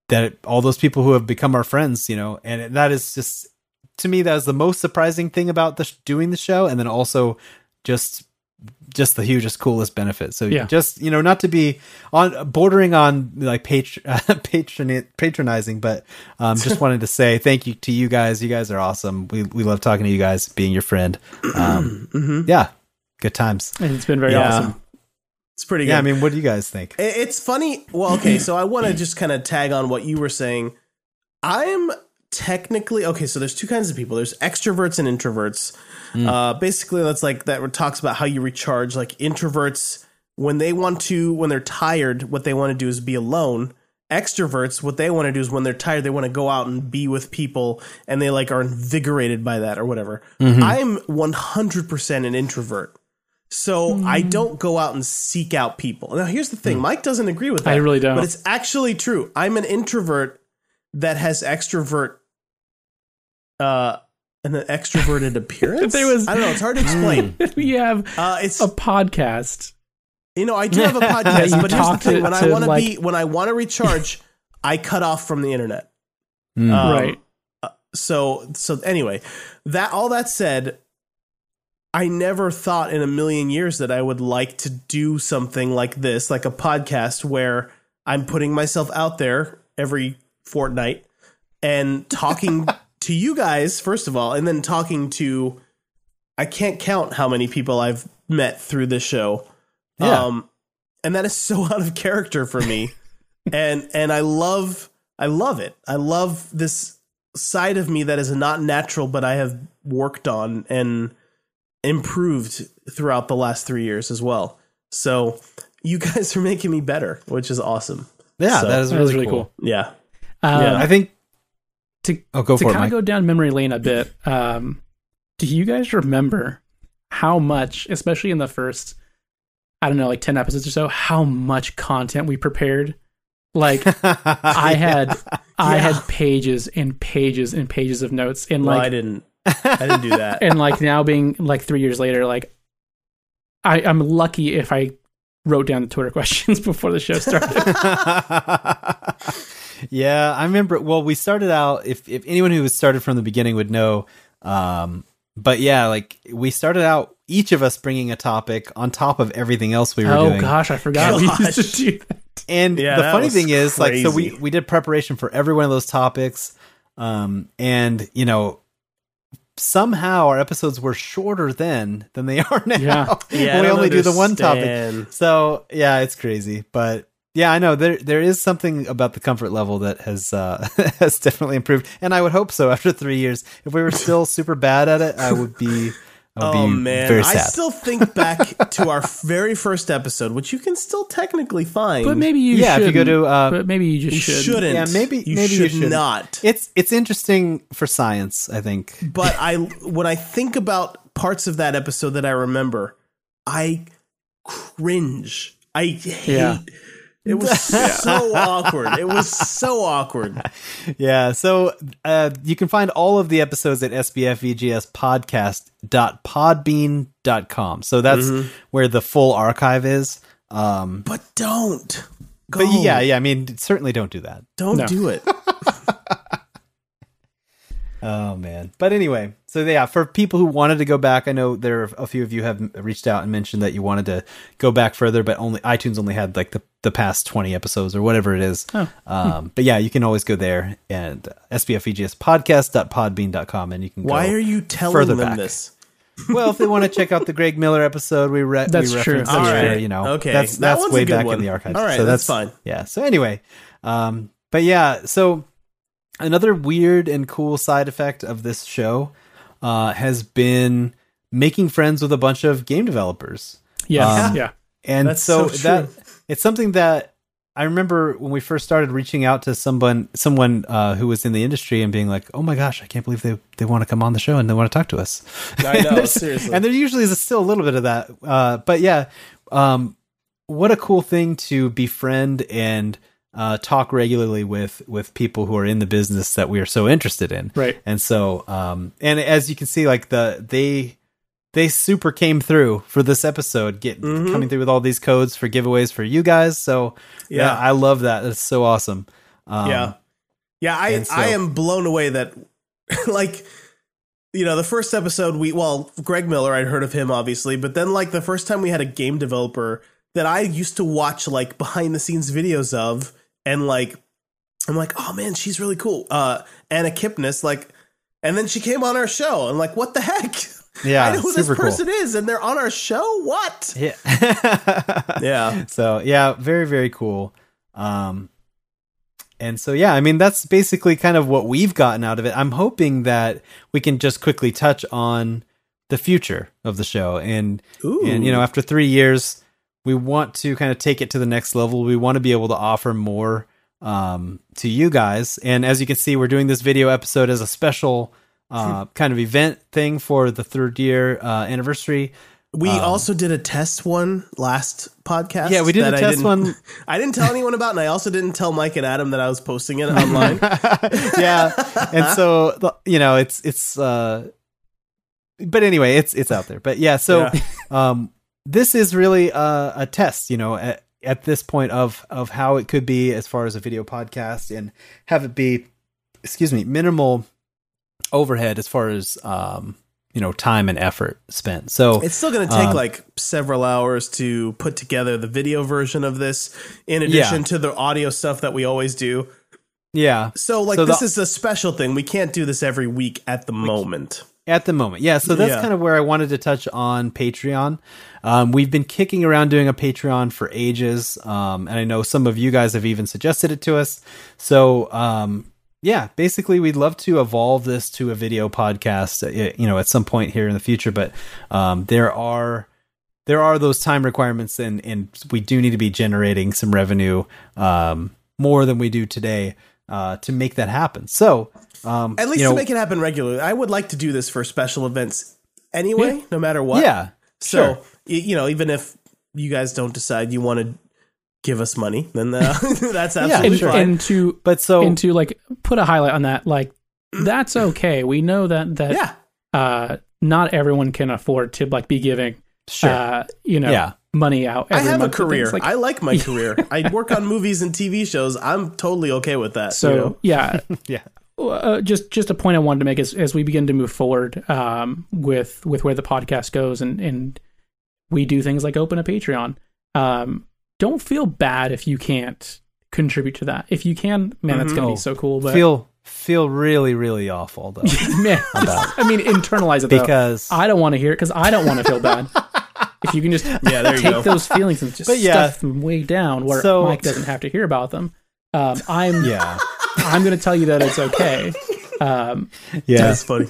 that it- all those people who have become our friends you know and it- that is just to me that is the most surprising thing about the sh- doing the show and then also just just the hugest coolest benefit so Yeah. just you know not to be on bordering on like patron, patron patronizing but um just wanted to say thank you to you guys you guys are awesome we we love talking to you guys being your friend um Mm-hmm. yeah good times and it's been very Yeah. awesome. it's pretty good. yeah i mean what do you guys think I- It's funny. Well, okay, so I want to just kind of tag on what you were saying. I'm technically okay. So there's two kinds of people. There's extroverts and introverts. Hmm. Uh, basically, that's like that talks about how you recharge. Like introverts, when they want to, when they're tired, what they want to do is be alone. Extroverts, what they want to do is when they're tired, they want to go out and be with people, and they like are invigorated by that or whatever. Mm-hmm. I'm 100% an introvert. So I don't go out and seek out people. Now here's the thing, Mike doesn't agree with that. Mm. I really don't. But it's actually true. I'm an introvert that has extrovert uh an extroverted appearance. There was- I don't know, it's hard to explain. we have uh it's a podcast. you know, I do have a That you podcast, but here's the talk to- thing. When I to, wanna like- be when I wanna recharge, I cut off from the internet. Mm. Um, Mm-hmm. right. so so anyway that all that said i never thought in a million years that i would like to do something like this like a podcast where i'm putting myself out there every fortnight and talking to you guys first of all and then talking to i can't count how many people i've met through this show Yeah. um and that is so out of character for me and and i love I love it. I love this side of me that is not natural, but I have worked on and improved throughout the last three years as well. So you guys are making me better, which is awesome. Yeah, So- that is That really, was really cool. Yeah. Um, Yeah. I think. To- oh, go to for it, kind Mike. of go down memory lane a bit, um, do you guys remember how much, especially in the first, I don't know, like 10 episodes or so, how much content we prepared? Like, I had I Yeah. had pages and pages and pages of notes and well, like I didn't. I didn't do that. and like now being like three years later, like I, I'm lucky if I wrote down the Twitter questions before the show started. yeah, I remember. Well, we started out. If if anyone who has started from the beginning would know, um, but yeah, like we started out each of us bringing a topic on top of everything else we were oh doing. gosh, I forgot we used Gosh. to do that. And Yeah, the that funny was thing is, like, so we crazy. we did preparation for every one of those topics, um, and you know. Somehow our episodes were shorter then than they are now. Yeah. Yeah, I we don't only do the one topic. understand. So yeah, it's crazy, but yeah, I know there there is something about the comfort level that has uh, has definitely improved, and I would hope so after three years. If we were still super bad at it, I would be. I would Oh be man, very I sad. still think back to our very first episode, which you can still technically find. But maybe you Yeah, should if you go to, uh, but maybe you just you should. shouldn't. Yeah, maybe- you maybe you should shouldn't. not. it's it's interesting for science, I think. but I when I think about parts of that episode that I remember, I cringe. I hate. Yeah. It was so awkward. It was so awkward. Yeah, so uh, you can find all of the episodes at sbfvgspodcast.podbean.com. So that's Mm-hmm. where the full archive is. Um, But don't. Go. but yeah, yeah, I mean, certainly don't do that. Don't No. do it. Oh man. But anyway, so yeah, for people who wanted to go back, I know there are a few of you have m- reached out and mentioned that you wanted to go back further, but only iTunes only had like the the past 20 episodes or whatever it is. Oh. Hmm. Um, but yeah, you can always go there and uh, E sbfegspodcast.podbean.com and you can Why go are you telling further them back. this? well, if they want to check out the Greg Miller episode, we re- That's we true. referenced That's earlier, true. you know, Okay. that's That that's one's a way good back one. in the archives. All right, so that's that's, fine. Yeah. So anyway, um, but yeah, so another weird and cool side effect of this show uh, has been making friends with a bunch of game developers. Yeah, Um, yeah. And That's so, so that true. it's something that I remember when we first started reaching out to someone someone uh, who was in the industry and being like, "Oh my gosh, I can't believe they they want to come on the show and they want to talk to us." I know, And there's- seriously. And there usually is still a little bit of that, uh, but yeah, um, what a cool thing to befriend and uh, talk regularly with with people who are in the business that we are so interested in. Right. And so, um, and as you can see, like the they they super came through for this episode, getting Mm-hmm. coming through with all these codes for giveaways for you guys. So yeah, Yeah. I love that. That's so awesome. Um, yeah. Yeah, I and so- I am blown away that like you know, the first episode we well, Greg Miller, I'd heard of him obviously, but then like the first time we had a game developer that I used to watch like behind the scenes videos of and like I'm like, "Oh man, she's really cool." Uh Anna Kipnis like and then she came on our show and like, "What the heck?" yeah, I know who this super cool. person is and they're on our show? What? Yeah. Yeah. so yeah very very cool um and so yeah i mean that's basically kind of what we've gotten out of it i'm hoping that we can just quickly touch on the future of the show and Ooh. and you know after three years we want to kind of take it to the next level we want to be able to offer more um, to you guys and as you can see we're doing this video episode as a special Hmm. uh, kind of event thing for the third year uh, anniversary We also did a test one last podcast. Um, Yeah, we did that a I test didn't- one. I didn't tell anyone about, and I also didn't tell Mike and Adam that I was posting it online. yeah and so the- you know it's it's uh but anyway it's it's out there but yeah so Yeah. um this is really a, a test you know at, at this point of of how it could be as far as a video podcast and have it be excuse me minimal overhead as far as um you know time and effort spent so It's still going to take Um, like several hours to put together the video version of this, in addition to the audio stuff that we always do. yeah So, like, So the- this is a special thing. We can't do this every week at the moment. At the moment, yeah. So that's Yeah. kind of where I wanted to touch on Patreon. Um, we've been kicking around doing a Patreon for ages, um, and I know some of you guys have even suggested it to us. So um, yeah, basically, we'd love to evolve this to a video podcast, uh, you know, at some point here in the future. But um, there are there are those time requirements, and and we do need to be generating some revenue um, more than we do today uh, to make that happen. So. Um, At least you know, to make it happen regularly. I would like to do this for special events anyway, no matter what. Yeah. So sure. y- you know, even if you guys don't decide you want to give us money, then uh, that's absolutely and, sure. fine. and to But so and to like put a highlight on that, like that's okay. We know that that yeah, uh, not everyone can afford to like be giving sure. uh, you know Yeah. money out. I Every have a month for career. things like- I like my career. I work on movies and TV shows. I'm totally okay with that. so you know? yeah, yeah. uh, just just a point I wanted to make is as we begin to move forward um, with with where the podcast goes and and we do things like open a Patreon. Um, don't feel bad if you can't contribute to that. If you can, man, that's gonna be so cool. But feel feel really really awful though man, just- I mean, internalize it though. because I don't want to hear it because I don't want to feel bad. if you can just yeah, there you take go. those feelings and just But yeah. stuff them way down where So- Mike doesn't have to hear about them, um, I'm yeah I'm going to tell you that it's okay. Um, yeah That's funny.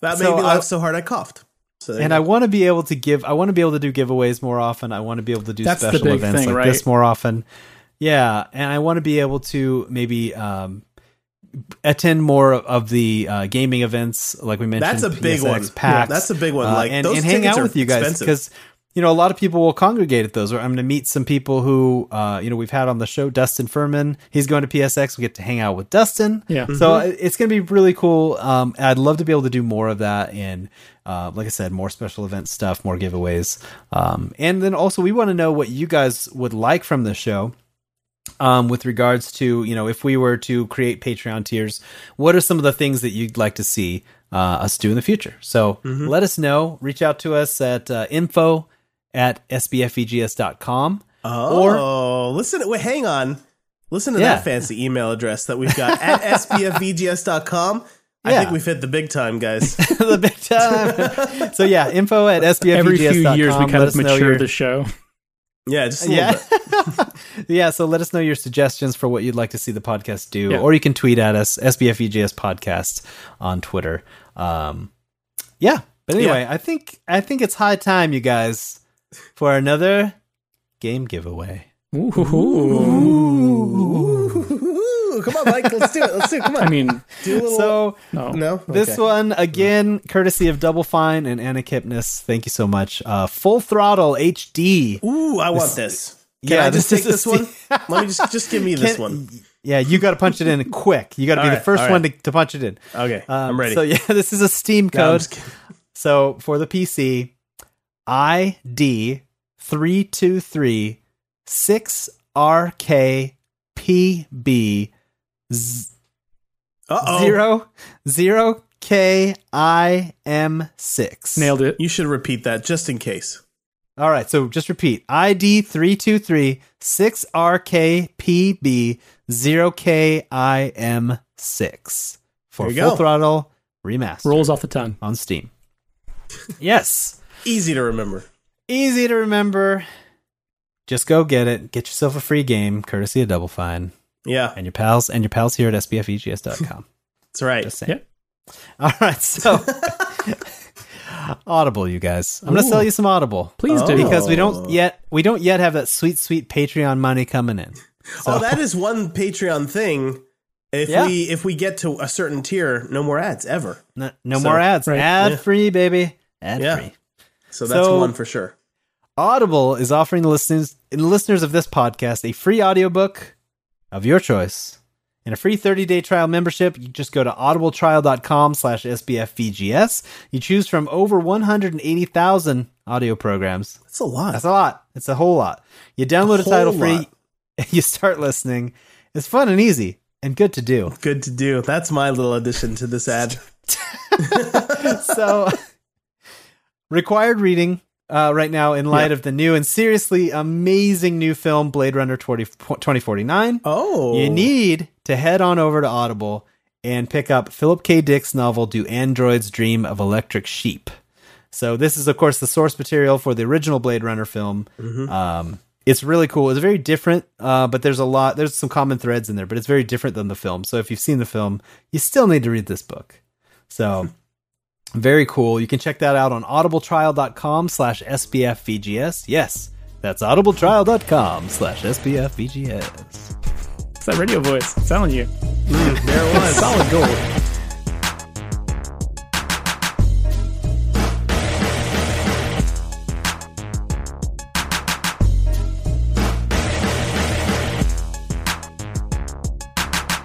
That So made me I- laugh so hard I coughed. So there and you i go. want to be able to give i want to be able to do giveaways more often i want to be able to do That's the special big events thing, like right? this more often yeah and i want to be able to maybe um attend more of the uh, gaming events like we mentioned That's a big PSX one. Yeah, PAX, that's a big one. uh, Like, and, those and hang tickets out are with you guys expensive. because you know a lot of people will congregate at those or i'm going to meet some people who uh, you know we've had on the show dustin furman he's going to psx we get to hang out with dustin Yeah. so it- it's going to be really cool um, i'd love to be able to do more of that and uh, like i said more special event stuff more giveaways um, and then also we want to know what you guys would like from the show um, with regards to you know if we were to create Patreon tiers, what are some of the things that you'd like to see uh, us do in the future? So let us know. Reach out to us at uh, info at sbfegs.com. Oh, listen. Wait, hang on. Listen to Yeah. that fancy email address that we've got at sbfvgs.com. I Yeah. think we've hit the big time, guys. the big time. so yeah, info at sbfegs.com. every few years, we Let kind of us know mature your- the show. Yeah, just a little yeah. bit. yeah, so let us know your suggestions for what you'd like to see the podcast do, Yeah. or you can tweet at us, SBFEGS E Podcast on Twitter. Um, yeah. But anyway, I think I think it's high time, you guys, for another game giveaway. Ooh, come on, Mike. Let's do it. Let's do it. Come on. I mean, do a little. So no, no, this Okay. one again, courtesy of Double Fine and Anna Kipnis. Thank you so much. Uh, Full Throttle HD. Ooh, I want this. Can Yeah, I just this take is this a- one? Let me just just give me this Can- one. Yeah, you got to punch it in quick. You got to be All the right, first all right. one to, to punch it in. Okay, Um, I'm ready. So yeah, this is a Steam No, I'm code. just kidding. So for the PC, ID three two three six RKPB Uh-oh. zero zero K I M six. nailed it. You should repeat that just in case. All right, so just repeat ID three two three six RKPB zero K I M six for There you Full go. Throttle Remaster Rolls off the tongue. on Steam. yes. Easy to remember. easy to remember. Just go get it. Get yourself a free game, courtesy of Double Fine Yeah, and your pals and your pals here at sbfegs.com. that's right. Just saying. All right, so Audible, you guys. I'm gonna sell you some Audible Please do. because we Oh. don't yet we don't yet have that sweet sweet Patreon money coming in. Oh, that is one Patreon thing. If Yeah. we if we get to a certain tier, no more ads ever. No, no So- more ads. Right. Ad Yeah. free, baby. Ad Yeah. free. So that's So- one for sure. Audible is offering the listeners listeners of this podcast a free audiobook of your choice and a free 30-day trial membership. You just go to audibletrial.com slash sbfvgs. You choose from over 180,000 audio programs. That's a lot. That's a lot. It's a whole lot. You download a, whole title free, lot. you start listening. It's fun and easy and good to do. Good to do. That's my little addition to this ad. so required reading uh, right now in light of the new and seriously amazing new film blade runner 20, 2049 Oh, you need to head on over to audible and pick up Philip K. Dick's novel Do Androids Dream of Electric Sheep? So this is of course the source material for the original Blade Runner film. Um, it's really cool. It's very different, uh, but there's a lot. There's some common threads in there, but it's very different than the film. So if you've seen the film, you still need to read this book. So very cool. You can check that out on audibletrial.com slash sbfvgs. Yes, that's audibletrial.com slash sbfvgs. It's that radio voice. I'm telling you. There it was. Solid gold.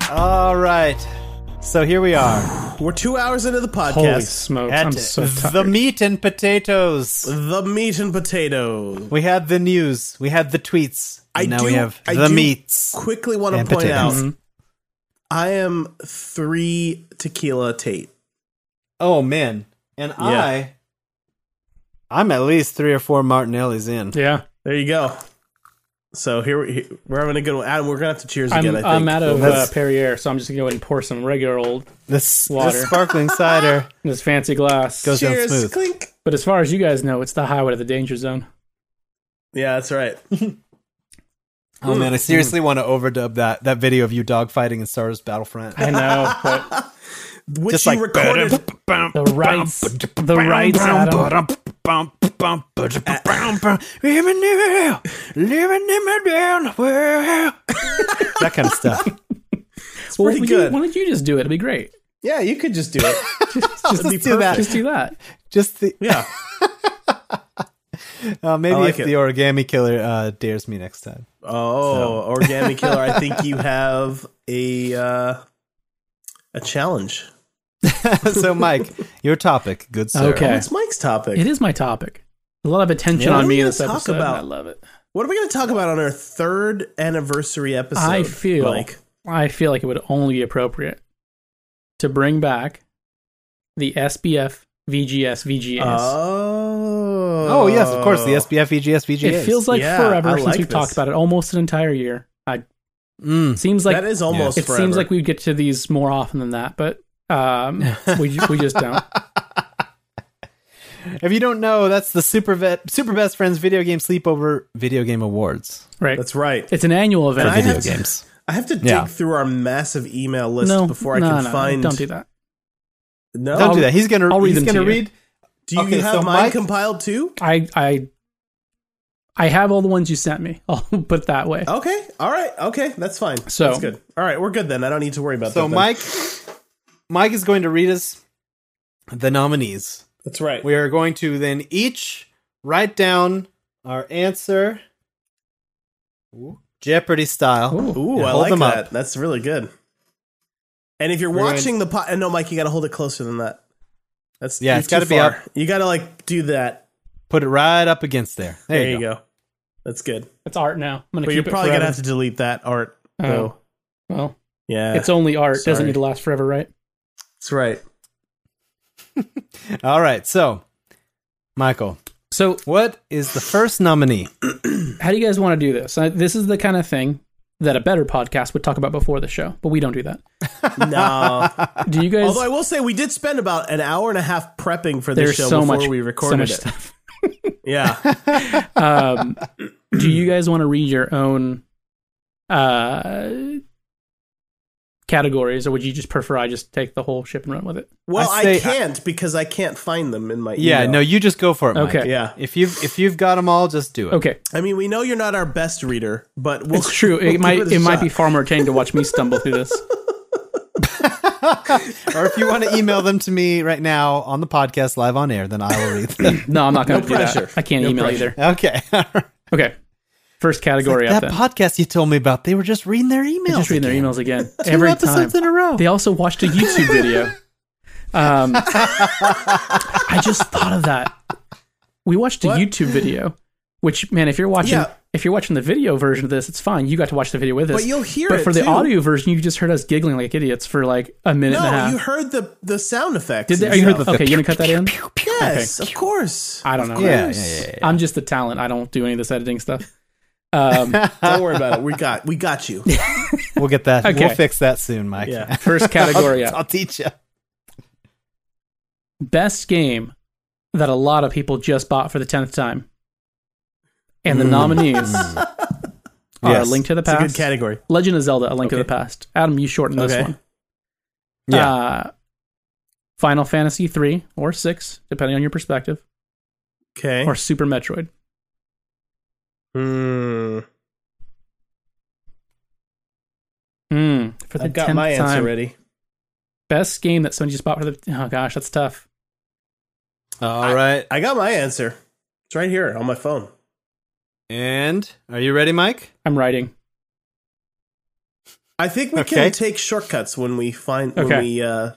All right. So here we are. We're two hours into the Holy podcast. smokes. At I'm so tired. the meat and potatoes. the meat and potatoes. We had the news. We had the tweets. And now we have I the do meats. Quickly want to and point out, potatoes. Mm-hmm. I am three tequila Tate. Oh man. And I I'm at least three or four Martinellis in. yeah. There you go. So here we, here- we're having a good one, Adam. We're gonna have to cheers I'm, again. I think. I'm out of uh, That's- Perrier, so I'm just going to go ahead and pour some regular old, This, Water. this sparkling cider in this fancy glass. goes down cheers. smooth. Clink. But as far as you guys know, it's the highway to the danger zone. Yeah, that's right. Oh man, I seriously want to overdub that that video of you dogfighting in Star Wars Battlefront. I know, but Which Just you like- recorded the rights, the rights, Adam. that kind of stuff. Well, pretty you- good. why don't you just do it? It'd be great. yeah, you could just do it. Just be do that. Just do that. Just the Yeah, uh, maybe I like if it. the origami killer uh, dares me next time. Oh, Origami Killer, I think you have a uh, a challenge. so Mike, your topic, good sir. Okay. It's Mike's topic. It is my topic. A lot of attention Yeah. What on are we me in gonna this talk episode. and about? I love it. What are we going to talk about on our third anniversary episode? I feel Mike? I feel like it would only be appropriate to bring back the SBF VGS VGS. Oh, Oh yes, of course, the SBF EGS VGAs. it feels like Yeah, forever I since like we've this. talked about it. Almost an entire year. I Mm. seems like that is almost. it forever. seems like we get to these more often than that, but um, we we just don't. If you don't know, that's the Super Vet, Super Best Friends Video Game Sleepover Video Game Awards. Right. That's right. It's an annual event. I Video have to- games. I have to dig Yeah. through our massive email list no, before I no, can no, find. Don't do that. No, Don't do that. He's gonna. I'll read he's them to gonna you. read. Do you Okay, have so mine Mike- compiled too? I I I have all the ones you sent me. I'll put it that way. Okay. All right. Okay, that's fine. So- that's good. All right, we're good then. I don't need to worry about that. So then. Mike, Mike is going to read us the nominees. that's right. We are going to then each write down our answer, Jeopardy style. Ooh. Ooh, Yeah, I hold like them up. that. That's really good. And if you're We're watching the pot, no, Mike, you got to hold it closer than that. That's Yeah, you're it's gotta too be far. up. You got to like do that. Put it right up against there. There, you, go. That's good. It's art now. I'm gonna But you're keep probably it gonna have forever. to delete that art. Oh. though. Well, yeah, it's only art. sorry. Doesn't need to last forever, right? that's right. All right. So, Michael, So, what is the first nominee? how do you guys want to do this? I, this is the kind of thing that a better podcast would talk about before the show, but we don't do that. No, Do you guys? although I will say we did spend about an hour and a half prepping for this there's show so before much we recorded so much it. stuff. Yeah, Um, do you guys want to read your own uh, categories, or would you just prefer I just take the whole ship and run with it? well, I I, say- can't because I can't find them in my. Yeah, email. no, you just go for it, Mike. Okay. Yeah. If you've if you've got them all, just do it. Okay, I mean, we know you're not our best reader, but we'll, it's true. we'll It give might a it might be shot. far more entertaining to watch me stumble through this. Or if you want to email them to me right now on the podcast live on air, then I will read them. No, I'm not going to do pressure. that. I can't No email pressure. okay. either. Okay, first category up that then. podcast you told me about, they were just reading their emails. Just reading their again. emails again Two every time. episodes in a row. They also watched a YouTube video. Um, I just thought of that. We watched a YouTube video, which man, if you're watching, Yeah. if you're watching the video version of this, it's fine. You got to watch the video with us, But you'll hear But it, for the too. audio version, you just heard us giggling like idiots for like a minute and a No, half. you heard the the sound effects. Did they, and are you heard stuff. the, okay, you gonna cut that in? Yes, of course. I don't know. Yeah, yeah, yeah, yeah. I'm just the talent. I don't do any of this editing stuff. Um, Don't worry about it. We got we got you. We'll get that. Okay. We'll fix that soon, Mike. Yeah. first category up. I'll teach you. best game that a lot of people just bought for the tenth time, and Hmm. the nominees are Yes. Link to the It's a good Past, category. Legend of Zelda: A Link to Okay. the Past. Adam, you shortened this Okay. one. Yeah. Uh, Final Fantasy three or six, depending on your perspective, Okay. or Super Metroid. Hmm. Hmm. for the I've got tenth my answer time. ready. Best game that somebody just bought for the. Oh gosh, that's tough. All right. I got my answer. It's right here on my phone. And are you ready, Mike? I'm writing. I think we Okay. can take shortcuts when we find when Okay. we uh,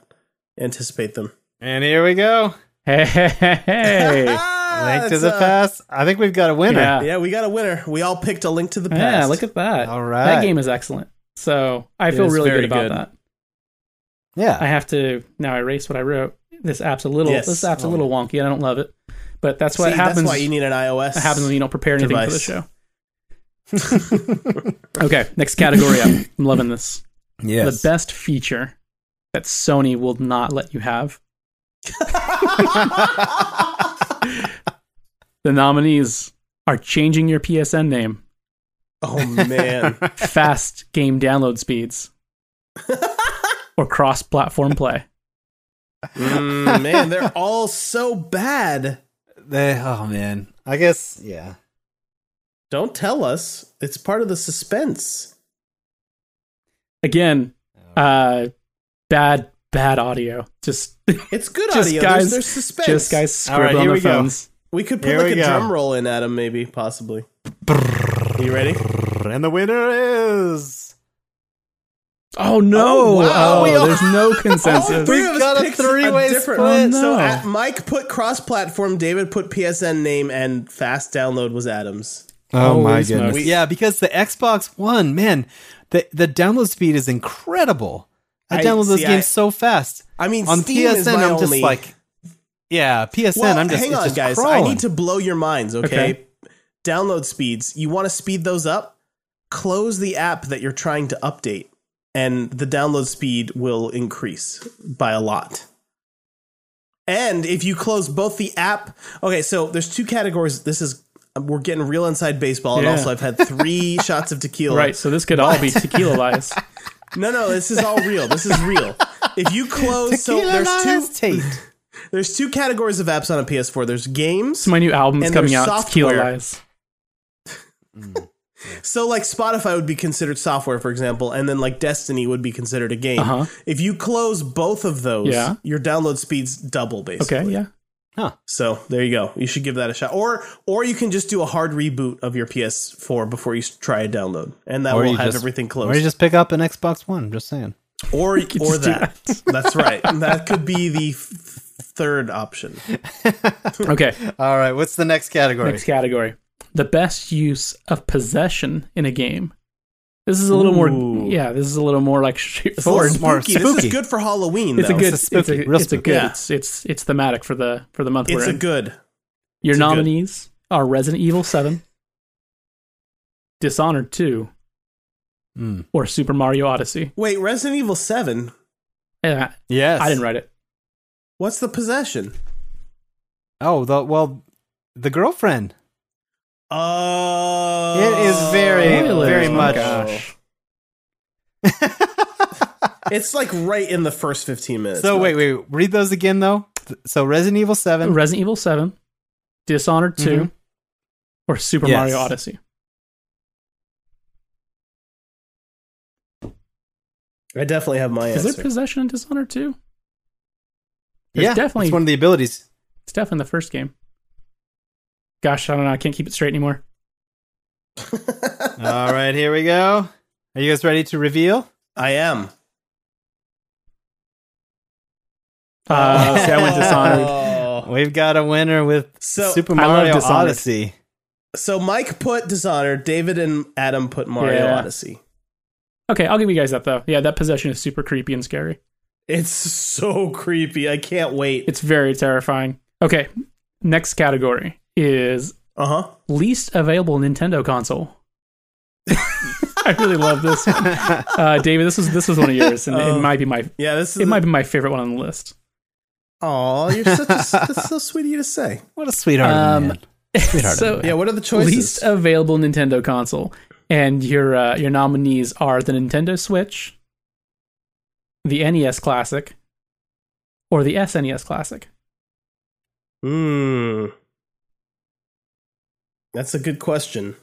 anticipate them. And here we go. Hey, hey, hey, hey. Link to That's, the uh, past. I think we've got a winner. Ah, yeah. Yeah, we got a winner. We all picked a link to the past. Yeah, look at that. All right. That game is excellent. So I feel is really good very about good. that. Yeah. I have to now erase what I wrote. This app's a little Yes. this app's a little wonky and I don't love it. But that's what See, happens That's why you need an iOS. that happens when you don't prepare anything for the device. show. okay, next category up. I'm loving this. yes. The best feature that Sony will not let you have. The nominees are changing your PSN name, oh man, fast game download speeds, or cross-platform play. Mm, man, they're all so bad. They, oh man. I guess yeah. Don't tell us. It's part of the suspense. again, uh, bad, bad audio. Just, It's good Just audio. there's, guys- there's suspense. just guys All right, scribbling on here their we go. phones. we could put Here like we a go. drum roll in at 'em, maybe, possibly. You ready? And the winner is Oh no! Oh, wow. We all- there's no All consensus. three We've of us got a picked three-way different- split. Oh, So no. uh, Mike put cross-platform. David put PSN name, and fast download was Adams. Oh, my goodness. We- yeah, because the Xbox One, man, the the download speed is incredible. I, I- download those see, games I- so fast. I mean, On Steam is PSN, my I'm just only- like, yeah, PSN. Well, I'm just hang it's on, just guys. I crawling. need to blow your minds. Okay? Okay. download speeds. You want to speed those up? Close the app that you're trying to update, and the download speed will increase by a lot. And if you close both the app, okay. So there's two categories. This is we're getting real inside baseball, and Yeah. also I've had three shots of tequila. Right, so this could all be tequila lies. No, no, this is all real. This is real. If you close, so Tequila there's two Lies tape. there's two categories of apps on a PS4. There's games. So my new album is And coming their out. it's Tequila software. lies. So like Spotify would be considered software, for example, and then like Destiny would be considered a game. Uh-huh. If you close both of those, Yeah. your download speeds double basically. Okay, yeah. So there you go. You should give that a shot, or or you can just do a hard reboot of your PS4 before you s- try a download, and that Or will you have just- everything Or closed. you just pick up an Xbox One. Just saying. or could or just do that. That's right. That could be the f- third option. Okay, All right. What's the next category? next category: the best use of possession in a game. This is a little more, Ooh. yeah. This is a little more like This is straightforward. more spooky. This spooky. is good for Halloween. It's a though. good, This is it's a, spooky, real it's a spooky. good, Yeah. it's it's it's thematic for the for the month It's we're a in. good. Your It's a good- nominees are Resident Evil 7, Dishonored 2, Mm. or Super Mario Odyssey. Wait, Resident Evil Seven. Eh, Yes. I didn't write it. What's the possession? Oh, the well, the girlfriend. Oh, It is very, Really? very Oh my much. gosh. It's like right in the first fifteen minutes. So wait, wait, read those again though. Th- So Resident Evil Seven. Resident Evil 7, Dishonored 2, Mhm. or Super Yes. Mario Odyssey. I definitely have my Is there answer. possession in Dishonored 2? There's yeah, definitely- It's one of the abilities. It's definitely the first game. Gosh, I don't know. I can't keep it straight anymore. All right, here we go. Are you guys ready to reveal? I am. Uh, see, I went Dishonored. Oh. We've got a winner with So- Super I love Mario Dishonored. Odyssey. So Mike put Dishonored. David and Adam put Mario Yeah. Odyssey. Okay, I'll give you guys that, though. Yeah, that possession is super creepy and scary. It's so creepy. I can't wait. It's very terrifying. Okay, next category is Uh huh. least available Nintendo console. I really love this. one. Uh, David, this is this is one of yours, and Oh. it might be my Yeah, this is. it might be my favorite one on the list. Aw, you're such a, that's so sweet of you to say. What a sweetheart. of a Um, man. Sweetheart. of a so- man. Yeah, what are the choices? Least available Nintendo console, and your uh, your nominees are the Nintendo Switch, the NES Classic, or the SNES Classic. Hmm. That's a good question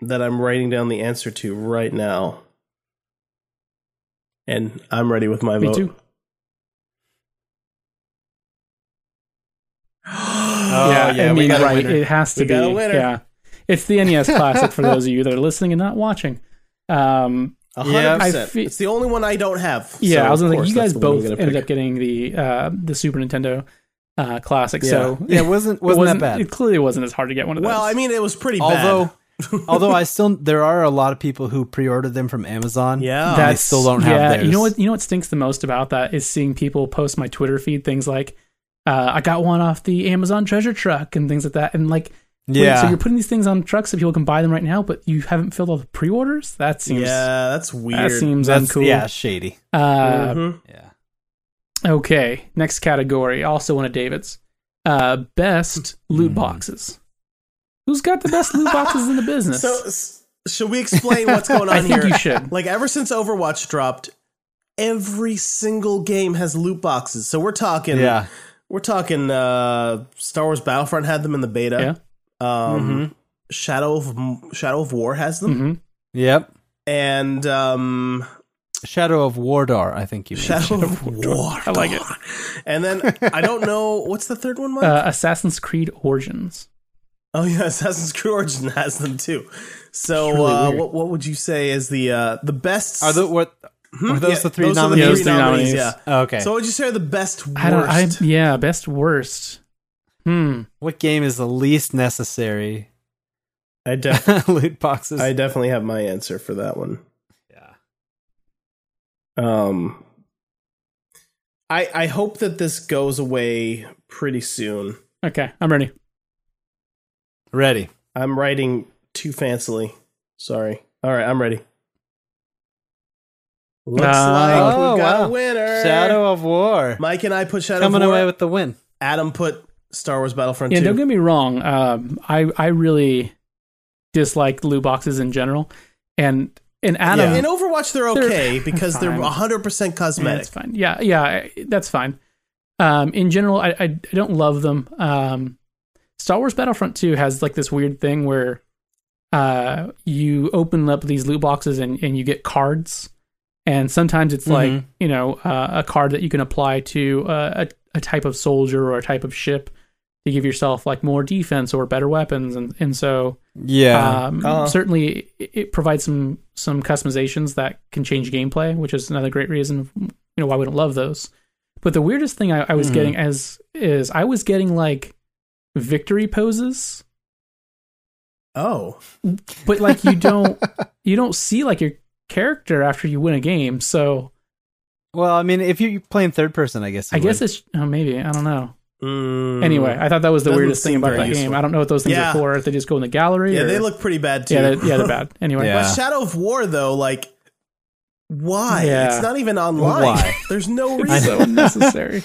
that I'm writing down the answer to right now. And I'm ready with my Me vote. too. oh, yeah, I mean, got a right, winner. it has to We be. got a winner. Yeah, it's the NES Classic for those of you that are listening and not watching. Um, A hundred Yeah. I percent. fe- It's the only one I don't have. yeah, so I was of gonna say course you that's guys the one I'm both gonna ended pick. up getting the uh, the Super Nintendo uh, Classic, so yeah, it wasn't wasn't, it that bad. It clearly wasn't as hard to get one of those. Well, I mean, it was pretty although bad. although I still there are a lot of people who pre-ordered them from Amazon. Yeah. and they still don't have yeah, theirs. You know what? You know what stinks the most about that is seeing people post my Twitter feed things like, uh, "I got one off the Amazon treasure truck" and things like that, and like. wait, Yeah. so you're putting these things on trucks so people can buy them right now, but you haven't filled all the pre-orders. That seems yeah, that's weird. that seems That's uncool. yeah, shady. Uh, Mhm. Yeah. Okay, next category, also one of David's. Uh, best Hmm. loot boxes. Who's got the best loot boxes in the business? So, s- should we explain what's going on I think here? you should. Like ever since Overwatch dropped, every single game has loot boxes. So we're talking, Yeah. we're talking. Uh, Star Wars Battlefront had them in the beta. Um, Mm-hmm. Shadow of Shadow of War has them, hmm Yep. and um, Shadow of Wardar, I think you mentioned. Shadow of War. I like it. And then I don't know what's the third one, Mike. Uh, Assassin's Creed Origins. oh yeah, Assassin's Creed Origin has them too. So really uh, weird. what what would you say is the uh, the best? Are the what Hmm? were those Yeah, the three are nominees? Those three nominees. Yeah. Oh, okay. So what would you say are the best worst? I don't. I, yeah, best worst. Hmm. what game is the least necessary? I def- Loot boxes. I definitely have my answer for that one. Yeah. Um I I hope that this goes away pretty soon. Okay, I'm ready. Ready. I'm writing too fancily. Sorry. All right, I'm ready. Looks Uh, like we Oh, got wow. a winner. Shadow of War. Mike and I put Shadow Coming of War. away with the win. Adam put Star Wars Battlefront Yeah, 2. don't get me wrong. Um, I I really dislike loot boxes in general, and and Adam. yeah. In Overwatch they're They're- okay because they're fine. 100% Yeah, cosmetic. That's fine. Yeah, yeah, I- that's fine. Um, in general, I, I I don't love them. Um, Star Wars Battlefront Two has like this weird thing where uh, you open up these loot boxes and, and you get cards, and sometimes it's like Mhm. you know uh, a card that you can apply to uh, a a type of soldier or a type of ship to give yourself like more defense or better weapons, and and so Yeah. um, Uh-huh. certainly it- it provides some some customizations that can change gameplay which is another great reason you know why we don't love those but the weirdest thing i, I was Mhm. getting as is i was getting like victory poses Oh. but like you don't you don't see like your character after you win a game so well, I mean, if you- you're playing third person, I guess. i you guess would. it's oh, maybe i don't know Mm. anyway i thought that was the Doesn't weirdest thing seem about very that game useful. i don't know what those things Yeah. are for if they just go in the gallery Yeah, or- they look pretty bad too. yeah they're, yeah they're bad anyway Yeah. But Shadow of War though, like why? Yeah. It's not even online. Why? There's no it's reason. so unnecessary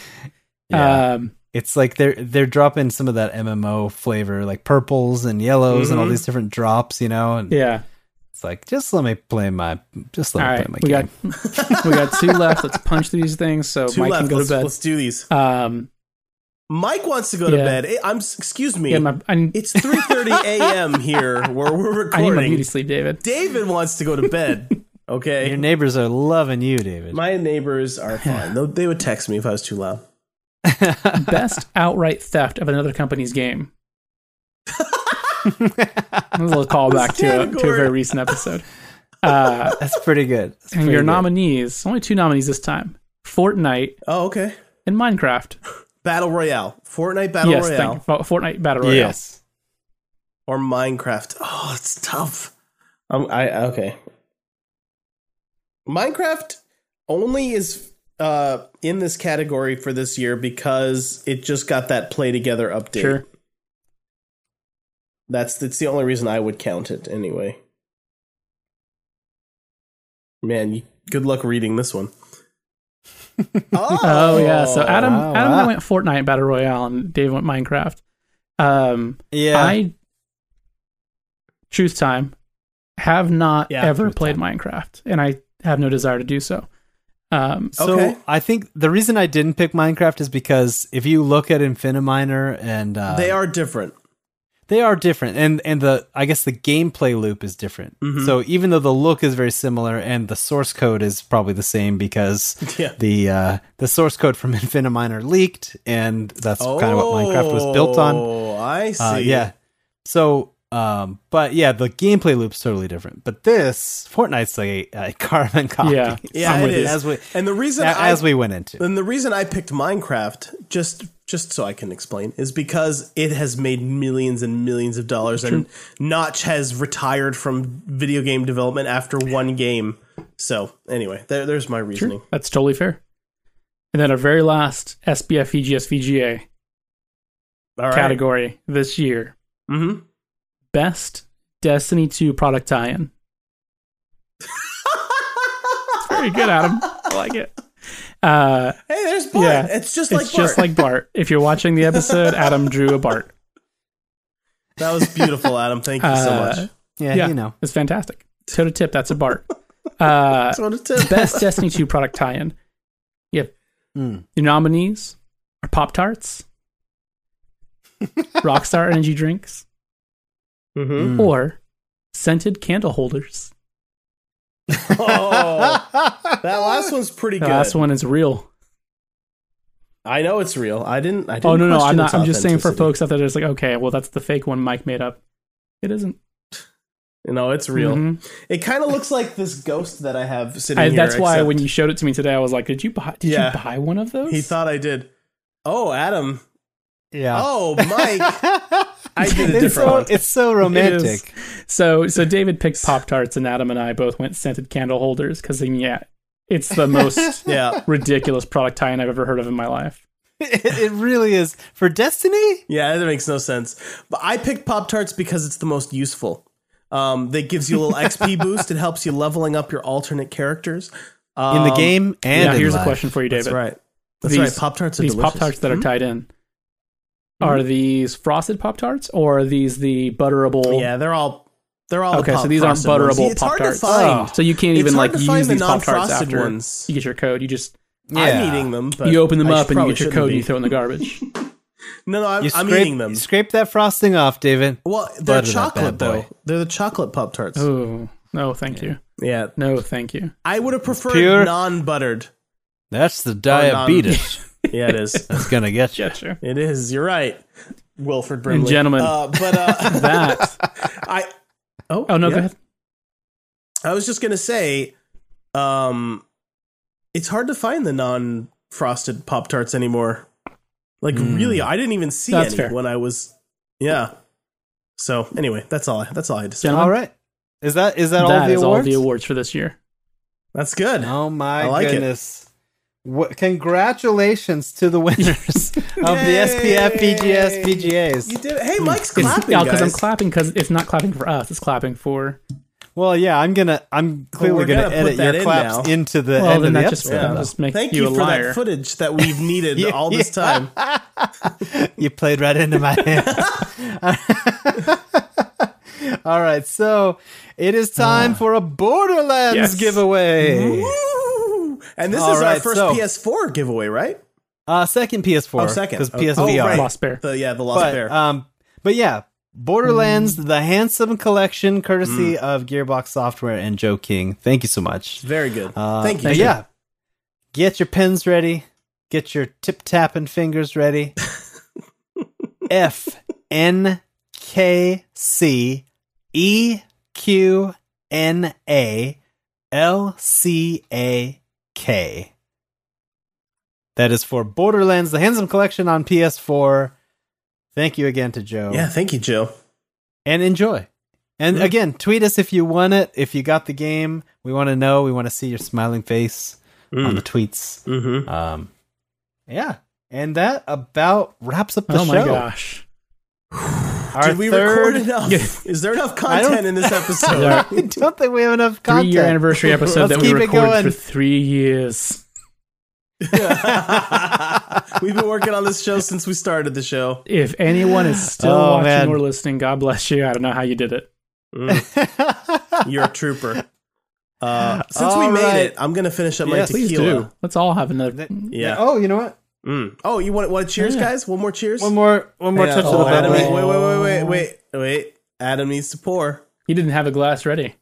Yeah. um it's like they're they're dropping some of that MMO flavor, like purples and yellows and all Mhm. these different drops, you know. And yeah it's like just let me play my just let All me right, play my we game. got we got two left. Let's punch through these things so Two Mike left. can go let's, to bed. let's do these. Um, Mike wants to go to Yeah. bed. I- I'm s- excuse me. yeah, my, I, need- it's 3:30 a.m. here where we're I need my recording. beauty sleep, David. David wants to go to bed. Okay. Your neighbors are loving you, David. My neighbors are fine. They- They would text me if I was too loud. Best outright theft of another company's game. That was a little callback to a, to a category. very recent episode. Uh, That's pretty good. That's and pretty your good. nominees, only two nominees this time: Fortnite Oh, okay. and Minecraft. Battle Royale. Fortnite Battle yes, Royale thank, Fo- Fortnite Battle Royale. Yes. or Minecraft. Oh, it's tough. Um, I okay. Minecraft only is uh in this category for this year because it just got that play together update. Sure. That's that's the only reason I would count it anyway. Man, you- good luck reading this one. Oh, yeah. So Adam, wow, Adam, and I wow. went Fortnite Battle Royale, and Dave went Minecraft. Um, Yeah. I truth time have not Yeah, ever truth played Minecraft, and I have no desire to do so. Um, so Okay. I think the reason I didn't pick Minecraft is because if you look at Infiniminer and uh, they are different. they are different and and the i guess the gameplay loop is different Mm-hmm. so even though the look is very similar and the source code is probably the same because Yeah. the uh the source code from infiniminer leaked and that's kind of what minecraft was built on Oh, I see. uh, yeah so um but yeah the gameplay loop's totally different but this fortnite's like a, a carbon copy Yeah. Yeah, it is. as we and the reason I, as we went into and the reason I picked Minecraft just just so I can explain is because it has made millions and millions of dollars and Notch has retired from video game development after one game. So, anyway, there, there's my reasoning. That's totally fair. And then our very last SBF EGS VGA All right. category this year Mhm. best Destiny 2 product tie in. Very good, Adam. I like it. Uh, Hey, there's Bart. Yeah. It's just it's like just Bart. like Bart. If you're watching the episode, Adam drew a Bart. That was beautiful, Adam. Thank you so Uh, much. yeah, you know It's fantastic. Toe to tip, that's a Bart. Uh, Just wanted to- best Destiny 2 product tie in. Yep. Hmm. Mm. Your nominees are Pop Tarts, Rockstar Energy Drinks, Mhm. or scented candle holders. Oh, that last one's pretty The good. last Uh, one is real. I know it's real. I didn't. I didn't Oh no, no, I'm question not. its I'm just saying for authenticity. folks out there, it's like, okay, well, that's the fake one Mike made up. It isn't No, it's real. Mhm. It kind of looks like this ghost that I have sitting I, here. that's why except when you showed it to me today, I was like, did you buy? Did Yeah. you buy one of those? he thought I did. Oh, Adam. yeah Oh, Mike. I did a it's different so one. it's so It is. romantic So, so David picked Pop Tarts, and Adam and I both went scented candle holders because, yeah, it's the most Yeah, ridiculous product tie-in I've ever heard of in my life. it, it really is for Destiny. yeah, that makes no sense. But I picked Pop Tarts because it's the most useful. Um, that gives you a little XP boost. It helps you leveling up your alternate characters In the Um, game and yeah, in here's life. a question for you, David. That's right. That's These- right. Pop Tarts are these delicious. Hmm? Mm-hmm. Pop Tarts that are tied in. Are these frosted Pop Tarts or are these the butterable? Yeah, they're all they're all the Okay, so pop- these aren't frosted ones. butterable It's Pop hard to Tarts. Oh, find. So you can't It's even hard like to use find the these Pop Tarts non-frosted after ones. you get your code. You just I'm eating them. But you open them I up and you probably get your shouldn't code. be. You throw in the garbage. No, no, I'm, You I'm scrape- eating them. You scrape that frosting off, David. Well, they're Butter that chocolate bad though. boy. They're the chocolate Pop Tarts. oh no, thank you. Yeah, No, thank you. I would have preferred pure- non-buttered. That's the non- diabetes Yeah, it is. that's gonna get you. Yeah, sure. it is. You're right, Wilfred Brimley. gentlemen, uh, but uh, That. I. Oh, Oh no, yeah. go ahead. I was just gonna say, um, it's hard to find the non-frosted Pop Tarts anymore. Like, really, I didn't even see Hmm. That's any fair. when I was. Yeah. So anyway, that's all. I, that's all I had to say. Gentlemen, All right, is that is that, all that the is all awards? the awards for this year. That's good. Oh my I like it. goodness! What, congratulations to the winners of the Yay. SPF BGS You PGAs. did. hmm. Hey, Mike's clapping, yeah, guys. because I'm clapping because it's not clapping for us. It's clapping for. Well, yeah, I'm gonna I'm clearly we're gonna, gonna put edit that your in claps now. into the Well, end then of the that just, episode. that just makes Thank you, you, a for liar. that footage that we've needed Yeah, all this yeah. time. you played right into my hands. All right, so it is time Ah. for a Borderlands Yes. giveaway. Woo! And this All is our right, first so- PS4 giveaway, right? Uh, second PS4. Oh, second. Because Okay. PSVR. Oh, right. Lost bear. The yeah, the Lost But, Bear. um, but yeah, Borderlands, the handsome collection, courtesy of Gearbox Software and Joe King. Thank you so much. Very good. Uh, Thank you. but Yeah. Get your pens ready. Get your tip tapping fingers ready. F N K C E Q N A L C A K. That is for Borderlands, the Handsome Collection on PS4. Thank you again to Joe. Yeah, thank you, Joe. And enjoy. And again, tweet us if you won it. If you got the game, we want to know. We want to see your smiling face on the tweets. Mm-hmm. Um, yeah, and that about wraps up the show. Oh my gosh. Our Did we record third. enough? Is there enough I don't- content in this episode? I don't think we have enough Three content. year anniversary episode Let's that we keep it recorded for going. three years. We've been working on this show since we started the show. If anyone is still Oh, watching man. or listening, God bless you. I don't know how you did it. Mm. You're a trooper. Uh, since we All made right. it, I'm gonna finish up Yes, my please Please tequila. do. Let's all have another. That- Yeah. Oh, you know what? Mm. Oh, you want want a cheers, Yeah. guys? One more cheers. One more, one more Hang on. touch of Oh, the Adam, button. wait, wait, wait, wait, wait, wait, wait. Adam needs to pour. You didn't have a glass ready.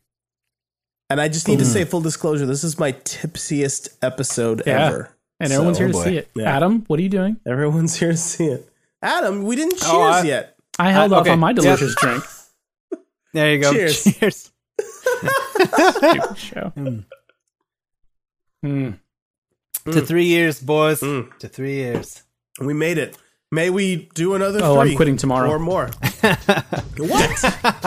And I just need Hmm. to say full disclosure: this is my tipsiest episode Yeah. ever. And So- oh everyone's here to boy. see it. Yeah. Adam, what are you doing? Everyone's here to see it. Adam, we didn't cheers Oh, I- yet. I held Uh, off okay. on my delicious drink. There you go. Cheers. Cheers. Stupid show. Mm. Mm. to three years, boys. Mm. To three years. We made it. May we do another? Oh, I'm three quitting tomorrow. or more. what?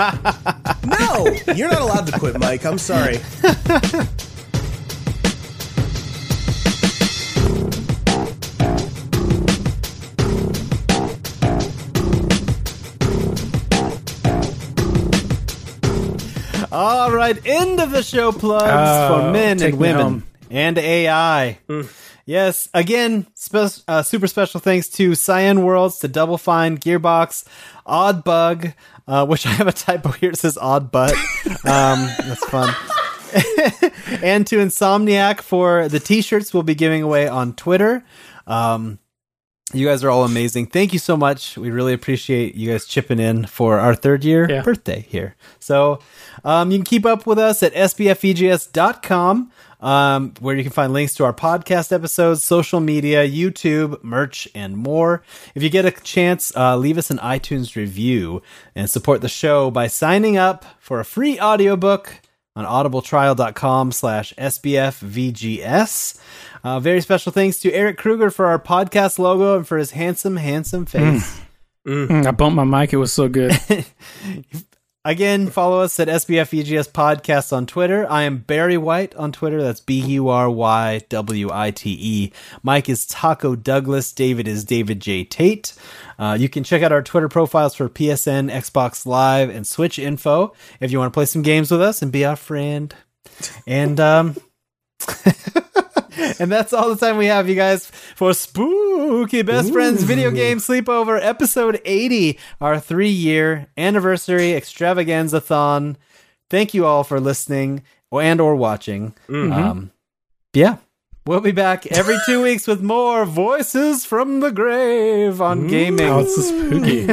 no, you're not allowed to quit, Mike. I'm sorry. All right, end of the show plugs Oh, for men take and me women home. and AI. Yes, again, spe- uh, super special thanks to Cyan Worlds, to Double Fine, Gearbox, Odd Bug, uh, which I have a typo here. It says Odd Butt. um, that's fun. and to Insomniac for the t-shirts we'll be giving away on Twitter. Um, you guys are all amazing. Thank you so much. We really appreciate you guys chipping in for our third year Yeah. birthday here. So um, you can keep up with us at E sbfegs.com, um, where you can find links to our podcast episodes, social media, YouTube, merch, and more. If you get a chance, uh, leave us an iTunes review and support the show by signing up for a free audiobook on audibletrial.com slash sbfvgs uh, very special thanks to eric kruger for our podcast logo and for his handsome handsome face Mm, I bumped my mic. It was so good. again follow us at sbfvgs podcast on twitter i am barry white on twitter that's b-u-r-y-w-i-t-e E. mike is taco douglas david is david j tate uh, you can check out our twitter profiles for psn xbox live and switch info if you want to play some games with us and be our friend and um And that's all the time we have, you guys, for Spooky Best Friends Video Game Sleepover, episode 80, our three year anniversary extravaganza thon. Thank you all for listening and or watching. Um, yeah. We'll be back every two weeks with more Voices from the Grave on gaming. oh, it's so spooky.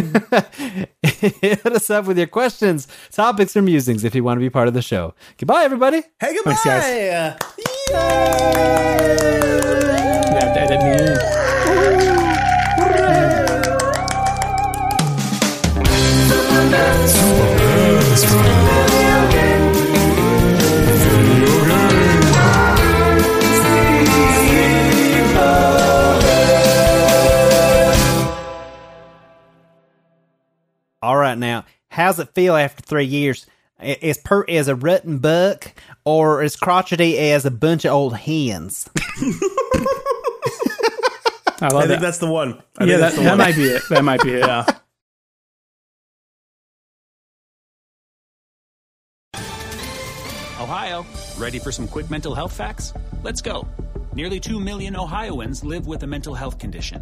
Hit us up with your questions, topics, or musings if you want to be part of the show. Goodbye, everybody. Hey, goodbye. guys. Yay! You have to edit me in. All right, now, how's it feel after three years? I- As pert as a rotten buck, or as crotchety as a bunch of old hens? I I love think that. that's the one. I Yeah, think that, that's the that one. might be it. That might be it. yeah. Ohio, ready for some quick mental health facts? Let's go. Nearly 2 million Ohioans live with a mental health condition.